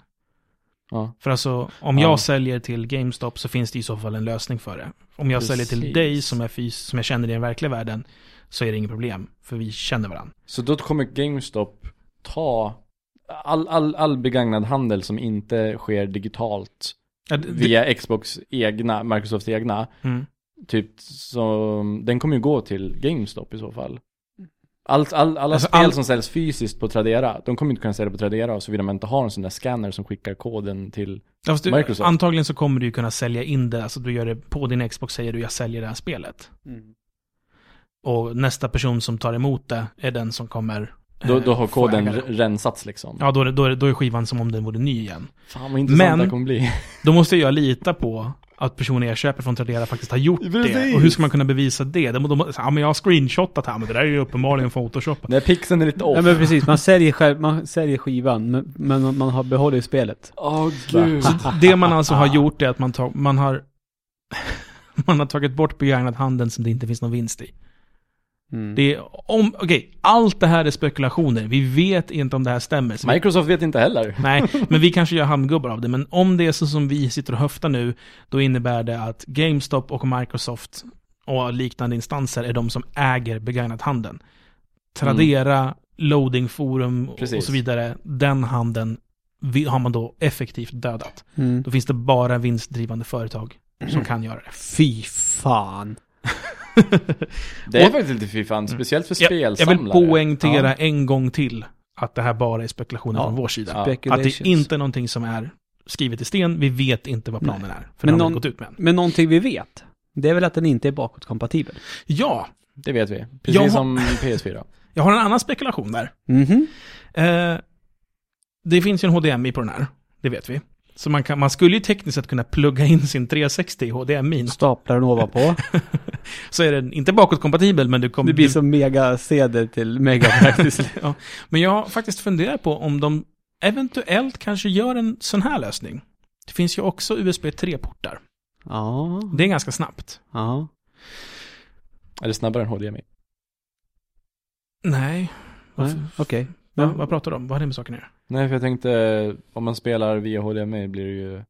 C: ja.
A: För alltså, om
C: Ja.
A: jag säljer till GameStop så finns det i så fall en lösning för det. Om jag säljer till
C: Precis.
A: dig som, är fys- som jag känner i den verkliga världen så är det inget problem, för vi känner varandra.
C: Så då kommer GameStop ta all, all, all begagnad handel som inte sker digitalt
A: Ja, det, det,
C: via Xbox egna, Microsofts egna,
A: mm.
C: typ som, den kommer ju gå till GameStop i så fall. Allt, all, alla
A: Alltså,
C: spel
A: all-
C: som säljs fysiskt på Tradera, de kommer inte kunna sälja på Tradera såvida man inte har en sån där scanner som skickar koden till
A: Ja, fast du,
C: Microsoft.
A: antagligen så kommer du ju kunna sälja in det, alltså du gör det på din Xbox säger du jag säljer det här spelet.
B: Mm.
A: Och nästa person som tar emot det är den som kommer... eh,
C: Då, då har
A: få
C: koden
A: äga det.
C: re- rensats liksom.
A: Ja, då är, det- då, är, det- då är skivan som om den vore ny igen.
C: Fan vad intressant
A: Men-
C: det här kommer bli.
A: Då måste jag lita på att personen jag köper från Tradera faktiskt har gjort det.
C: Precis.
A: Och hur ska man kunna bevisa det? De, de, ja, men jag har screenshotat här, men det där är ju uppenbarligen photoshopat.
C: När pixeln är lite off.
B: Ja men precis, man säljer, själv, man säljer skivan men, men man- man har behållit spelet.
C: Åh gud.
A: Det man alltså har gjort är att man, tag, man har... Man har tagit bort begagnat handeln som det inte finns någon vinst i.
B: Mm.
A: Det är om, okej, allt det här är spekulationer. Vi vet inte om det här stämmer. Så vi
C: Microsoft vet inte heller.
A: Nej, men vi kanske gör hamngubbar av det. Men om det är så som vi sitter och höftar nu, då innebär det att GameStop och Microsoft och liknande instanser är de som äger begagnat handeln. Tradera, loadingforum och- och
C: Precis.
A: så vidare, den handeln vi- har man då effektivt dödat.
B: Mm.
A: Då finns det bara vinstdrivande företag som kan göra det.
B: Fy fan.
C: Det är
A: Och-
C: faktiskt lite fy fan, speciellt för
A: Mm. Jag, jag
C: spelsamlare.
A: vill poängtera en gång till att det här bara är spekulationer
B: Ja.
A: från vår sida.
C: Ja.
A: Att det
B: Speculations.
A: är inte är någonting som är skrivet i sten, vi vet inte vad planen är. För den
B: Men
A: har
B: någon-
A: vi gått ut med än.
B: Men någonting vi vet, det är väl att den inte är bakåtkompatibel.
A: Ja,
C: Det vet vi. Precis
A: Jag har-
C: som PS4.
A: Jag har en annan spekulation där.
B: Mhm.
A: Eh, det finns ju en HDMI på den här, det vet vi. Så man, kan, man skulle ju tekniskt sett kunna plugga in sin 360 i HDMI.
B: Staplar den ovanpå.
A: Så är den inte bakåtkompatibel, men du kommer...
B: Det blir som mega-CD till mega
A: ja. Men jag har faktiskt funderat på om de eventuellt kanske gör en sån här lösning. Det finns ju också USB 3-portar.
B: Ja,
A: Det är ganska snabbt.
B: ja.
C: Är det snabbare än HDMI?
A: Nej,
B: Nej, Okej.
A: Va, vad pratar du om? Vad har det med saken att göra?
C: Nej, för jag tänkte om man spelar via HDMI blir det ju...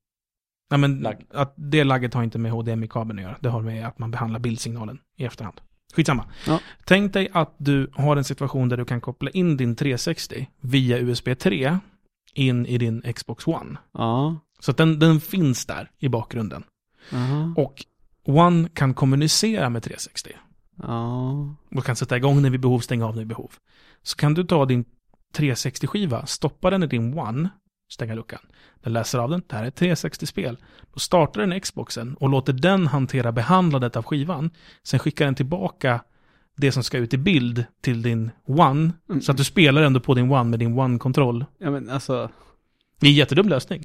A: Nej, men
C: Lagg.
A: att det lagget har inte med HDMI-kabeln att göra. Det har med att man behandlar bildsignalen i efterhand. Skitsamma.
B: Ja.
A: Tänk dig att du har en situation där du kan koppla in din 360 via USB 3 in i din Xbox One.
B: Ja.
A: Så att den, den finns där i bakgrunden.
B: Aha.
A: Och One kan kommunicera med 360
B: Ja.
A: och kan sätta igång när vid behov, stänga av när vid behov. Så kan du ta din 360-skiva, stoppa den i din One, stänga luckan. Den läser av den, det här är ett 360-spel. Då startar den Xboxen och låter den hantera behandlandet av skivan. Sen skickar den tillbaka det som ska ut i bild till din One.
B: Mm.
A: Så att du spelar ändå på din One med din One-kontroll.
B: Ja, men alltså...
A: Det är en jättedum lösning.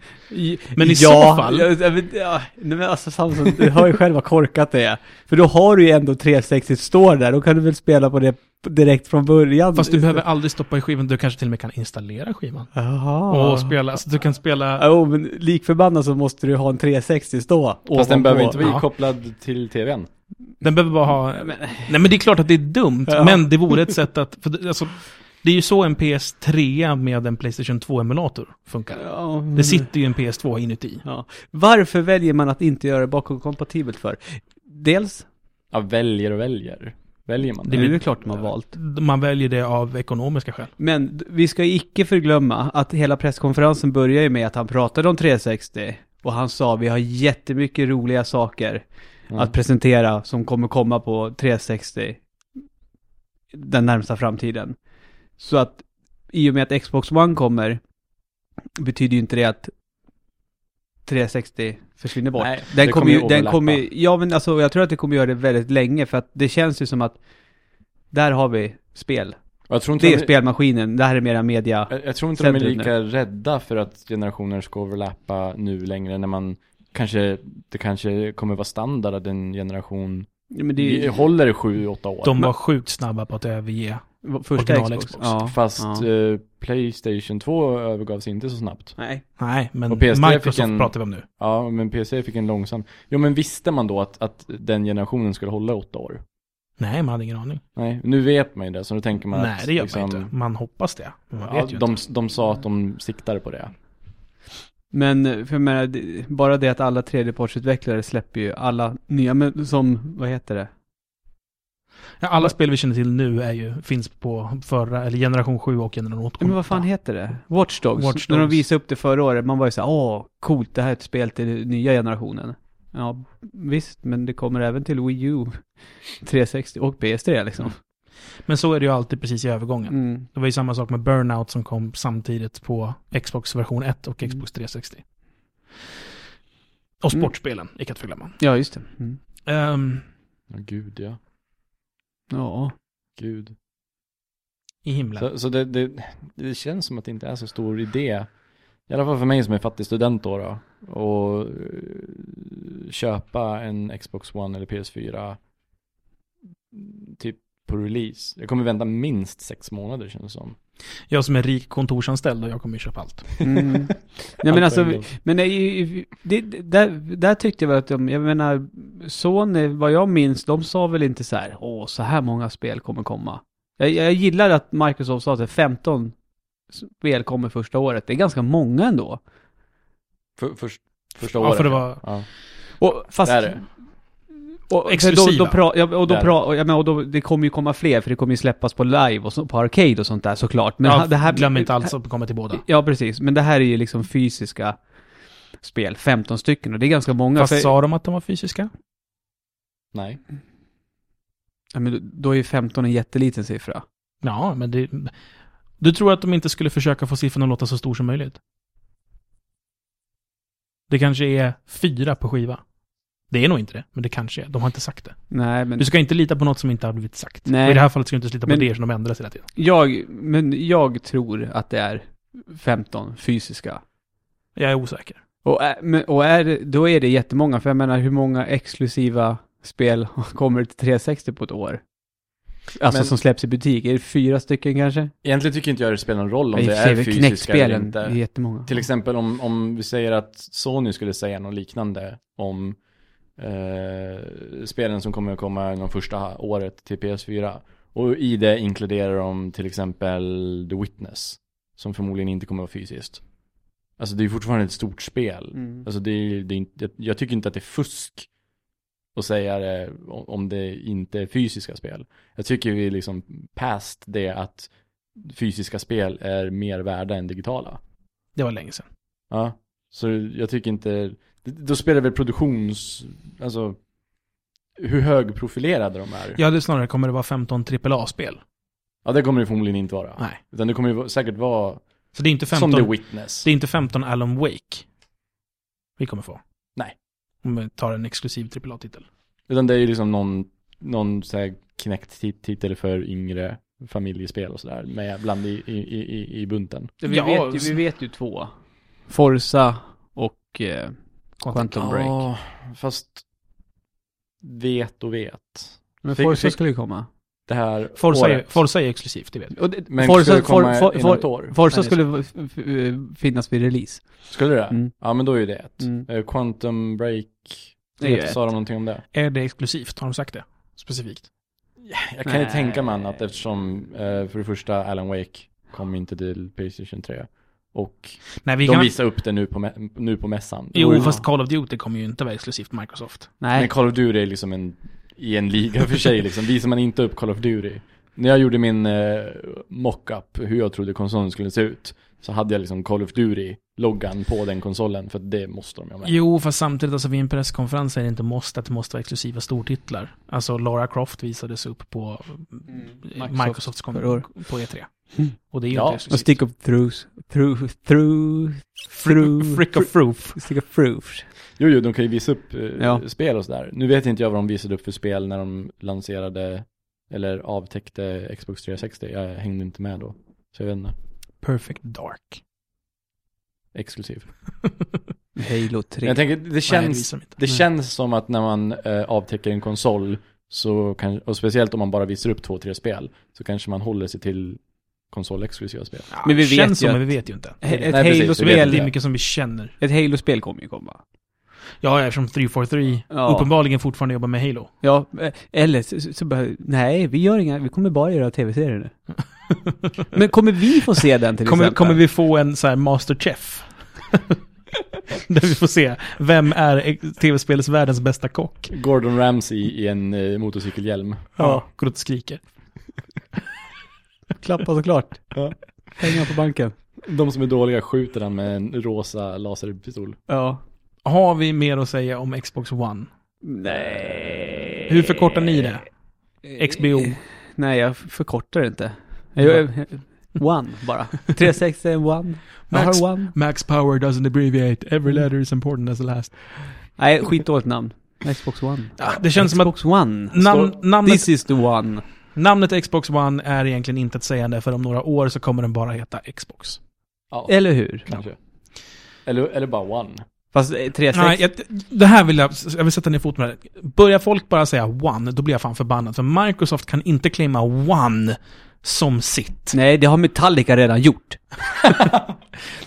B: Men i ja, så fall... Ja, ja, men, ja, nej, men alltså Samson, du hör ju själv vad korkat det är. För då har du ju ändå 360 står där, då kan du väl spela på det direkt från början.
A: Fast du behöver aldrig stoppa i skivan, du kanske till och med kan installera skivan.
B: Jaha.
A: Och spela, så du kan spela...
B: Jo, men likförbannat så måste du ha en 360 stå
C: Fast den
B: ovanpå.
C: behöver inte vara
A: Ja.
C: kopplad till tvn.
A: Den behöver bara ha...
B: Men,
A: Nej men det är klart att det är dumt,
B: Ja.
A: men det vore ett sätt att... För, det- alltså, det är ju så en PS3 med en Playstation 2-emulator funkar.
B: ja,
A: Det sitter ju en PS2 inuti.
B: Ja. Varför väljer man att inte göra det bakåtkompatibelt för? Dels,
C: Ja, väljer och väljer. Väljer man
B: det
C: det?
B: är väl klart man har valt.
A: Man väljer det av ekonomiska skäl.
B: Men d- vi ska icke förglömma att hela presskonferensen börjar ju med att han pratade om 360 och han sa vi har jättemycket roliga saker
C: Mm.
B: att presentera som kommer komma på 360 den närmsta framtiden. Så att i och med att Xbox One kommer betyder ju inte det att 360 försvinner bort.
C: Nej,
B: Den
C: det
B: kommer ju, den
C: överlappa.
B: kommer ju- ja men alltså jag tror att det kommer göra det väldigt länge för att det känns ju som att där har vi spel.
C: Och jag tror inte
B: Det är
C: de-
B: spelmaskinen, det här är mera media.
C: Jag, jag tror inte de är
B: Centrum
C: lika rädda för att generationer ska överlappa nu längre när man kanske, det kanske kommer vara standard att en generation
B: Ja, men det är
C: det
B: ju
C: håller i sju, åtta år.
A: De var sjukt snabba på att överge.
B: första
A: original
B: Xbox.
A: Xbox.
B: Ja,
C: Fast
B: ja.
C: eh, Playstation 2 övergavs inte så snabbt.
B: Nej.
A: Nej, men
C: Och PS3 fick
A: Microsoft
C: en-
A: pratar vi om nu.
C: Ja, men PC fick en långsam. Jo, men visste man då att, att den generationen skulle hålla i åtta år?
A: Nej, man hade ingen aning.
C: Nej, nu vet man ju det, så nu tänker man
A: Nej,
C: att liksom-
A: det gör man inte. Man hoppas det. men Man
C: ja,
A: vet ju
C: de,
A: inte.
C: de sa att de siktade på det.
B: Men eh, för jag menar, det- bara det att alla tredjepartsutvecklare släpper ju alla nya, men som, vad heter det?
A: Ja, alla spel vi känner till nu är ju, finns på förra, eller generation 7 och generation 8.
B: Ja, Men vad fan heter det? Watch Dogs.
A: Watch
B: När de
A: Dogs.
B: visade upp det förra året, man var ju såhär, åh, coolt, det här är ett spel till nya generationen. Ja, visst, men det kommer även till Wii U, 360 och PS3 liksom.
A: Men så är det ju alltid precis i övergången.
B: Mm.
A: Det var ju samma sak med Burnout som kom samtidigt på Xbox version 1 och Xbox 360. Och
B: Mm.
A: sportspelen, icke att förglömma.
B: Ja, just det. Mm.
A: Ehm,
C: Ja, gud ja.
B: Ja.
C: Gud.
A: I himlen.
C: Så, så det, det, det känns som att det inte är så stor idé. I alla fall för mig som är fattig student då. då och eh, köpa en Xbox One eller PS4 mm, typ på release. Jag kommer vänta minst sex månader känns det som.
A: Jag som är rik kontorsanställd och jag kommer ju köpa allt.
B: Mm. Nej, men
C: Allt på
B: alltså,
C: en gång.
B: Men det, är ju- det, det- där, där tyckte jag väl att de, jag menar, Sony, vad jag minns, de sa väl inte så här, åh, så här många spel kommer komma. Jag, jag gillar att Microsoft sa att 15 spel kommer första året. Det är ganska många ändå.
C: För, först, första
A: Ja,
C: året.
A: för det var...
C: Ja,
B: Och, fast,
C: det är det.
B: Och, för
A: Exklusiva.
B: Då, då pra, ja, och då
C: Där.
B: pra, och, ja, men, och då, det kommer ju komma fler, för det kommer ju släppas på live och så, på arcade och sånt där såklart. Men
A: ja,
B: ha- det här,
A: glöm inte allt som kommer till båda.
B: Ja, precis. Men det här är ju liksom fysiska spel, 15 stycken, och det är ganska många.
A: Fast
B: för-
A: sa de att de var fysiska?
C: Nej.
B: Ja, men då- då är ju 15 en jätteliten siffra.
A: Ja, men det... Du tror att de inte skulle försöka få siffran att låta så stor som möjligt? Det kanske är fyra på skiva. Det är nog inte det, men det kanske är. De har inte sagt det.
B: Nej, men
A: Du ska inte lita på något som inte har blivit sagt.
B: Nej.
A: Och i det här fallet ska du inte lita på
B: Men-
A: det som de ändras hela tiden.
B: jag, men jag tror att det är 15 fysiska.
A: Jag är osäker.
B: Och, är, men- och är, det- då är det jättemånga, för jag menar hur många exklusiva spel kommer till 360 på ett år? Alltså
C: Men-
B: som släpps i butik, är det fyra stycken kanske?
C: Egentligen tycker inte jag det spelar någon roll om
B: I och
C: det
B: för sig,
C: är fysiska eller
B: knäckspelen,
C: inte.
B: det är jättemånga.
C: Till exempel om, om vi säger att Sony skulle säga något liknande om eh, spelen som kommer att komma de första året till PS4. Och i det inkluderar de till exempel The Witness. Som förmodligen inte kommer att vara fysiskt. Alltså det är ju fortfarande ett stort spel.
B: Mm.
C: Alltså det är, det är inte, jag- jag tycker inte att det är fusk att säga det om- om det inte är fysiska spel. Jag tycker vi är liksom past det att fysiska spel är mer värda än digitala.
A: Det var länge sedan.
C: Ja, så jag tycker inte, då spelar väl produktions, alltså hur högprofilerade de är. Ja,
A: Jag hade snarare kommer det vara 15 AAA-spel.
C: det kommer det förmodligen inte vara.
A: Nej.
C: Utan det kommer ju va- säkert vara
A: Så det är inte 15,
C: som The Witness.
A: det är inte 15 Alan Wake vi kommer få.
C: Nej.
A: Om vi tar en exklusiv AAA-titel.
C: Utan det är ju liksom någon någon så här knäckt tit- titel för yngre familjespel och sådär med bland i, i, i, i bunten.
B: Vi,
A: Ja,
B: vet ju,
A: så-
B: vi vet ju två. Forza och eh, Quantum Break.
C: Ja, fast vet och vet.
B: Men
C: fick-
B: Forza
C: fick-
B: skulle ju komma.
C: Det här
A: Forza är,
C: året.
A: Forza är exklusivt, det vet vi.
B: Och det,
C: Men Forza, skulle det komma
B: For- For-
C: inom ett år?
B: Forza
A: Nej,
B: skulle f- f- finnas vid release.
C: Skulle det?
B: Mm.
C: Ja men då är ju det ett.
B: Mm.
C: Eh, Quantum Break,
B: Det är ju
C: sa de någonting om det?
A: Är det exklusivt? Har de sagt det? Specifikt?
C: Jag kan ju
B: Nej.
C: tänka mig annat eftersom eh, för det första Alan Wake kom inte till Playstation 3. Och
A: Nej, vi
C: de
A: kan...
C: visar upp det nu på, mä- nu på mässan. Det
A: Jo,
C: vore ju-
A: fast Call of Duty kommer ju inte vara exklusivt Microsoft.
B: Nej.
C: Men Call of Duty är liksom en, i en liga för sig liksom. Visar man inte upp Call of Duty. När jag gjorde min eh, mockup, hur jag trodde konsolen skulle se ut. Så hade jag liksom Call of Duty-loggan på den konsolen. För att det måste de ju ha med.
A: Jo, fast samtidigt, alltså vid en presskonferens är det inte måste att det måste vara exklusiva stortitlar. Alltså, Lara Croft visades upp på Mm. Microsoft. Microsofts kom
B: förra år.
A: på E3.
B: Mm.
A: Och det är ju
C: Ja.
A: inte
B: Och
A: exklusivt.
B: Stick of Throughs. Through, through, through.
A: Frick of Proof.
B: Stick of Throughs.
C: Jo, jo, de kan ju visa upp eh,
B: Ja.
C: spel och sådär. Nu vet inte jag vad de visade upp för spel när de lanserade eller avtäckte Xbox 360. Jag hängde inte med då. Så jag vet inte.
A: Perfect Dark.
C: Exklusiv.
B: Halo 3.
C: Jag tänker, det
A: Nej, det
C: känns,
A: visar de inte.
C: det
B: Nej.
C: känns som att när man eh, avtäcker en konsol, så kan, och speciellt om man bara visar upp två, tre spel, så kanske man håller sig till konsolexklusiva spel.
A: Ja,
B: Men vi vet ju
A: känns som,
B: att-
A: men vi vet ju inte.
B: He-
C: Nej,
B: Ett
C: precis, vi vet
A: Det är
B: Halo-spel.
C: inte.
A: mycket som vi känner.
B: Ett Halo-spel kommer ju komma.
A: Ja, eftersom 343
B: Ja.
A: uppenbarligen fortfarande jobbar med Halo.
B: Ja, eh, eller så, så, så bara, nej, vi gör inga, vi kommer bara göra tv-serier nu. Men kommer vi få se den till
A: Kommer,
B: exempel?
A: kommer vi få en så här Masterchef? Där vi får se, vem är ex- tv-spelsvärldens bästa kock?
C: Gordon Ramsay i en eh, motorcykelhjälm.
A: Ja, går ut och skriker.
B: klappa såklart?
C: Ja.
B: Pengar på banken.
C: De som är dåliga skjuter han med en rosa laserpistol.
B: Ja.
A: Har vi mer att säga om Xbox One?
B: Nej.
A: Hur förkortar ni det? XBO.
B: Eh, Nej, jag förkortar inte. Jag, jag, one bara. 360 är en one. Jag
A: Max.
B: har one.
A: Max power doesn't abbreviate, every letter is important as the last.
B: Nej, skitdåligt namn. Xbox One.
A: Ja, Ah, det känns som att
B: Xbox One.
A: namn, namnet,
B: This is the one.
A: namnet Xbox One är egentligen inte ett sägande, för om några år så kommer den bara heta Xbox.
C: Ja,
B: Eller hur?
C: kanske. Eller, eller bara one.
B: Fast eh, 360.
A: Nej, jag, det här vill jag, jag vill sätta ner foten med det. Börjar folk bara säga one, då blir jag fan förbannad. För Microsoft kan inte claima one som sitt.
B: Nej, det har Metallica redan gjort.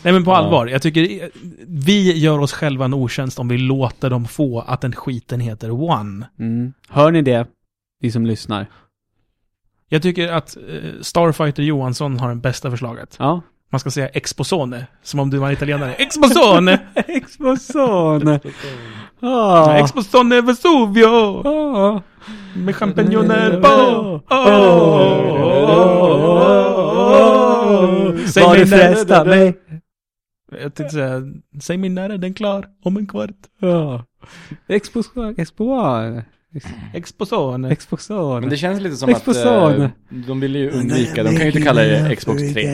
A: Nej men på
C: Ja.
A: allvar, jag tycker eh, vi gör oss själva en otjänst om vi låter dem få att den skiten heter one.
B: Mm. Hör ni det? Ni som lyssnar.
A: Jag tycker att eh, Starfighter Johansson har det bästa förslaget.
B: Ja.
A: Man ska säga exposone, som om du var italienare. Exposone!
B: Exposon. Ah.
A: Exposone Vesuvio!
B: Ah.
A: Med champinjoner på! Oh, oh, oh, oh. Säg
B: Ah. Var
A: mig
B: du
A: när-
B: frestar mig?
A: Jag tänkte säga, säg mig när är den klar? Om en kvart.
B: Ja. Exposon. Exposon.
A: Exposone.
B: Exposon.
C: Men det känns lite som att
B: Exposan.
C: eh, de vill ju undvika, de kan ju inte kalla det Xbox 3.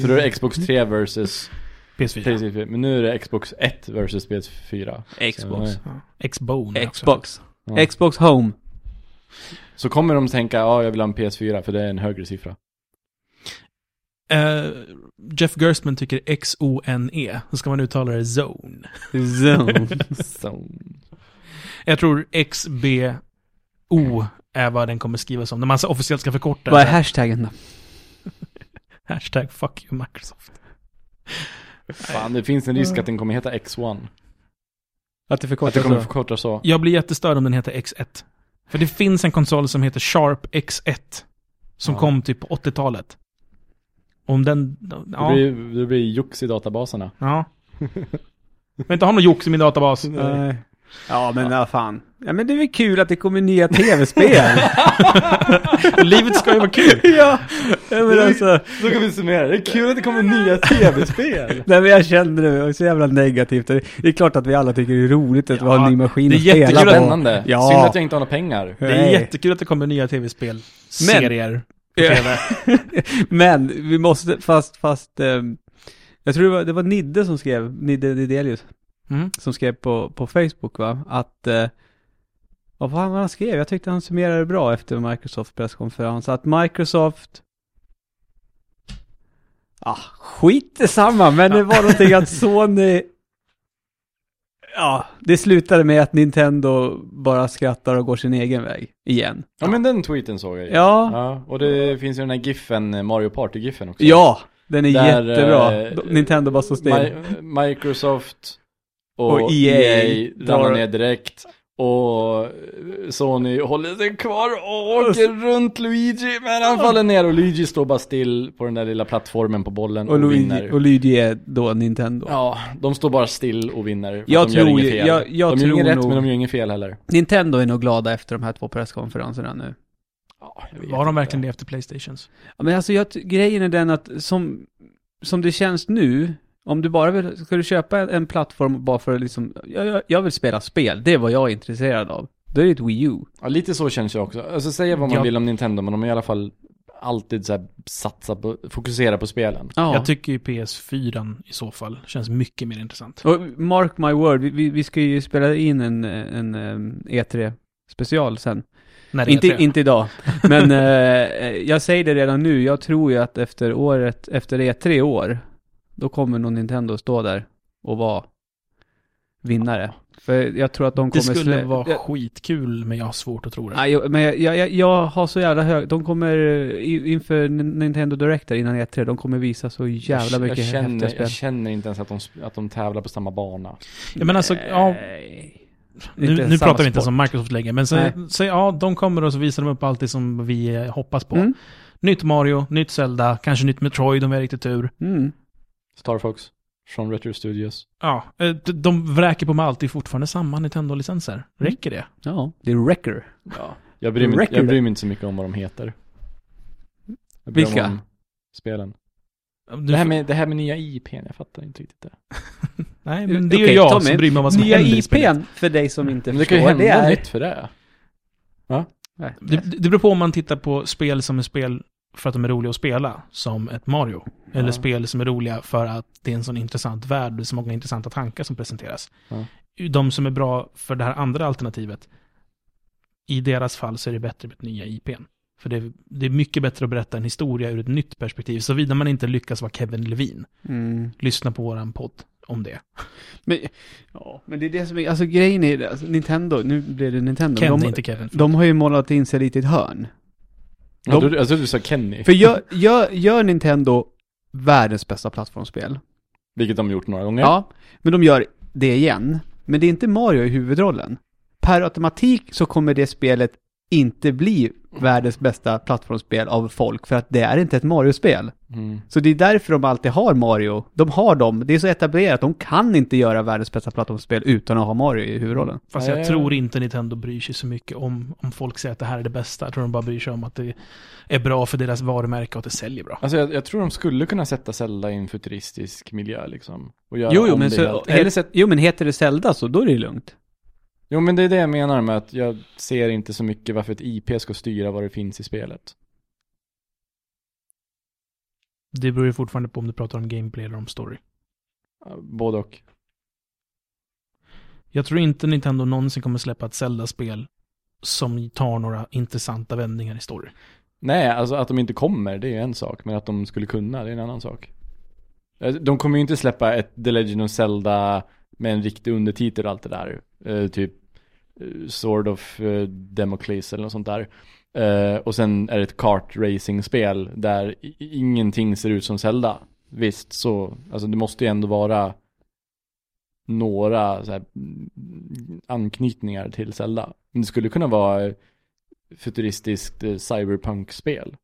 C: För då är det Xbox 3 versus
A: PS4.
C: PS4, men nu är det Xbox 1 versus PS4.
B: Xbox.
C: Så, eh,
A: Ja. Xbone. också.
B: Xbox.
C: Ja.
B: Xbox Home.
C: Så kommer de tänka, ja jag vill ha en PS4 för det är en högre siffra.
A: Eh, Jeff Gerstman tycker X-O-N-E. E. Då ska man uttala det zone.
B: Zone.
C: Så.
A: Jag tror X-B-O är vad den kommer skrivas som. När man så officiellt ska förkorta
B: Vad är
A: så-
B: hashtaggen då?
A: Hashtag fuck you Microsoft.
C: Fan, det finns en risk att den kommer heta X1.
B: Att det
C: Att det
B: förkortas
C: kommer förkortas så.
A: Jag blir jättestörd om den heter X1. För det finns en konsol som heter Sharp X1. Som
C: Ja.
A: kom typ på 80-talet. Om den... Ja.
C: Det blir, det blir jox i databaserna.
A: ja. Jag vill inte ha någon jox i min databas.
B: Nej. Ja men vad fan. Ja men det är väl kul att det kommer nya tv-spel.
A: Livet ska ju vara kul.
B: ja. ja, men alltså.
C: Så kan vi summera, det är kul att det kommer nya tv-spel.
B: Nej men jag kände det, det var så jävla negativt. Det det är klart att vi alla tycker det är roligt att vi har en ny maskin
A: det är
B: att spela
A: jättekul
B: på.
A: att-
C: Spännande.
B: Ja.
C: Synd att jag inte har några pengar.
A: Det är jättekul att det kommer nya tv-spel. Serier.
B: jättekul Men vi måste, fast, fast, ehm, jag tror det var, det var Nidde som skrev, Nidde Nidelius,
A: Mm.
B: som skrev på, på Facebook va, att eh, Vad fan var han skrev? Jag tyckte han summerade det bra efter Microsofts presskonferens. Att Microsoft... Ah, skit samma, men det var någonting att Sony... Ja, det slutade med att Nintendo bara skrattar och går sin egen väg. Igen.
C: Ja men den tweeten såg jag ju.
B: Ja.
C: ja. Och det finns ju den här giffen, eh, Mario Party-giffen också.
B: Ja, den är
C: Där,
B: jättebra.
C: eh,
B: De- Nintendo bara står still.
C: Mi- Microsoft och,
B: Och E EA
C: EA, ramlar
B: drar-
C: ner direkt. Och Sony håller sig kvar och åker
B: Alltså-
C: runt Luigi. Men han faller ner och Luigi står bara still på den där lilla plattformen på bollen och,
B: Och, Luigi,
C: vinner.
B: och Luigi är då Nintendo.
C: Ja, de står bara still och vinner. för att
B: Jag
C: de gör
B: tror
C: inget
B: ju-
C: fel.
B: jag- jag
C: de gör inget
B: tror
C: rätt
B: nog-
C: men de gör inget fel heller.
B: Nintendo är nog glada efter de här två presskonferenserna nu.
C: Ja, jag vet
A: Var de
C: inte.
A: verkligen det efter Playstations?
B: Ja, Men alltså jag, ty- grejen är den att som, som det känns nu, om du bara vill, ska du köpa en, en plattform bara för att liksom, jag, jag, jag vill spela spel, det är vad jag är intresserad av. Då är det ett Wii U.
C: Ja, lite så känns jag också. Alltså säga vad man
A: Ja.
C: vill om Nintendo, men de har i alla fall alltid så här satsa på, fokusera på spelen.
B: Ja.
A: Jag tycker ju PS4 i så fall känns mycket mer intressant.
B: Och mark my word, vi, vi, vi ska ju spela in en, en, en E3 special sen.
A: När det
B: Inte,
A: är tre.
B: inte idag, men eh, jag säger det redan nu, jag tror ju att efter året, efter E3 år, då kommer nog Nintendo stå där och vara vinnare. För jag tror att de kommer...
A: det skulle
B: slä-
A: vara
B: jag,
A: skitkul, men jag har svårt att tro det.
B: Nej, jag- men jag, jag, jag har så jävla hög... De kommer eh, i- inför N- Nintendo Direct där innan E3, de kommer visa så jävla
C: jag,
B: mycket
C: jag,
B: häftiga
C: känner,
B: spel.
C: jag känner inte ens att de, sp- att de tävlar på samma bana.
A: Ja, men alltså, ja,
B: Nej. Inte
A: nu nu
B: samma
A: pratar vi inte
B: sport.
A: som Microsoft längre, men så,
B: Nej.
A: så, ja, de kommer och så visar de upp allt det som vi eh, hoppas på.
B: Mm.
A: Nytt Mario, nytt Zelda, kanske nytt Metroid om vi har riktigt tur.
B: Mm.
C: Star Fox, från Retro Studios.
A: Ja, eh, d- de vräker på mig alltid fortfarande samma Nintendo-licenser. Räcker det?
B: Ja, det är Wrecker.
C: Ja. Jag, bryr mig, jag
B: Record.
C: bryr mig inte så mycket om vad de heter. Jag bryr mig
B: Vilka?
C: om Spelen.
A: Du,
C: Det här, med, det här med nya IPn, jag fattar inte riktigt det.
A: nej, men det är ju
B: Okej,
A: jag
B: Tommy,
A: som bryr mig om vad som
B: Nya
A: händer i spelet.
B: IPn, för dig som inte
C: Mm. Men det kan ju
B: förstår,
C: hända
B: det är...
C: nytt för det.
B: Nej.
A: Det, det beror på om man tittar på spel som är spel för att de är roliga att spela, som ett Mario. Eller
C: Ja.
A: spel som är roliga för att det är en sån intressant värld, det är så många intressanta tankar som presenteras.
C: Ja.
A: De som är bra för det här andra alternativet, i deras fall så är det bättre med nya IPn. För det är, det är mycket bättre att berätta en historia ur ett nytt perspektiv, såvida man inte lyckas vara Kevin Levine.
B: Mm.
A: Lyssna på våran podd om det.
B: Men, ja, men det är det som är, alltså grejen är, alltså, Nintendo, nu blev det Nintendo.
A: Ken,
B: de,
A: inte Kevin.
B: de har ju målat in sig lite i ett hörn.
C: Ja,
B: De-
C: du, alltså du sa Kenny,
B: För gör, gör, gör Nintendo världens bästa plattformsspel,
C: vilket de gjort några gånger.
B: ja, men de gör det igen. Men det är inte Mario i huvudrollen. Per automatik så kommer det spelet inte bli världens bästa plattformsspel av folk, för att det är inte ett Mario-spel.
C: Mm.
B: Så det är därför de alltid har Mario. De har dem, det är så etablerat, de kan inte göra världens bästa plattformsspel utan att ha Mario i huvudrollen.
A: Fast
C: Nej.
A: jag tror inte Nintendo bryr sig så mycket om, om folk säger att det här är det bästa. Jag tror de bara bryr sig om att det är bra för deras varumärke och att det säljer bra.
C: Alltså jag, jag tror de skulle kunna sätta Zelda i en futuristisk miljö liksom. Och göra
B: Jo, jo,
C: om
B: men
C: det
B: så,
C: helt. Eller
B: het,
C: sätt,
B: jo, men heter det Zelda så då är det ju lugnt.
C: jo men det är det jag menar med att jag ser inte så mycket varför ett IP ska styra vad det finns i spelet.
A: Det beror ju fortfarande på om du pratar om gameplay eller om story.
C: Ja, Både och.
A: Jag tror inte Nintendo någonsin kommer släppa ett Zelda-spel som tar några intressanta vändningar i story.
C: Nej, alltså att de inte kommer, det är en sak. Men att de skulle kunna, det är en annan sak. Eh, De kommer ju inte släppa ett The Legend of Zelda med en riktig undertitel och allt det där. Eh, typ eh, Sword of eh, Democles eller något sånt där. Eh, och sen är det ett kart-racing-spel där i- i- ingenting ser ut som Zelda. Visst, så, alltså det måste ju ändå vara några så här, mm, anknytningar till Zelda. Men det skulle kunna vara eh, futuristiskt eh, cyberpunk-spel.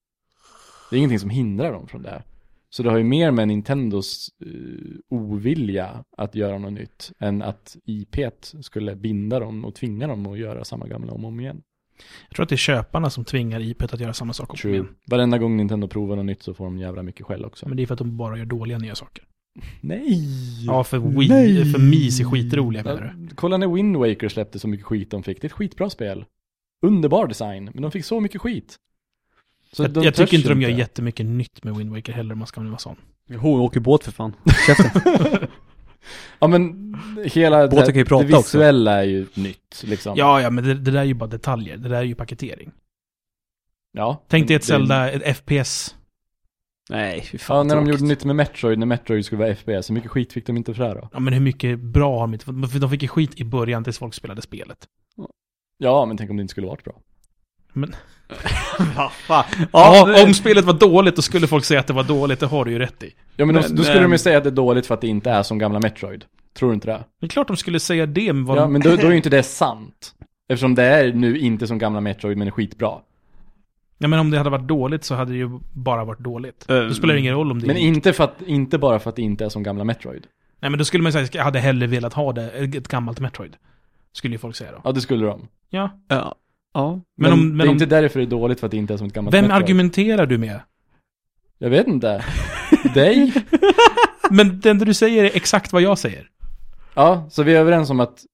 C: Det är ingenting som hindrar dem från det. Så det har ju mer med Nintendos eh, ovilja att göra något nytt än att IP skulle binda dem och tvinga dem att göra samma gamla om och om igen.
A: Jag tror att det är köparna som tvingar IP att göra samma sak om igen. Mm.
C: Varenda gång Nintendo provar något nytt så får de jävla mycket skäll också.
A: Men det är för att de bara gör dåliga nya saker.
C: Nej!
A: Ja, för Wii,
C: Nej.
A: för Mis är skitroliga menar du?
C: Ja, Kolla när Wind Waker släppte så mycket skit de fick. Det är ett skitbra spel. Underbar design, men de fick så mycket skit. Så
A: Jag,
C: de
A: jag
C: törs
A: tycker inte de gör jättemycket nytt med Wind Waker heller om man ska vara sån.
B: Jo, åker båt för fan.
C: Ja men hela
B: Båten
C: det,
B: kan ju prata
C: det
B: också.
C: visuella är ju nytt liksom.
A: Ja, ja, men det, det där är ju bara detaljer. Det där är ju paketering.
C: ja.
A: Tänk dig ett
C: Det-
A: Zelda, ett FPS.
B: Nej, fy fan
C: Ja, när de
B: tråkigt.
C: gjorde nytt med Metroid, när Metroid skulle vara FPS, hur mycket skit fick de inte för det här då?
A: Ja, men hur mycket bra har de inte fått? För De fick ju skit i början tills folk spelade spelet.
C: Ja, men tänk om det inte skulle varit bra.
B: Vad fan?
A: Ja,
B: Ja,
A: om spelet var dåligt då skulle folk säga att det var dåligt, det har du ju rätt i.
C: Ja men,
B: Men,
C: då, då skulle de
B: ehm,
C: ju säga att det är dåligt för att det inte är som gamla Metroid. Tror du inte det?
A: Det är klart de skulle säga det, men vad
C: Ja,
A: de...
C: men då, då är ju inte det sant. Eftersom det är nu inte som gamla Metroid, men är skitbra.
A: ja, men om det hade varit dåligt så hade det ju bara varit dåligt.
B: Eh,
A: Då spelar det ingen roll om det
C: Men
A: är-
C: inte, för att, inte bara för att det inte är som gamla Metroid.
A: Nej, men då skulle man säga att jag hade hellre velat ha det, ett gammalt Metroid. Skulle ju folk säga då.
C: Ja, det skulle de.
A: Ja.
B: ja, ja.
A: Men,
C: Men,
A: om...
C: det
A: Men
C: är
A: om
C: inte därför det är dåligt för att det inte är som ett gammalt
A: vem
C: Metroid.
A: argumenterar du med?
C: Jag vet inte. Dig?
A: Men det enda du säger är exakt vad jag säger.
C: Ja, så vi är överens om att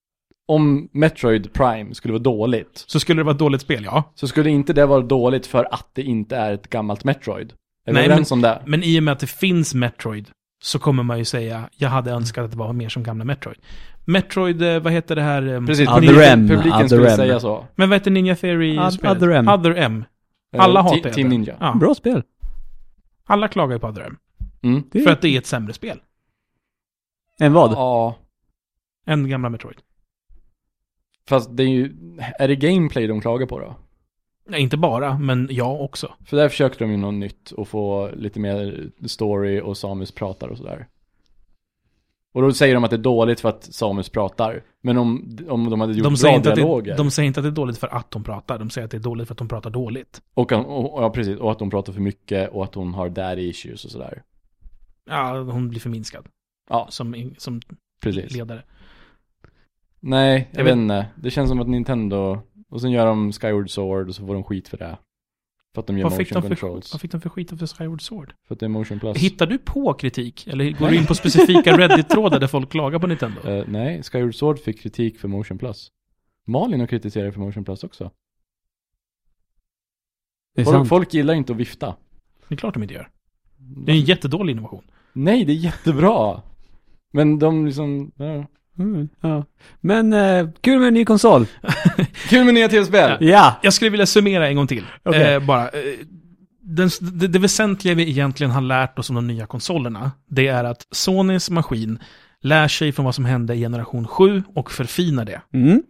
C: om Metroid Prime skulle vara dåligt,
A: Så skulle det vara ett dåligt spel, ja.
C: så skulle inte det vara dåligt för att det inte är ett gammalt Metroid. Är
A: Nej,
C: vi överens om det?
A: Men i och med att det finns Metroid så kommer man ju säga jag hade önskat att det var mer som gamla Metroid. Metroid, eh, vad heter det här? ehm,
C: Precis,
B: Other
C: publiken,
B: M, Other
C: publiken skulle
B: M.
C: säga så.
A: Men vad heter Ninja Theory?
B: Oth-
A: spelet?
B: Other M.
A: Other M.
C: Eh,
A: Alla
C: Ti-
A: hatar ju
C: Team
A: det.
C: Ninja.
A: Ja.
B: Bra spel.
A: Alla klagar ju på Other M.
C: Mm.
B: Det är-
A: För att det är ett sämre spel
B: En vad?
C: Ja,
A: än gamla Metroid.
C: fast det är ju, är det gameplay de klagar på då?
A: Nej, inte bara, men jag också.
C: För där försökte de ju något nytt och få lite mer story och Samus pratar och sådär. Och då säger de att det är dåligt för att Samus pratar. Men om, om de hade gjort
A: De säger,
C: bra
A: inte att det,
C: dialoger.
A: de säger inte att det är dåligt för att de pratar, de säger att det är dåligt för att de pratar dåligt.
C: Och, och, och, ja, precis, och att de pratar för mycket och att hon har daddy issues och sådär.
A: Ja, hon blir förminskad.
C: Ja.
A: Som, in- som
C: Precis.
A: ledare.
C: Nej, jag,
A: Jag
C: vet
A: vet-
C: inte. Det känns som att Nintendo, och sen gör de Skyward Sword och så får de skit för det. För att de gör
A: Vad fick
C: motion
A: de, för,
C: controls.
A: vad fick de för skit av Skyward Sword?
C: För att det är motion plus.
A: Hittar du på kritik? Eller går du in på specifika Reddit-trådar där folk klagar på Nintendo?
C: Eh, nej, Skyward Sword fick kritik för motion plus. Malin har kritiserat för motion plus också.
B: det är
C: Folk,
B: sant.
C: folk gillar inte att vifta.
A: Det är klart de inte gör. Det är en jättedålig innovation.
C: Nej, det är jättebra. Men de liksom, ja.
B: Mm, ja. Men eh, kul med en ny konsol.
C: Kul med nya tv-spel!
B: Ja!
A: Jag skulle vilja summera en gång till.
B: Okej.
A: Eh, bara. Eh, Den, det, det väsentliga vi egentligen har lärt oss om de nya konsolerna, det är att Sonys maskin lär sig från vad som hände i generation 7 och förfinar det.
B: Mm.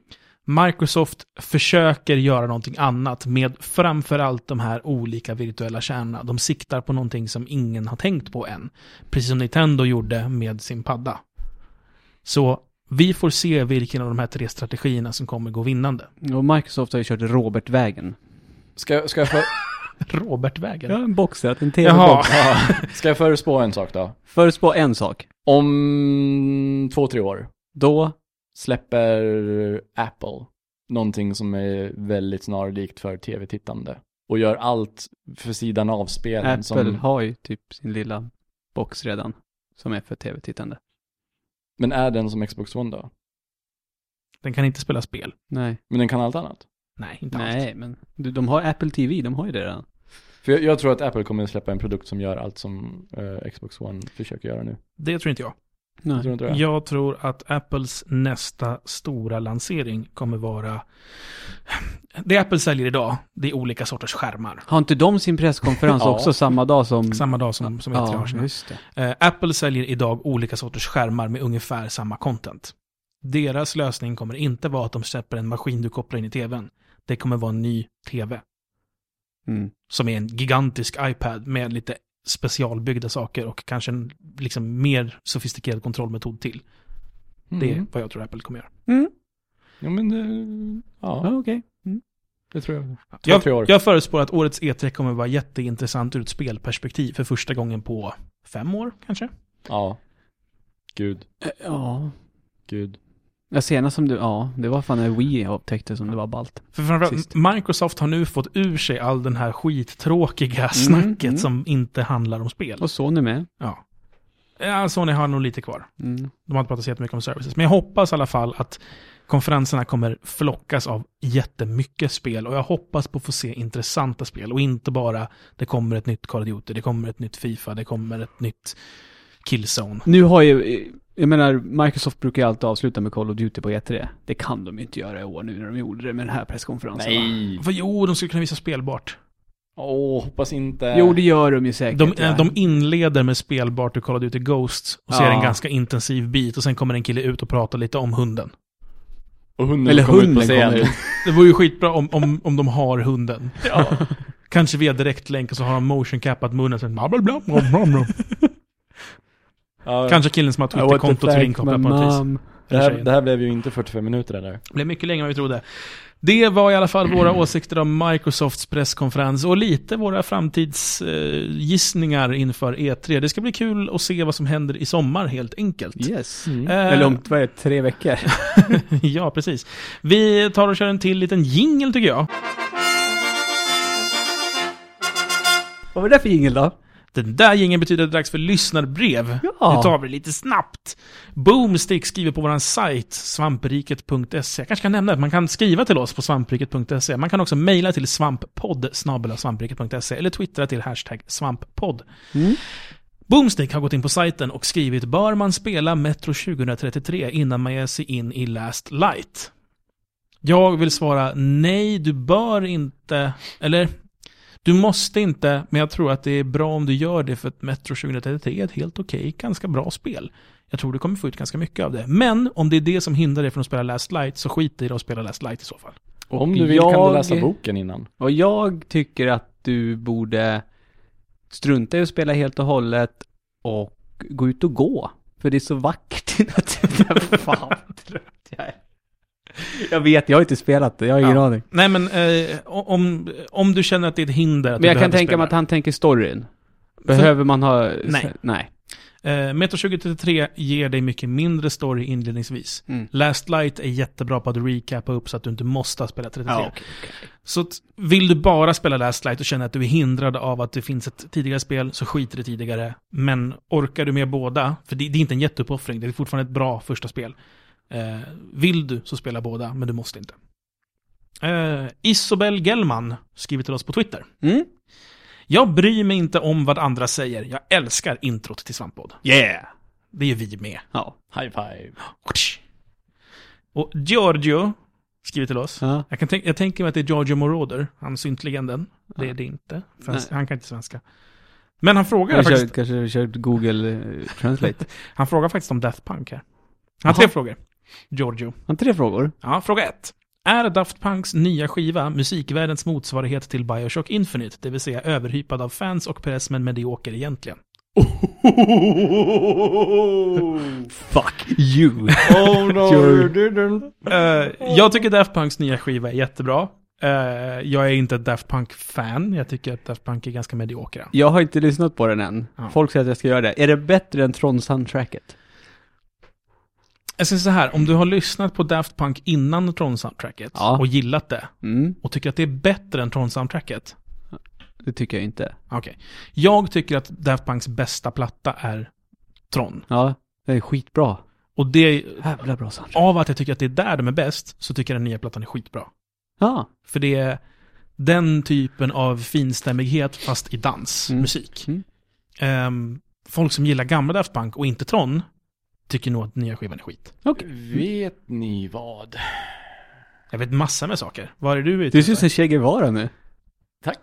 A: Microsoft försöker göra någonting annat med framförallt de här olika virtuella kärnorna. De siktar på någonting som ingen har tänkt på än. Precis som Nintendo gjorde med sin padda. Så vi får se vilken av de här tre strategierna som kommer gå vinnande.
B: Och Microsoft har ju kört Robert-vägen.
C: Ska, ska, jag för,
A: Robertvägen.
B: Ja, en boxet, en
A: Jaha.
B: tv-box.
C: ja, ska jag förespå en sak då?
B: Förutspå en sak.
C: Om två, tre år
B: Då,
C: släpper Apple någonting som är väldigt snarlikt för tv-tittande. Och gör allt för sidan av spelen
B: Apple
C: som...
B: har ju typ sin lilla box redan. Som är för tv-tittande.
C: Men är den som Xbox One då?
A: Den kan inte spela spel.
B: Nej,
C: Men den kan allt annat.
A: Nej, inte alls.
B: nej men du, de har Apple TV, de har ju det redan.
C: För jag, jag tror att Apple kommer att släppa en produkt som gör allt som eh, Xbox One försöker göra nu.
A: Det tror inte jag.
C: Jag tror
B: Nej.
C: inte det.
A: Jag tror att Apples nästa stora lansering kommer vara... Det Apple säljer idag, det är olika sorters skärmar.
B: Har inte de sin presskonferens
C: Ja.
B: också samma dag som...
C: Mm.
A: Samma dag som, som E3 har
B: ja,
A: sina.
B: just det.
A: Eh, Apple säljer idag olika sorters skärmar med ungefär samma content. Deras lösning kommer inte vara att de släpper en maskin du kopplar in i tvn. Det kommer vara en ny tv.
B: Mm.
A: Som är en gigantisk iPad med lite specialbyggda saker och kanske en liksom mer sofistikerad kontrollmetod till. Det är
C: Mm.
A: vad jag tror Apple kommer göra.
C: Ja, men det...
B: Ja,
C: Ja,
B: okej.
C: det tror jag. Två, tre år.
A: Jag, jag förutspår att årets E3 kommer vara jätteintressant ur ett spelperspektiv för första gången på fem år kanske.
C: Ja. Gud,
B: Eh, Ja.
C: gud.
B: Ja, senast som du, ja, det var fan när Wii jag upptäckte som det var ballt.
A: För framförallt,
B: Sist.
A: Microsoft har nu fått ur sig all den här skittråkiga snacket
B: mm.
A: som inte handlar om spel.
B: Och Sony med.
A: Ja. Ja, Sony har nog lite kvar.
B: Mm.
A: De har inte pratat så jättemycket om services. Men jag hoppas i alla fall att konferenserna kommer flockas av jättemycket spel. Och jag hoppas på att få se intressanta spel. Och inte bara, det kommer ett nytt Call of Duty, det kommer ett nytt Fifa, det kommer ett nytt Killzone.
B: Nu har ju eh, Jag menar, Microsoft brukar ju alltid avsluta med Call of Duty på E3. Det kan de ju inte göra i år nu när de gjorde det med den här presskonferensen. va?
C: Nej.
A: Vad jo, de skulle kunna visa spelbart.
C: Åh, hoppas inte.
B: Jo, det gör de ju säkert.
A: De,
B: ja.
A: eh, de inleder med spelbart och Call of Duty Ghosts och ser
B: Ja.
A: en ganska intensiv bit och sen kommer en kille ut och pratar lite om hunden.
C: Och hunden
B: Eller
C: kom ut på
B: hunden
C: scen.
B: kom ut.
A: Det vore ju skitbra om, om, om de har hunden. Kanske via direktlänk och så har han motion capat munnen. Så blablabla, blablabla.
C: Ja,
A: Kanske killen som har
B: I want to
A: Twitterkontot
B: thank
A: inkopplat
B: my
A: på något vis.
B: mom.
C: det, här, det här blev ju inte 45 minuter eller?
A: Det blev mycket längre än vad vi trodde. Det var i alla fall våra åsikter om Microsofts presskonferens och lite våra framtidsgissningar inför E3. Det ska bli kul att se vad som händer i sommar helt enkelt.
B: Yes.
C: Mm.
A: Eh,
B: Eller om, vad är det, tre veckor?
A: ja, precis. Vi tar och kör en till liten jingle tycker jag.
B: vad var det för jingel då?
A: Den där gängen betyder att det är dags för lyssnarbrev.
B: Ja.
A: Nu tar vi det lite snabbt. Boomstick skriver på vår sajt svampriket.se. Jag kanske kan nämna att man kan skriva till oss på svampriket.se. Man kan också mejla till svamppodd svampriket.se eller twittra till hashtag svamppodd.
B: Mm.
A: Boomstick har gått in på sajten och skrivit “Bör man spela Metro 2033 innan man ger sig in i Last Light?” Jag vill svara nej, du bör inte, eller du måste inte, men jag tror att det är bra om du gör det för att Metro 2033 är ett helt okej, ganska bra spel. Jag tror du kommer få ut ganska mycket av det. Men om det är det som hindrar dig från att spela Last Light så skit i det och spela Last Light i så fall.
C: Om du vill kan du läsa boken innan.
B: Och jag tycker att du borde strunta i att spela helt och hållet och gå ut och gå. För det är så vackert i naturen. Fan vad trött jag är. Jag vet, jag har inte spelat det, jag har ingen
A: Ja.
B: aning.
A: Nej men eh, om, om du känner att det är ett hinder att
B: Men jag
A: du
B: kan
A: behöver
B: tänka
A: spela
B: mig att han tänker storyn. Behöver man ha...
A: Nej.
B: Nej.
A: Eh, Metro 2033 ger dig mycket mindre story inledningsvis.
B: Mm.
A: Last Light är jättebra på att recapa upp så att du inte måste spela 33. Så att, vill du bara spela Last Light och känner att du är hindrad av att det finns ett tidigare spel, så skit i det tidigare. Men orkar du med båda, för det, det är inte en jätteuppoffring, det är fortfarande ett bra första spel. Eh, vill du så spela båda, men du måste inte. Eh, Isobel Gellman skriver till oss på Twitter.
B: Mm?
A: Jag bryr mig inte om vad andra säger, jag älskar introt till Svamppodd.
B: Yeah!
A: Det är vi med.
B: Ja.
C: High five.
A: Och Giorgio skriver till oss.
B: Ja.
A: Jag, kan tänk- jag tänker mig att det är Giorgio Moroder, han syntlegenden. Det är det inte, för han,
B: Nej.
A: han kan inte svenska. Men han frågar,
B: Jag kör,
A: faktiskt,
B: kanske kört Google eh, Translate.
A: han frågar faktiskt om Daft Punk här. Han har
B: Jaha.
A: tre frågor. Giorgio.
B: Har tre frågor?
A: Ja, fråga ett. Är Daft Punks nya skiva musikvärldens motsvarighet till Bioshock Infinite, det vill säga överhypad av fans och press men medioker egentligen?
B: Fuck you!
C: Oh no,
B: Sure.
C: you didn't.
A: Eh, jag tycker Daft Punks nya skiva är jättebra. Eh, jag är inte ett Daft Punk-fan. Jag tycker att Daft Punk är ganska mediokra.
B: Jag har inte lyssnat på den än.
A: Ja.
B: Folk säger att jag ska göra det. Är det bättre än Tron-soundtracket?
A: Jag säger så här, om du har lyssnat på Daft Punk innan Tron-soundtracket
B: Ja.
A: och gillat det
B: Mm,
A: och tycker att det är bättre än Tron-soundtracket.
B: det tycker jag inte.
A: Okej. Jag tycker att Daft Punks bästa platta är Tron.
B: Ja, det är skitbra.
A: Och det,
B: Jävla bra soundtrack.
A: av att jag tycker att det är där de är bäst, så tycker jag den nya plattan är skitbra.
B: Ja.
A: För det är den typen av finstämmighet fast i
B: Mm.
A: dansmusik.
B: Mm.
A: Ehm, folk som gillar gamla Daft Punk och inte Tron tycker nog att nya skivan är skit.
C: Vet ni vad?
A: Jag vet massor med saker. Vad är du ute
B: Du ser ut som Che Guevara nu.
C: Tack.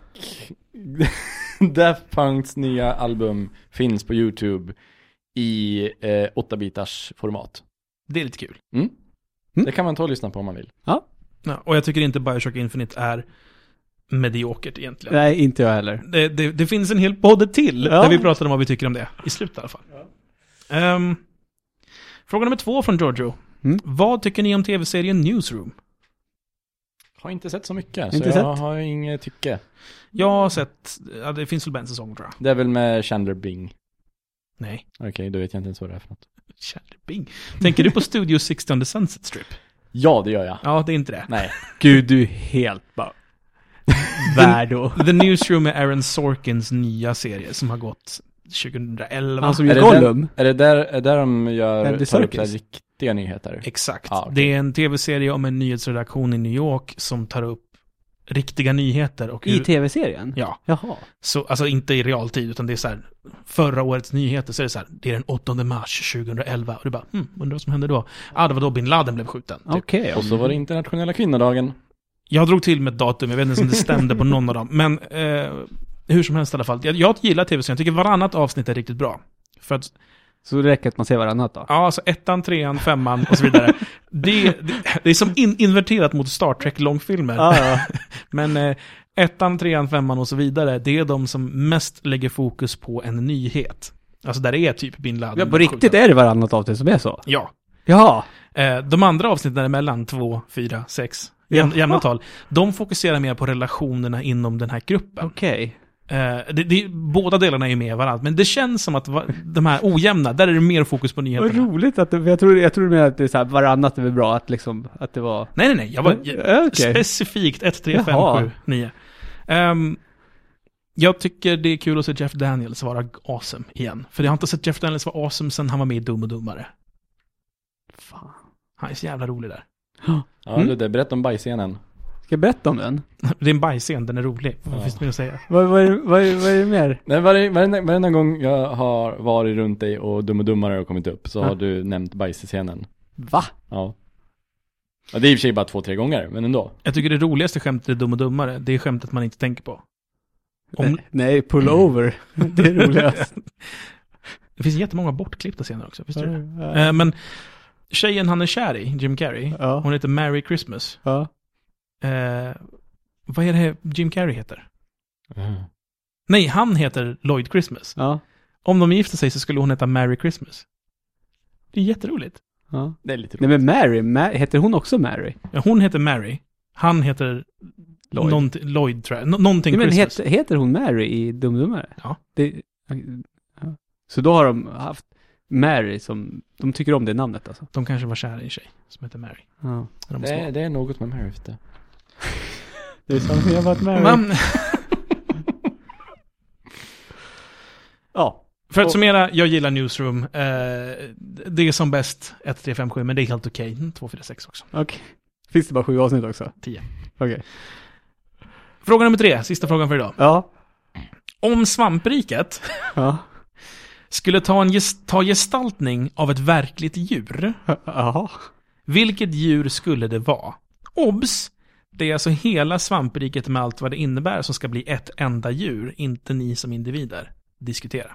C: Daft Punks nya album finns på YouTube i eh, 8-bitars format.
A: Det är lite kul.
C: Mm.
B: Mm.
C: Det kan man ta och lyssna på om man vill.
A: Ja, och jag tycker inte Bioshock Infinite är mediokert egentligen.
B: Nej, inte jag heller.
A: Det, det, det finns en hel podd till
B: Ja.
A: där vi pratade om vad vi tycker om det. I slutet i alla fall. Ehm, fråga nummer två från Giorgio.
B: Mm.
A: Vad tycker ni om tv-serien Newsroom?
C: Har inte sett så mycket, så
B: Inte
C: jag
B: sett?
C: har inget tycke.
A: Jag har sett, ja, det finns väl bara en säsong tror jag.
C: Det är väl med Chandler Bing.
A: Nej,
C: Okej, då vet jag inte ens vad det är för något.
A: Charlie Bing. Tänker du på Studio 60 on the Sunset Strip?
C: Ja, det gör jag.
A: Ja, det är inte det.
C: Nej.
B: Gud, du är helt bara... Värd och...
A: The Newsroom är Aaron Sorkins nya serie som har gått 2011.
B: Han som
C: Är
B: gör
C: det
B: Gollum.
C: Är det där, är där de gör,
B: Andy
C: tar upp så här
B: Serkis?
C: riktiga nyheter?
A: Exakt.
C: Ja, okej.
A: Det är en tv-serie om en nyhetsredaktion i New York som tar upp riktiga nyheter. Och
B: I
A: hur,
B: tv-serien?
A: Ja,
B: Jaha.
A: så, alltså inte i realtid, utan det är så här, förra årets nyheter så är det så här, det är den 8 mars 2011. Och du bara, hmm, undrar vad som hände då? Ah, det var då bin Laden blev skjuten. Typ.
B: Okej. ja.
C: Och så var det internationella kvinnodagen.
A: Jag drog till med ett datum, jag vet inte om det stämde på någon av dem. Men eh, hur som helst i alla fall. Jag, jag gillar tv-serien, jag tycker varannat avsnitt är riktigt bra. För att,
B: Så det räcker att man ser varannat då?
A: ja alltså ettan, trean, femman och så vidare. Det, det, det är som in, inverterat mot Star Trek-långfilmer.
B: ja.
A: Men eh, ettan, trean, femman och så vidare, det är de som mest lägger fokus på en nyhet. Alltså där är typ bin Laden.
B: ja. På riktigt är det varannat avsnitt som är så?
A: Ja.
B: Jaha.
A: Eh, de andra avsnitten däremellan, två, fyra, sex, jäm,
B: Jaha.
A: jämna tal, de fokuserar mer på relationerna inom den här gruppen.
B: Okej.
A: Eh, det, det, båda delarna är ju med varandra, men det känns som att va, de här ojämna, där är det mer fokus på
B: Vad
A: nyheterna.
B: roligt att det, för jag tror, jag tror du menar att det är så här, varannat är väl bra att liksom, att det var...
A: Nej, nej, nej. Jag var jag,
B: Ja, okej.
A: specifikt 1, 3, 5,
B: Jaha.
A: 7, 9. Ehm, jag tycker det är kul att se Jeff Daniels vara awesome igen. För jag har inte sett Jeff Daniels vara awesome sen han var med i Dum och Dummare.
B: Fan.
A: Han är så jävla rolig där.
C: Ja,
B: Mm.
C: Ludde, berätta om bajscenen.
B: Ska jag berätta om den?
A: Det är en bajscen, den är rolig. Vad
C: Ja.
A: finns det mer att säga?
B: Vad, vad, är det- vad, är- vad är det mer?
C: Nej, varje- varenda, varenda gång jag har varit runt dig och Dum och Dummare har kommit upp så
B: Ja.
C: har du nämnt bajsscenen.
B: Va?
C: Ja. ja. Det är i och för sig bara två, tre gånger, men ändå.
A: Jag tycker det roligaste skämtet i Dum och Dummare, det är skämtet man inte tänker på. Om,
B: Nej, nej, pull over. Det är roligast.
A: det finns jättemånga bortklippta scener också, visst är det?
B: ja.
A: Eh, Men tjejen han är kär i, Jim Carrey,
B: Ja.
A: hon heter Merry Christmas.
B: ja.
A: Eh, vad är det Jim Carrey heter? Nej, han heter Lloyd Christmas.
B: ja.
A: Om de gifte sig så skulle hon heta Merry Christmas. Det är jätteroligt.
B: ja.
C: Det är lite roligt.
B: Nej men Mary, Ma- heter hon också Mary?
A: Ja, Hon heter Mary. Han heter
B: Lloyd.
A: Lloyd, Lloyd tror jag. Nå- någonting
B: Nej, men
A: Christmas.
B: heter, heter hon Mary i Dum Dummare?
A: Ja.
B: Det, ja. Så då har de haft Mary som, de tycker om det namnet alltså?
A: De kanske var kära i en tjej som heter Mary.
B: Ja.
A: När de var
C: Det,
A: små.
B: Eh,
C: är, det är något med Mary, vet du.
B: Det är som jag varit Mary.
A: Men,
B: ja.
A: för att
B: Och-
A: summera, jag gillar Newsroom. Eh, det är som bäst 1, 3, 5, 7, men det är helt okej. Mm, Okay. 2, 4, 6 också.
B: Okej. Finns det bara sju avsnitt också?
A: Tio.
B: Okej.
A: Fråga nummer tre, sista frågan för idag.
B: Ja.
A: Om svampriket
B: Ja.
A: skulle ta, en ges- ta gestaltning av ett verkligt djur,
B: Jaha.
A: vilket djur skulle det vara? Obs! Det är alltså hela svampriket med allt vad det innebär som ska bli ett enda djur, inte ni som individer. Diskutera.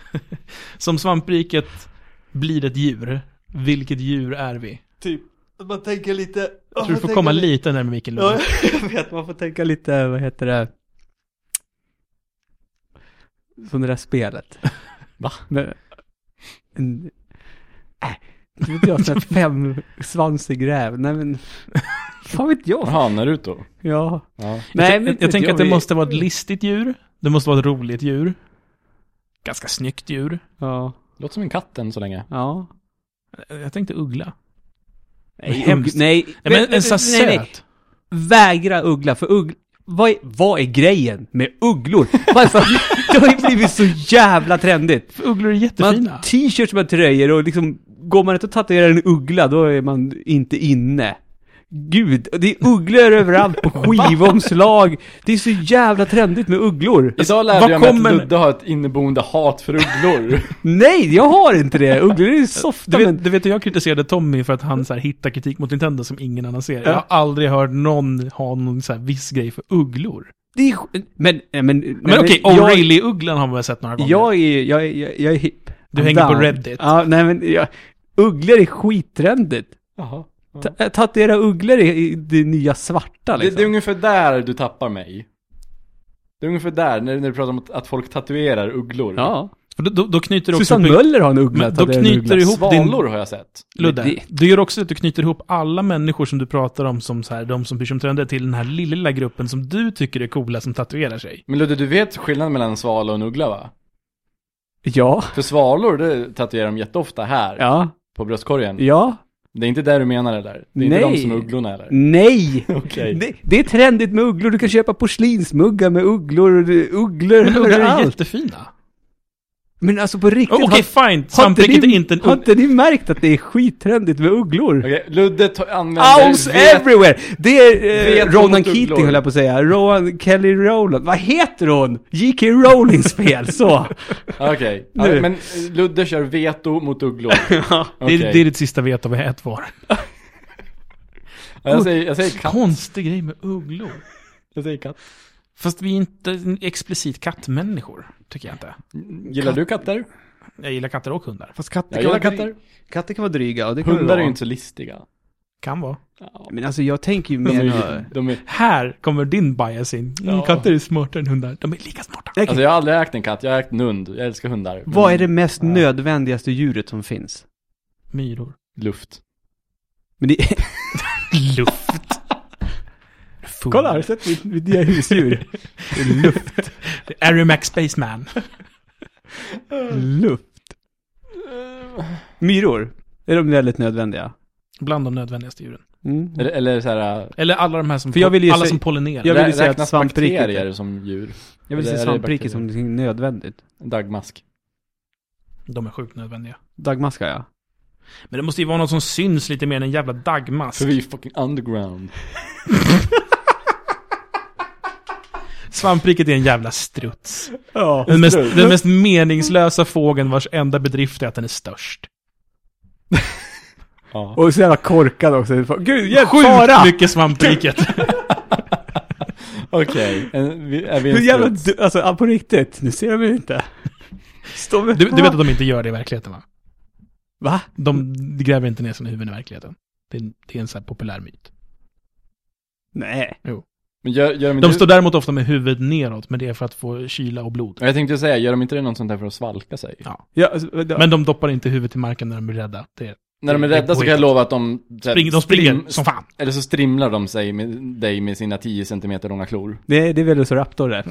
A: som svampriket blir ett djur, vilket djur är vi?
B: Typ, att man tänker lite...
A: Jag tror du får komma lite närmare micken Lundgren.
B: jag vet. Man får tänka lite, vad heter det? Som det där spelet.
C: Va?
B: Med, en, äh, det vet jag, sån här femsvansig gräv. Nej men, fan vet jag.
C: Jaha, Naruto.
B: Ja.
C: Ja.
A: Jag,
B: Nej,
A: tän-
B: men
A: jag, jag tänker att det
B: vi-
A: måste vara ett listigt djur, det måste vara ett roligt djur, ganska snyggt djur.
B: Ja.
C: Låter som en katt än så länge.
B: Ja.
A: Jag tänkte uggla.
B: Nej,
A: Hemskt.
B: ugg- nej.
A: Nej, men
B: Nej,
A: en sån här
B: nej, nej.
A: söt.
B: Vägra uggla, för uggla... Vad är, vad är grejen med ugglor? Alltså, det har ju blivit så jävla trendigt.
A: Ugglor är
B: Man
A: jättefina.
B: har t-shirts med tröjor och liksom, går man inte och tatuerar en uggla, då är man inte inne. Gud, och det är ugglor överallt på skivomslag. Det är så jävla trendigt med ugglor.
C: Idag lärde
A: vad
C: jag mig
A: kommer-
C: att Ludde har ett inneboende hat för ugglor.
B: Nej, jag har inte det. Ugglor är softa,
A: Du
B: men...
A: vet, du vet hur jag kritiserade Tommy för att han så här, hittar kritik mot Nintendo som ingen annan ser. Jag har aldrig hört någon ha någon så här viss grej för ugglor.
B: Det är... sk- Men, eh, men... Men,
A: Men okej,
B: jag-
A: O'Reilly-ugglan har man väl sett några gånger?
B: Jag är, jag, är- jag, jag är hipp.
A: Du
B: I'm
A: hänger på Reddit.
B: Ja, nej men jag, ugglor är skittrendigt.
C: Jaha.
B: Ta- eh, Tatuera ugglor är i det nya svarta
C: Det,
B: liksom.
C: det är ungefär där du tappar mig. Det är ungefär där, när, när du pratar om att, att folk tatuerar ugglor.
B: Ja.
A: För då, då, då knyter du också
B: Susanne
A: ihop,
B: Möller har en uggla.
A: Men då
B: tatuerad en
A: knyter
B: uggla.
A: du ihop- din-
C: Svalor har jag sett.
A: Ludde,
B: Det-
A: du gör också att du knyter ihop alla människor som du pratar om som så här, de som bryr sig om trender till den här lilla, lilla gruppen som du tycker är coola som tatuerar sig.
C: Men Ludde, du vet skillnaden mellan en svala och en uggla va?
B: Ja,
C: För svalor, det tatuerar de jätteofta här,
B: ja,
C: på bröstkorgen.
B: ja,
C: Det är inte där du menar eller? Det är inte
B: Nej.
C: de som är ugglorna eller?
B: nej.
C: Okej.
B: Det, det är trendigt med ugglor. Du kan köpa porslinsmuggar med ugglor. Ugglor
A: Men ugglor är
B: överallt.
A: jättefina.
B: Men alltså på riktigt,
A: Okej,
B: har,
A: fine.
B: har, inte
A: Samtycket är
B: ni,
A: inte en
B: har
A: ung...
B: inte ni märkt att det är skittrendigt med ugglor?
C: Okej, Ludde to- använder...
B: Owls
C: vet-
B: everywhere! Det är eh,
C: Vet
B: Ronan
C: mot ugglor.
B: Keating höll jag på att säga. Rowan, Kelly Rowland. Vad heter hon? J.K. Rowlings fel, så.
C: Okej,
B: Nu.
C: ja, men eh, Ludde kör veto mot ugglor.
A: Det,
C: Okej.
A: är- det är ditt sista veta vad ett var.
C: Ja, jag, säger, jag säger katt.
A: Konstig grej med ugglor.
C: Jag säger katt.
A: Fast vi är inte explicit kattmänniskor, tycker jag inte.
C: Gillar du katter?
A: Jag gillar katter och hundar.
B: Fast katter
C: Jag
B: kan,
C: gillar
B: vara dryga.
C: katter.
B: katter kan vara dryga. Och det kan
C: Hundar är
B: vara.
C: ju inte så listiga.
A: Kan vara.
C: Ja,
B: Men alltså jag tänker ju
C: de, är,
B: mer...
C: ju- de är,
A: Här kommer din bias in. Mm,
C: Ja.
A: Katter är smartare än hundar. De är lika smarta.
B: Okej,
C: alltså jag har aldrig ägt en katt, jag har ägt en hund. Jag älskar hundar. Men
B: Vad är det mest nödvändigaste djuret som finns?
A: Myror.
C: Luft.
B: Men det,
A: Luft. Full.
B: sett mitt, mitt nya husdjur?
A: Luft. Arimax Spaceman.
B: Luft. Myror. Är de väldigt nödvändiga?
A: Bland de nödvändigaste djuren.
B: Mm.
C: Eller, eller så här,
A: Eller alla de här som,
B: För jag vill ju
A: alla
B: se-
A: som pollinerar.
B: Jag vill ju
C: rä-
B: säga att
C: räknas
B: svampriket-
C: bakterier som djur.
B: Jag vill
C: Eller
B: se
C: är det
B: svampriket
C: bakterier?
B: som någonting nödvändigt.
C: Dagmask.
A: De är sjukt nödvändiga.
B: Dagmaskar ja.
A: Men det måste ju vara något som syns lite mer än en jävla dagmask.
C: För vi är fucking underground.
A: Svampriket är en jävla struts.
B: Ja.
A: Den mest, den mest meningslösa fågeln vars enda bedrift är att den är störst.
C: Ja.
B: Och så jävla korkad också. Gud, hjälp
A: Sjukt
B: Sara!
A: mycket svampriket.
C: Okej, en- vi- är vi en
B: Hur jävla
C: struts?
B: du, alltså ja, på riktigt. Nu ser de ju inte. Står med-
A: Du, du vet att de inte gör det i verkligheten va?
B: Va?
A: De
C: Mm.
A: gräver inte ner sina huvuden i verkligheten. Det är, en- det är en sån här populär myt.
B: Nej.
C: Men gör, gör de inte...
A: De står däremot ofta med huvudet neråt, men det är för att få kyla och blod.
C: Jag tänkte säga, gör de inte det något sånt där för att svalka sig?
A: Ja.
B: Ja, alltså, vänta.
A: Men de doppar inte huvudet i marken när de blir rädda. Det,
C: När de är
A: Det- det
C: rädda så
A: går
C: kan jag
A: inte.
C: lova att de... så här,
A: spring, de springer
C: strim-
A: som fan.
C: Eller så strimlar de sig med, dig med sina 10 cm långa klor.
B: det, är- det är Velociraptor det.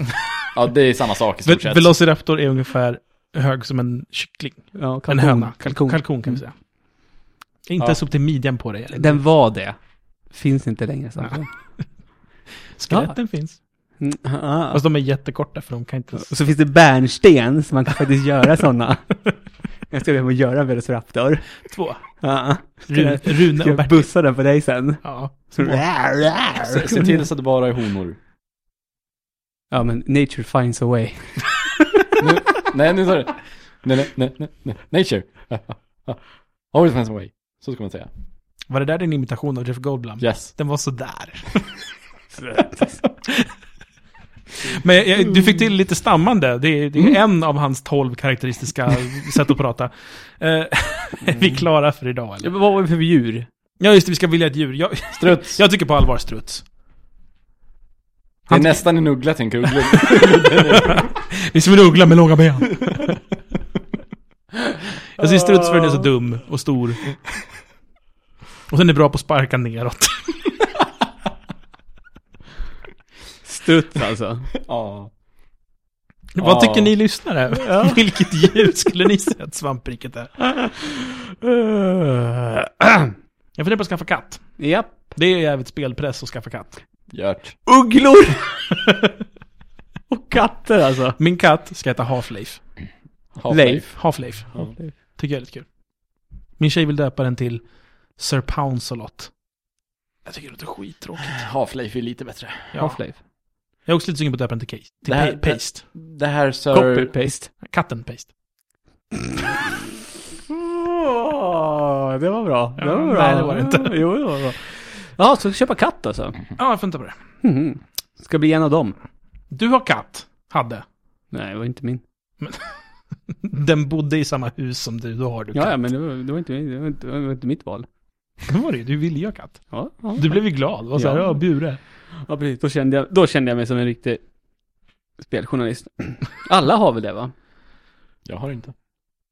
C: Ja, det är samma sak i stort
A: Ve-
C: sett.
A: Velociraptor är ungefär hög som en kyckling.
B: Ja,
A: En höna.
B: Kalkon. Mm.
A: Kalkon kan vi säga. Inte
C: Ja.
A: ens upp till midjan på dig.
B: Den var det. Finns inte längre. Ja.
A: Skeletten finns.
B: Mm, ah.
A: Fast de är jättekorta för de kan inte...
B: Och så finns det bärnsten, så man kan faktiskt göra sådana. Jag ska be om att göra en Velociraptor.
A: Två.
B: Ja. Ska
A: Rune,
B: jag-
A: Rune
B: Ska
A: och
B: jag
A: Bertil.
B: bussa den på dig sen?
A: Ja.
C: Se, se till så att det bara är honor.
B: Ja, men nature finds a way.
C: Nej, nu sa du... Nej, nej, nej, nej, nej. Nature. Always finds a way. Så ska man säga.
A: Var det där din imitation av Jeff Goldblum?
C: Yes.
A: Den var sådär. Men jag- jag, du fick till lite stammande. Det är, det är en av hans tolv karaktäristiska sätt att prata. Eh, är vi klara för idag eller?
B: Vad var vi för djur?
A: Ja just det, vi ska vilja ett djur. Jag,
C: Struts.
A: jag tycker på allvar struts.
C: Det är
A: Han-
C: nästan en uggla tänker uggla.
A: Det är som en uggla med långa ben. jag ser struts för den är så dum och stor. Och den är bra på att sparka neråt.
B: Struts alltså.
C: Ja.
A: Vad
C: Ja.
A: tycker ni lyssnare? Vilket djur skulle ni säga att svampriket är? Jag funderar på att skaffa katt.
B: Japp.
A: Det är jävligt spelpress att skaffa katt.
C: Gört.
B: Ugglor! Och katter alltså.
A: Min katt ska heta Half-Life.
C: Half-Life.
A: Half-Life.
C: Ja.
A: Tycker jag är lite kul. Min tjej vill döpa den till Sir Pouncelot. Jag tycker det låter skittråkigt.
C: Half-Life är lite bättre.
A: Ja.
B: Half-Life.
A: Jag är också lite sugen på att döpa den till, case, till
C: Det här-
A: pa- Paste.
C: Det här Sir...
B: Copy-paste.
A: Katten Paste.
B: Åh, det var bra. Det var
A: Ja,
B: bra.
A: nej, det var det inte.
B: Jo, det var bra. Ja, så köpa katt alltså.
A: Ja, jag funderar på det.
B: Mhm. Ska bli en av dem.
A: Du har katt. Hade.
B: Nej, det var inte min.
A: Den bodde i samma hus som du. Då har du katt.
B: Ja, ja men det var, det, var inte, min- det, var inte, det var inte mitt val.
A: Det var det ju. Du ville ju ha katt.
B: Ja, ja.
A: Du blev ju glad. Och så här,
B: Ja.
A: ja. bure.
B: ja precis. Då kände, jag, då kände jag mig som en riktig speljournalist. Alla har väl det va?
C: Jag har inte.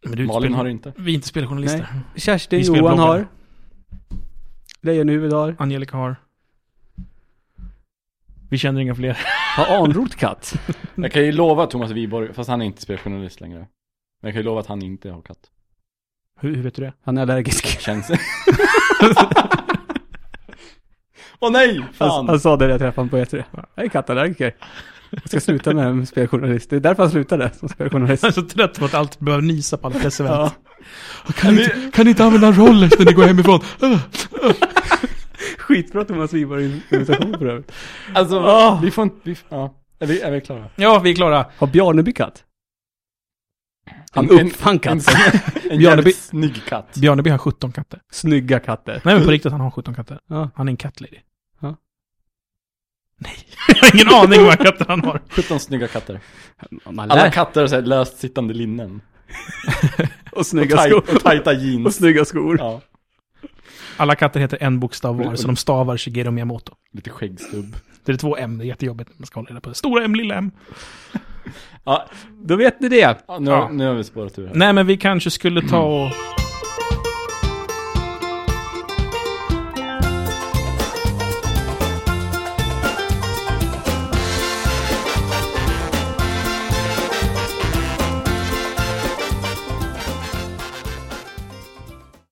A: Men du är inte
C: Malin
A: spel-
C: har inte.
A: Vi är inte speljournalister.
B: Kerstin,
A: Vi
B: Johan
A: spelbloggar.
B: har. Lejonhuvud har.
A: Angelica har. Vi känner inga fler.
B: Har anrot katt.
C: Jag kan ju lova Thomas Wiborg, fast han är inte speljournalist längre. Men jag kan ju lova att han inte har katt.
A: Hur, hur vet du det?
B: Han är allergisk.
C: Känns det. Åh nej! Fan!
B: E Han,
C: Alltså,
B: han sa det när jag träffade honom på E3. Jag är kattallergiker. Jag ska sluta med det här med speljournalist. Det är därför jag slutade som speljournalist.
A: Jag är så trött på att alltid behöva nysa på alla pressevent.
B: Ja.
A: Kan, ni inte, kan ni inte använda rollers när ni går hemifrån?
B: Skitbra Thomas Wiberg imitation för övrigt.
C: Alltså,
B: Ah.
C: vi får inte, vi, ja. Är vi, är vi klara?
A: Ja, vi är klara.
B: Har Bjarneby katt? Han
C: En- en-
B: uppfann
C: En,
B: katt.
C: en
A: Bjarneby-
C: jävligt snygg katt.
A: Björneby har 17 katter.
B: Snygga katter.
A: Nej men på riktigt, han har 17 katter.
B: Ja.
A: Han är en kattlady.
B: Ja.
A: Nej, jag har ingen aning om vad katter han har.
C: 17 snygga katter.
B: Man
C: Alla
B: lär.
C: katter har så här löst sittande linnen.
B: Och
C: Och,
B: snygga
C: taj,
B: skor.
C: och tajta
B: Och
C: jeans.
B: snygga skor.
C: Ja.
A: Alla katter heter en bokstav var, så de stavar Shigeru Miyamoto.
C: Lite skäggstubb.
A: Det är två M, det är jättejobbigt när man ska hålla reda på det. Stora M, lilla M.
C: Ja,
B: Då vet ni det.
C: ja, nu,
A: Ja.
C: nu har vi spårat ur här.
A: Nej men vi kanske skulle ta och